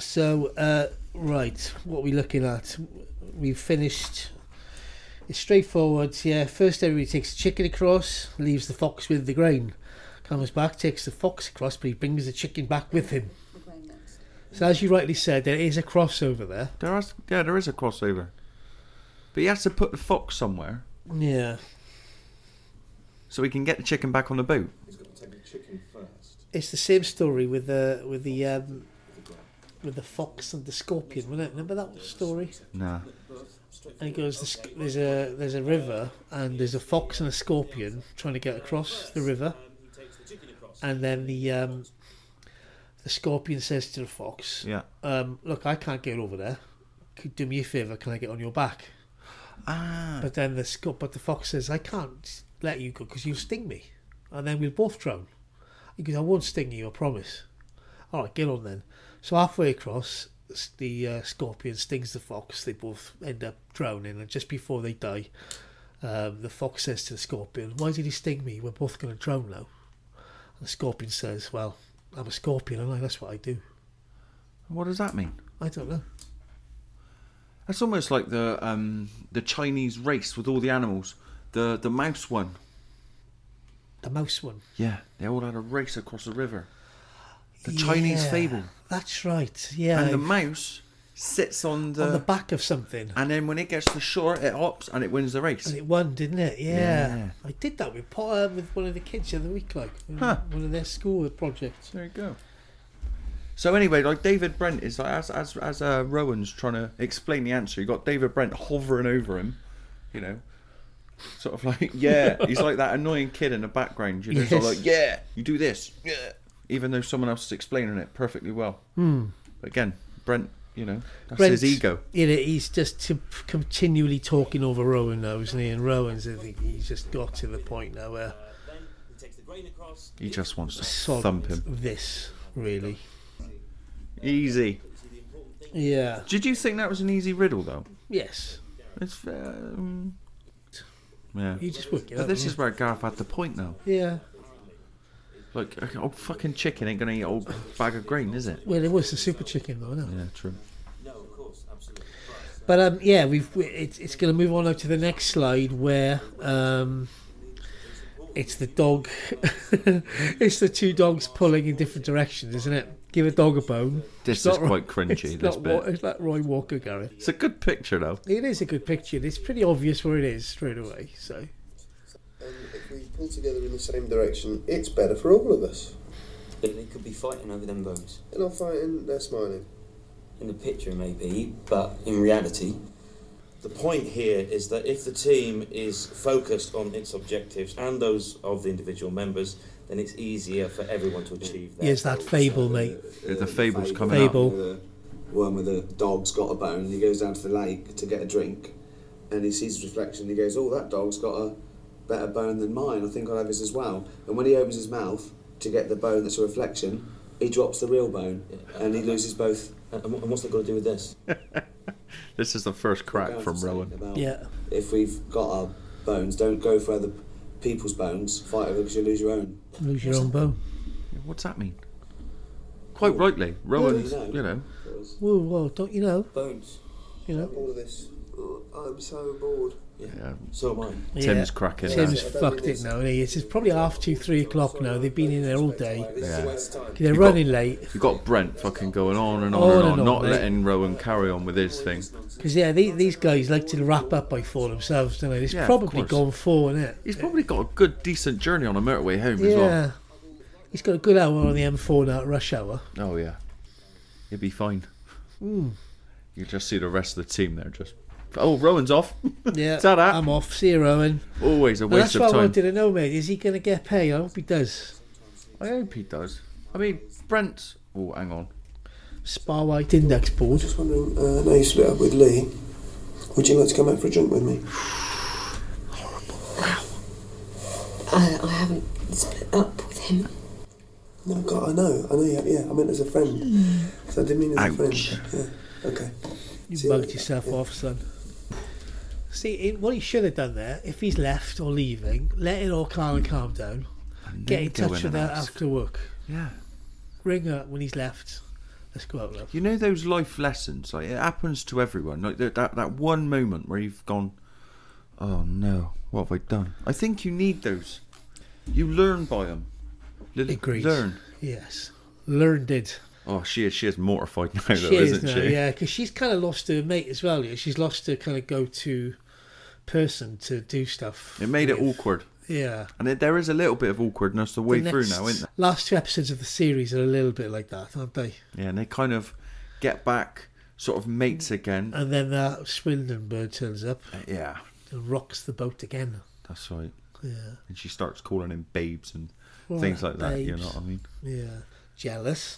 Speaker 2: So, uh, right, what are we looking at? We've finished. It's straightforward, yeah. First, everybody takes the chicken across, leaves the fox with the grain. Comes back, takes the fox across, but he brings the chicken back with him. So, as you rightly said, there is a crossover there.
Speaker 3: There is yeah, there is a crossover, but he has to put the fox somewhere
Speaker 2: Yeah.
Speaker 3: so he can get the chicken back on the boat.
Speaker 2: It's the same story with the with the um, with the fox and the scorpion, wasn't it? Remember that story?
Speaker 3: Nah.
Speaker 2: And he goes, "This- there's a there's a river and there's a fox and a scorpion trying to get across the river, and then the um, the scorpion says to the fox,
Speaker 3: Yeah.
Speaker 2: um, look, I can't get over there. Could do me a favour? Can I get on your back?
Speaker 3: Ah.
Speaker 2: But then the sco- but the fox says, I can't let you go because you'll sting me, and then we'll both drown. He goes, I won't sting you, I promise. All right, get on then. So halfway across, s- the uh, scorpion stings the fox. They both end up drowning, and just before they die, um, the fox says to the scorpion, "Why did he sting me? We're both going to drown now." And the scorpion says, "Well, I'm a scorpion, and I that's what I do.
Speaker 3: What does that mean?
Speaker 2: I don't know."
Speaker 3: That's almost like the um, the Chinese race with all the animals. The the mouse one.
Speaker 2: The mouse one.
Speaker 3: Yeah, they all had a race across the river. The Chinese
Speaker 2: Yeah,
Speaker 3: fable.
Speaker 2: That's right. Yeah.
Speaker 3: And the mouse sits on the,
Speaker 2: on the back of something.
Speaker 3: and then when it gets to shore, it hops and it wins the race.
Speaker 2: And it won, didn't it? Yeah.
Speaker 3: Yeah.
Speaker 2: I did that with Potter with one of the kids the other week, like
Speaker 3: Huh.
Speaker 2: one of their school projects.
Speaker 3: There you go. So anyway, like David Brent is like as as as uh, Rowan's trying to explain the answer, you got David Brent hovering over him, you know, sort of like yeah, he's like that annoying kid in the background, you know, sort of
Speaker 2: Yes.
Speaker 3: like yeah, you do this, yeah, even though someone else is explaining it perfectly well. But again, Hmm. Brent, you know, that's his ego.
Speaker 2: You know, he's just t- continually talking over Rowan now, isn't he? And Rowan's, I think, he's just got to the point now where
Speaker 3: He just wants to
Speaker 2: sod
Speaker 3: thump him.
Speaker 2: this really.
Speaker 3: Easy.
Speaker 2: Yeah.
Speaker 3: Did you think that was an easy riddle though?
Speaker 2: Yes.
Speaker 3: It's um, yeah.
Speaker 2: You just work it
Speaker 3: But
Speaker 2: out,
Speaker 3: this
Speaker 2: yeah.
Speaker 3: is where Garth had the point though.
Speaker 2: Yeah.
Speaker 3: Like, okay, old fucking chicken ain't gonna eat old bag of grain, is it?
Speaker 2: Well, it was the super chicken though, no?
Speaker 3: Yeah, true.
Speaker 2: But um, yeah, we've we, it's it's going to move on now to the next slide where um, it's the dog, it's the two dogs pulling in different directions, isn't it? Give a dog a bone.
Speaker 3: This
Speaker 2: It's not
Speaker 3: is
Speaker 2: Roy-
Speaker 3: quite cringy,
Speaker 2: It's
Speaker 3: this
Speaker 2: not Wa-
Speaker 3: bit.
Speaker 2: it's like Roy Walker, Gareth.
Speaker 3: It's a good picture though.
Speaker 2: It is a good picture. and It's pretty obvious where it is straight away. So
Speaker 12: And if we pull together in the same direction, it's better for all of us.
Speaker 4: But they could be fighting over them bones.
Speaker 12: They're not fighting, they're smiling.
Speaker 4: In the picture, maybe, but in reality.
Speaker 6: The point here is that if the team is focused on its objectives and those of the individual members, then it's easier for everyone to achieve their
Speaker 2: here's that
Speaker 6: goals.
Speaker 2: fable, mate.
Speaker 3: Uh, The fable's coming
Speaker 2: Fable.
Speaker 12: Um, The one where the dog's got a bone, he goes down to the lake to get a drink, and he sees his reflection, he goes, Oh, that dog's got a better bone than mine, I think I'll have his as well. And when he opens his mouth, to get the bone that's a reflection, he drops the real bone and he loses both. And what's that got to do with this?
Speaker 3: This is the first crack from Rowan.
Speaker 12: about
Speaker 2: Yeah.
Speaker 12: if we've got our bones, don't go for other people's bones. Fight over because you lose your own.
Speaker 2: Lose your own bone.
Speaker 3: What's that mean? Quite rightly, Rowan's,
Speaker 12: No, no.
Speaker 3: you know.
Speaker 2: Whoa, whoa, don't you know?
Speaker 12: Bones.
Speaker 2: You know?
Speaker 8: All of this. I'm so bored.
Speaker 3: Yeah.
Speaker 12: So am I.
Speaker 3: Tim's cracking
Speaker 2: Tim's
Speaker 3: that.
Speaker 2: fucked it now. He? It's probably half two, three o'clock now. They've been in there all day.
Speaker 3: Yeah.
Speaker 2: They're
Speaker 3: You've got-
Speaker 2: running late.
Speaker 3: You've got Brent fucking going on and on, and on, not
Speaker 2: mate.
Speaker 3: letting Rowan carry on with his thing.
Speaker 2: Because, yeah, the- these guys like to wrap up by four themselves, don't they? It's
Speaker 3: Yeah, of
Speaker 2: probably
Speaker 3: course.
Speaker 2: gone four, isn't it?
Speaker 3: He's probably got a good, decent journey on a motorway home as well.
Speaker 2: Yeah. He's got a good hour on the M4 now at rush hour.
Speaker 3: Oh, yeah. He'd be fine.
Speaker 2: Mm.
Speaker 3: You just see the rest of the team there just. Oh, Rowan's off.
Speaker 2: Yeah.
Speaker 3: Ta-da.
Speaker 2: I'm off. See you, Rowan.
Speaker 3: Always a
Speaker 2: And
Speaker 3: waste
Speaker 2: that's
Speaker 3: of
Speaker 2: what I
Speaker 3: time.
Speaker 2: wanted to know, mate. Is he going to get paid? I hope he does.
Speaker 3: I hope he does. I mean, Brent's. Oh, hang on.
Speaker 2: Spar White Index Board.
Speaker 8: Just wondering, uh, now you split up with Lee, would you like to come out for a drink with me?
Speaker 11: I, I haven't split up with him.
Speaker 8: No, God, I know, I know, yeah, yeah I meant as a friend. So I didn't mean as a friend. Yeah, okay.
Speaker 2: You mugged yourself off, son. See, it, what he should have done there, if he's left or leaving, let it all calm and calm down. Get
Speaker 3: then
Speaker 2: in
Speaker 3: go
Speaker 2: touch
Speaker 3: in and
Speaker 2: with her
Speaker 3: ask.
Speaker 2: after work.
Speaker 3: Yeah.
Speaker 2: Ring her when he's left. Let's go out, love.
Speaker 3: You know those life lessons, like it happens to everyone. Like that, that that one moment where you've gone, "Oh no, what have I done?" I think you need those. You learn by them.
Speaker 2: Agreed.
Speaker 3: Learn.
Speaker 2: Yes. Learned it.
Speaker 3: Oh, she is she is mortified now, though,
Speaker 2: she is
Speaker 3: isn't
Speaker 2: now,
Speaker 3: she?
Speaker 2: yeah, because she's kind of lost her mate as well. Yeah, she's lost her kind of go-to person to do stuff.
Speaker 3: It made it
Speaker 2: with.
Speaker 3: awkward.
Speaker 2: Yeah.
Speaker 3: And it, there is a little bit of awkwardness the way
Speaker 2: The
Speaker 3: through
Speaker 2: next-
Speaker 3: now, isn't
Speaker 2: Last two episodes of the series are a little bit like that, aren't they?
Speaker 3: there? Yeah, and they kind of get back, sort of mates again.
Speaker 2: And then that Swindon bird turns up
Speaker 3: yeah,
Speaker 2: and rocks the boat again.
Speaker 3: that's right.
Speaker 2: Yeah.
Speaker 3: And she starts calling him babes and
Speaker 2: Well,
Speaker 3: things like that. You know
Speaker 2: babes.
Speaker 3: what I mean?
Speaker 2: Yeah. Jealous.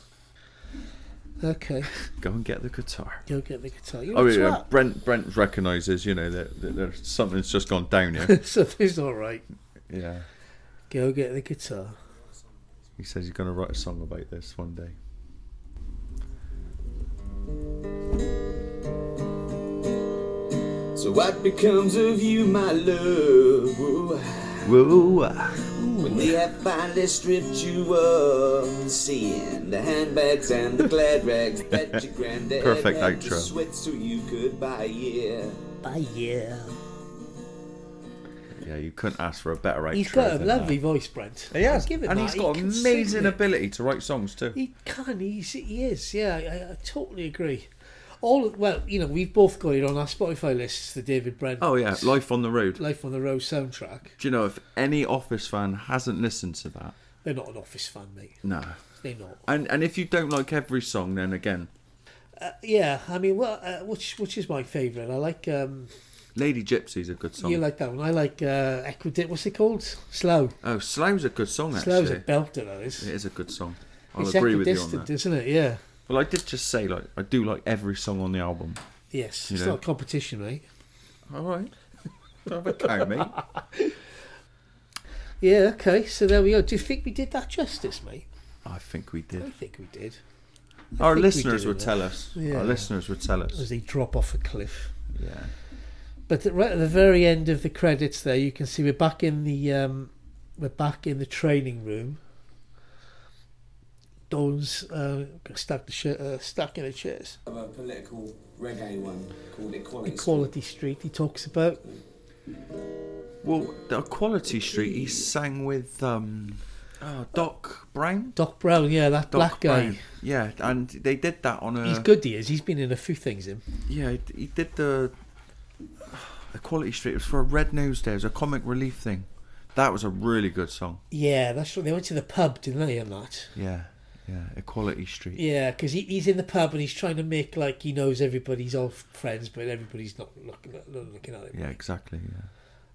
Speaker 2: Okay.
Speaker 3: Go and get the guitar.
Speaker 2: Go get the guitar. You
Speaker 3: Oh
Speaker 2: know
Speaker 3: yeah,
Speaker 2: what?
Speaker 3: Brent Brent recognises, you know, that, that there's something's just gone down here.
Speaker 2: Something's all right.
Speaker 3: yeah,
Speaker 2: Go get the guitar.
Speaker 3: he says he's going to write a song about this one day.
Speaker 5: So what becomes of you, my love?
Speaker 3: Whoa,
Speaker 5: When they have finally stripped you of the sand, the handbags and the glad rags that your granddad
Speaker 3: Perfect
Speaker 5: had to
Speaker 3: outro.
Speaker 5: sweat so you could buy, yeah.
Speaker 2: Bye, yeah.
Speaker 3: Yeah, you couldn't ask for a better outro.
Speaker 2: He's got a
Speaker 3: than
Speaker 2: lovely
Speaker 3: that.
Speaker 2: voice, Brent.
Speaker 3: He has,
Speaker 2: I'll give him
Speaker 3: and
Speaker 2: that.
Speaker 3: he's got
Speaker 2: He can sing
Speaker 3: amazing
Speaker 2: it.
Speaker 3: ability to write songs too.
Speaker 2: He can. He's, he is. Yeah, I, I totally agree. All well, you know, we've both got it on our Spotify lists. The David Brent.
Speaker 3: Oh yeah, Life on the Road.
Speaker 2: Life on the Road soundtrack.
Speaker 3: Do you know if any Office fan hasn't listened to that?
Speaker 2: They're not an Office fan, mate.
Speaker 3: No.
Speaker 2: They're not.
Speaker 3: And and if you don't like every song, then again,
Speaker 2: Uh, yeah, I mean, well, uh, which which is my favourite. I like. Um,
Speaker 3: Lady Gypsy's a good song.
Speaker 2: you like that one. I like uh, Equidit. What's it called? Slow.
Speaker 3: oh, Slow's a good song actually.
Speaker 2: Slow's a belter. That is.
Speaker 3: It is a good song. I'll
Speaker 2: it's
Speaker 3: agree with you on
Speaker 2: equidistant,
Speaker 3: that.
Speaker 2: isn't it? Yeah.
Speaker 3: Well, I did just say like I do like every song on the album.
Speaker 2: Yes.
Speaker 3: You
Speaker 2: it's
Speaker 3: know.
Speaker 2: not a competition, mate.
Speaker 3: All right. Have a go, mate.
Speaker 2: Yeah. Okay. So there we go. Do you think we did that justice, mate?
Speaker 3: I think we
Speaker 2: I
Speaker 3: did.
Speaker 2: think we did. I
Speaker 3: Our
Speaker 2: think we
Speaker 3: listeners
Speaker 2: did
Speaker 3: would
Speaker 2: enough.
Speaker 3: tell us.
Speaker 2: Yeah.
Speaker 3: Our listeners would tell us.
Speaker 2: As they drop off a cliff.
Speaker 3: Yeah.
Speaker 2: But at- right at the very end of the credits, there you can see we're back in the um, we're back in the training room. Dawn's uh, stuck the shir- uh, stuck in the chairs.
Speaker 5: Of a political reggae one called Equality.
Speaker 2: Equality Street. He talks about
Speaker 3: Well, the Quality Street. He sang with um, oh, Doc Brown.
Speaker 2: Doc Brown. Yeah, that
Speaker 3: Doc
Speaker 2: black guy.
Speaker 3: Brown. Uh. Yeah, and they did that on a.
Speaker 2: He's good. He is. He's been in a few things. Him.
Speaker 3: Yeah, he- he did the Equality Street. It was for a Red Nose Day. It was a comic relief thing. That was a really good song.
Speaker 2: Yeah, that's right. They went to the pub, didn't they? And that.
Speaker 3: Yeah, yeah. Equality Street.
Speaker 2: Yeah, because he, he's in the pub and he's trying to make like he knows everybody's all friends, but everybody's not looking at, not looking at him.
Speaker 3: Yeah, exactly. Yeah.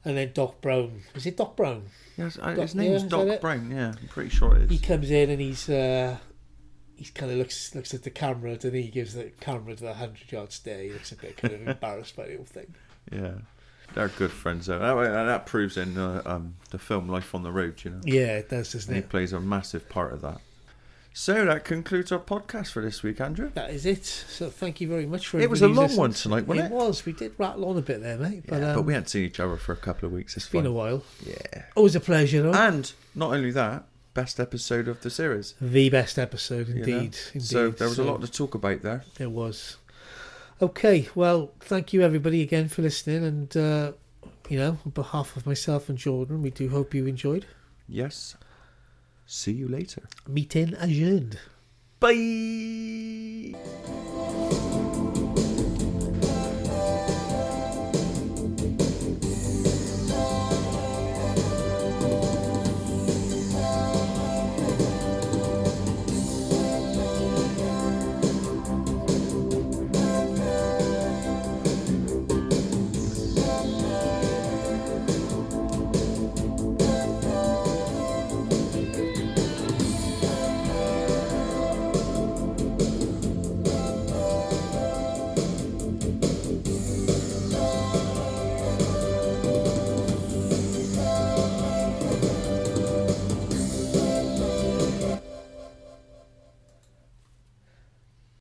Speaker 2: And then Doc Brown. Is it Doc Brown?
Speaker 3: Yes, I,
Speaker 2: Doc-
Speaker 3: his name's
Speaker 2: yeah, is that
Speaker 3: Doc
Speaker 2: it?
Speaker 3: Brown. Yeah, I'm pretty sure it
Speaker 2: he
Speaker 3: is.
Speaker 2: comes in and he's uh, he's kind of looks looks at the camera and he gives the camera the hundred yard stare. He looks a bit kind of embarrassed by the whole thing.
Speaker 3: Yeah. They're good friends, though. That, way- and that proves in uh, um, the film Life on the Road, you know.
Speaker 2: Yeah, it does, doesn't
Speaker 3: And
Speaker 2: it?
Speaker 3: He plays a massive part of that. So that concludes our podcast for this week, Andrew.
Speaker 2: That is it. So thank you very much for
Speaker 3: It was a
Speaker 2: everybody's
Speaker 3: long
Speaker 2: listened.
Speaker 3: one tonight, wasn't it?
Speaker 2: was. We did rattle on a bit there, mate. But,
Speaker 3: But,
Speaker 2: um,
Speaker 3: we hadn't seen each other for a couple of weeks. It's
Speaker 2: been
Speaker 3: fine.
Speaker 2: a while.
Speaker 3: Yeah.
Speaker 2: Always a pleasure, though.
Speaker 3: And not only that, best episode of the series.
Speaker 2: The best episode,
Speaker 3: you know?
Speaker 2: indeed.
Speaker 3: So
Speaker 2: indeed.
Speaker 3: there was a lot to talk about there.
Speaker 2: There was. Okay, well, thank you everybody again for listening, and uh, you know, on behalf of myself and Jordan, we do hope you enjoyed.
Speaker 3: Yes. See you later.
Speaker 2: Meeting adjourned.
Speaker 3: Bye.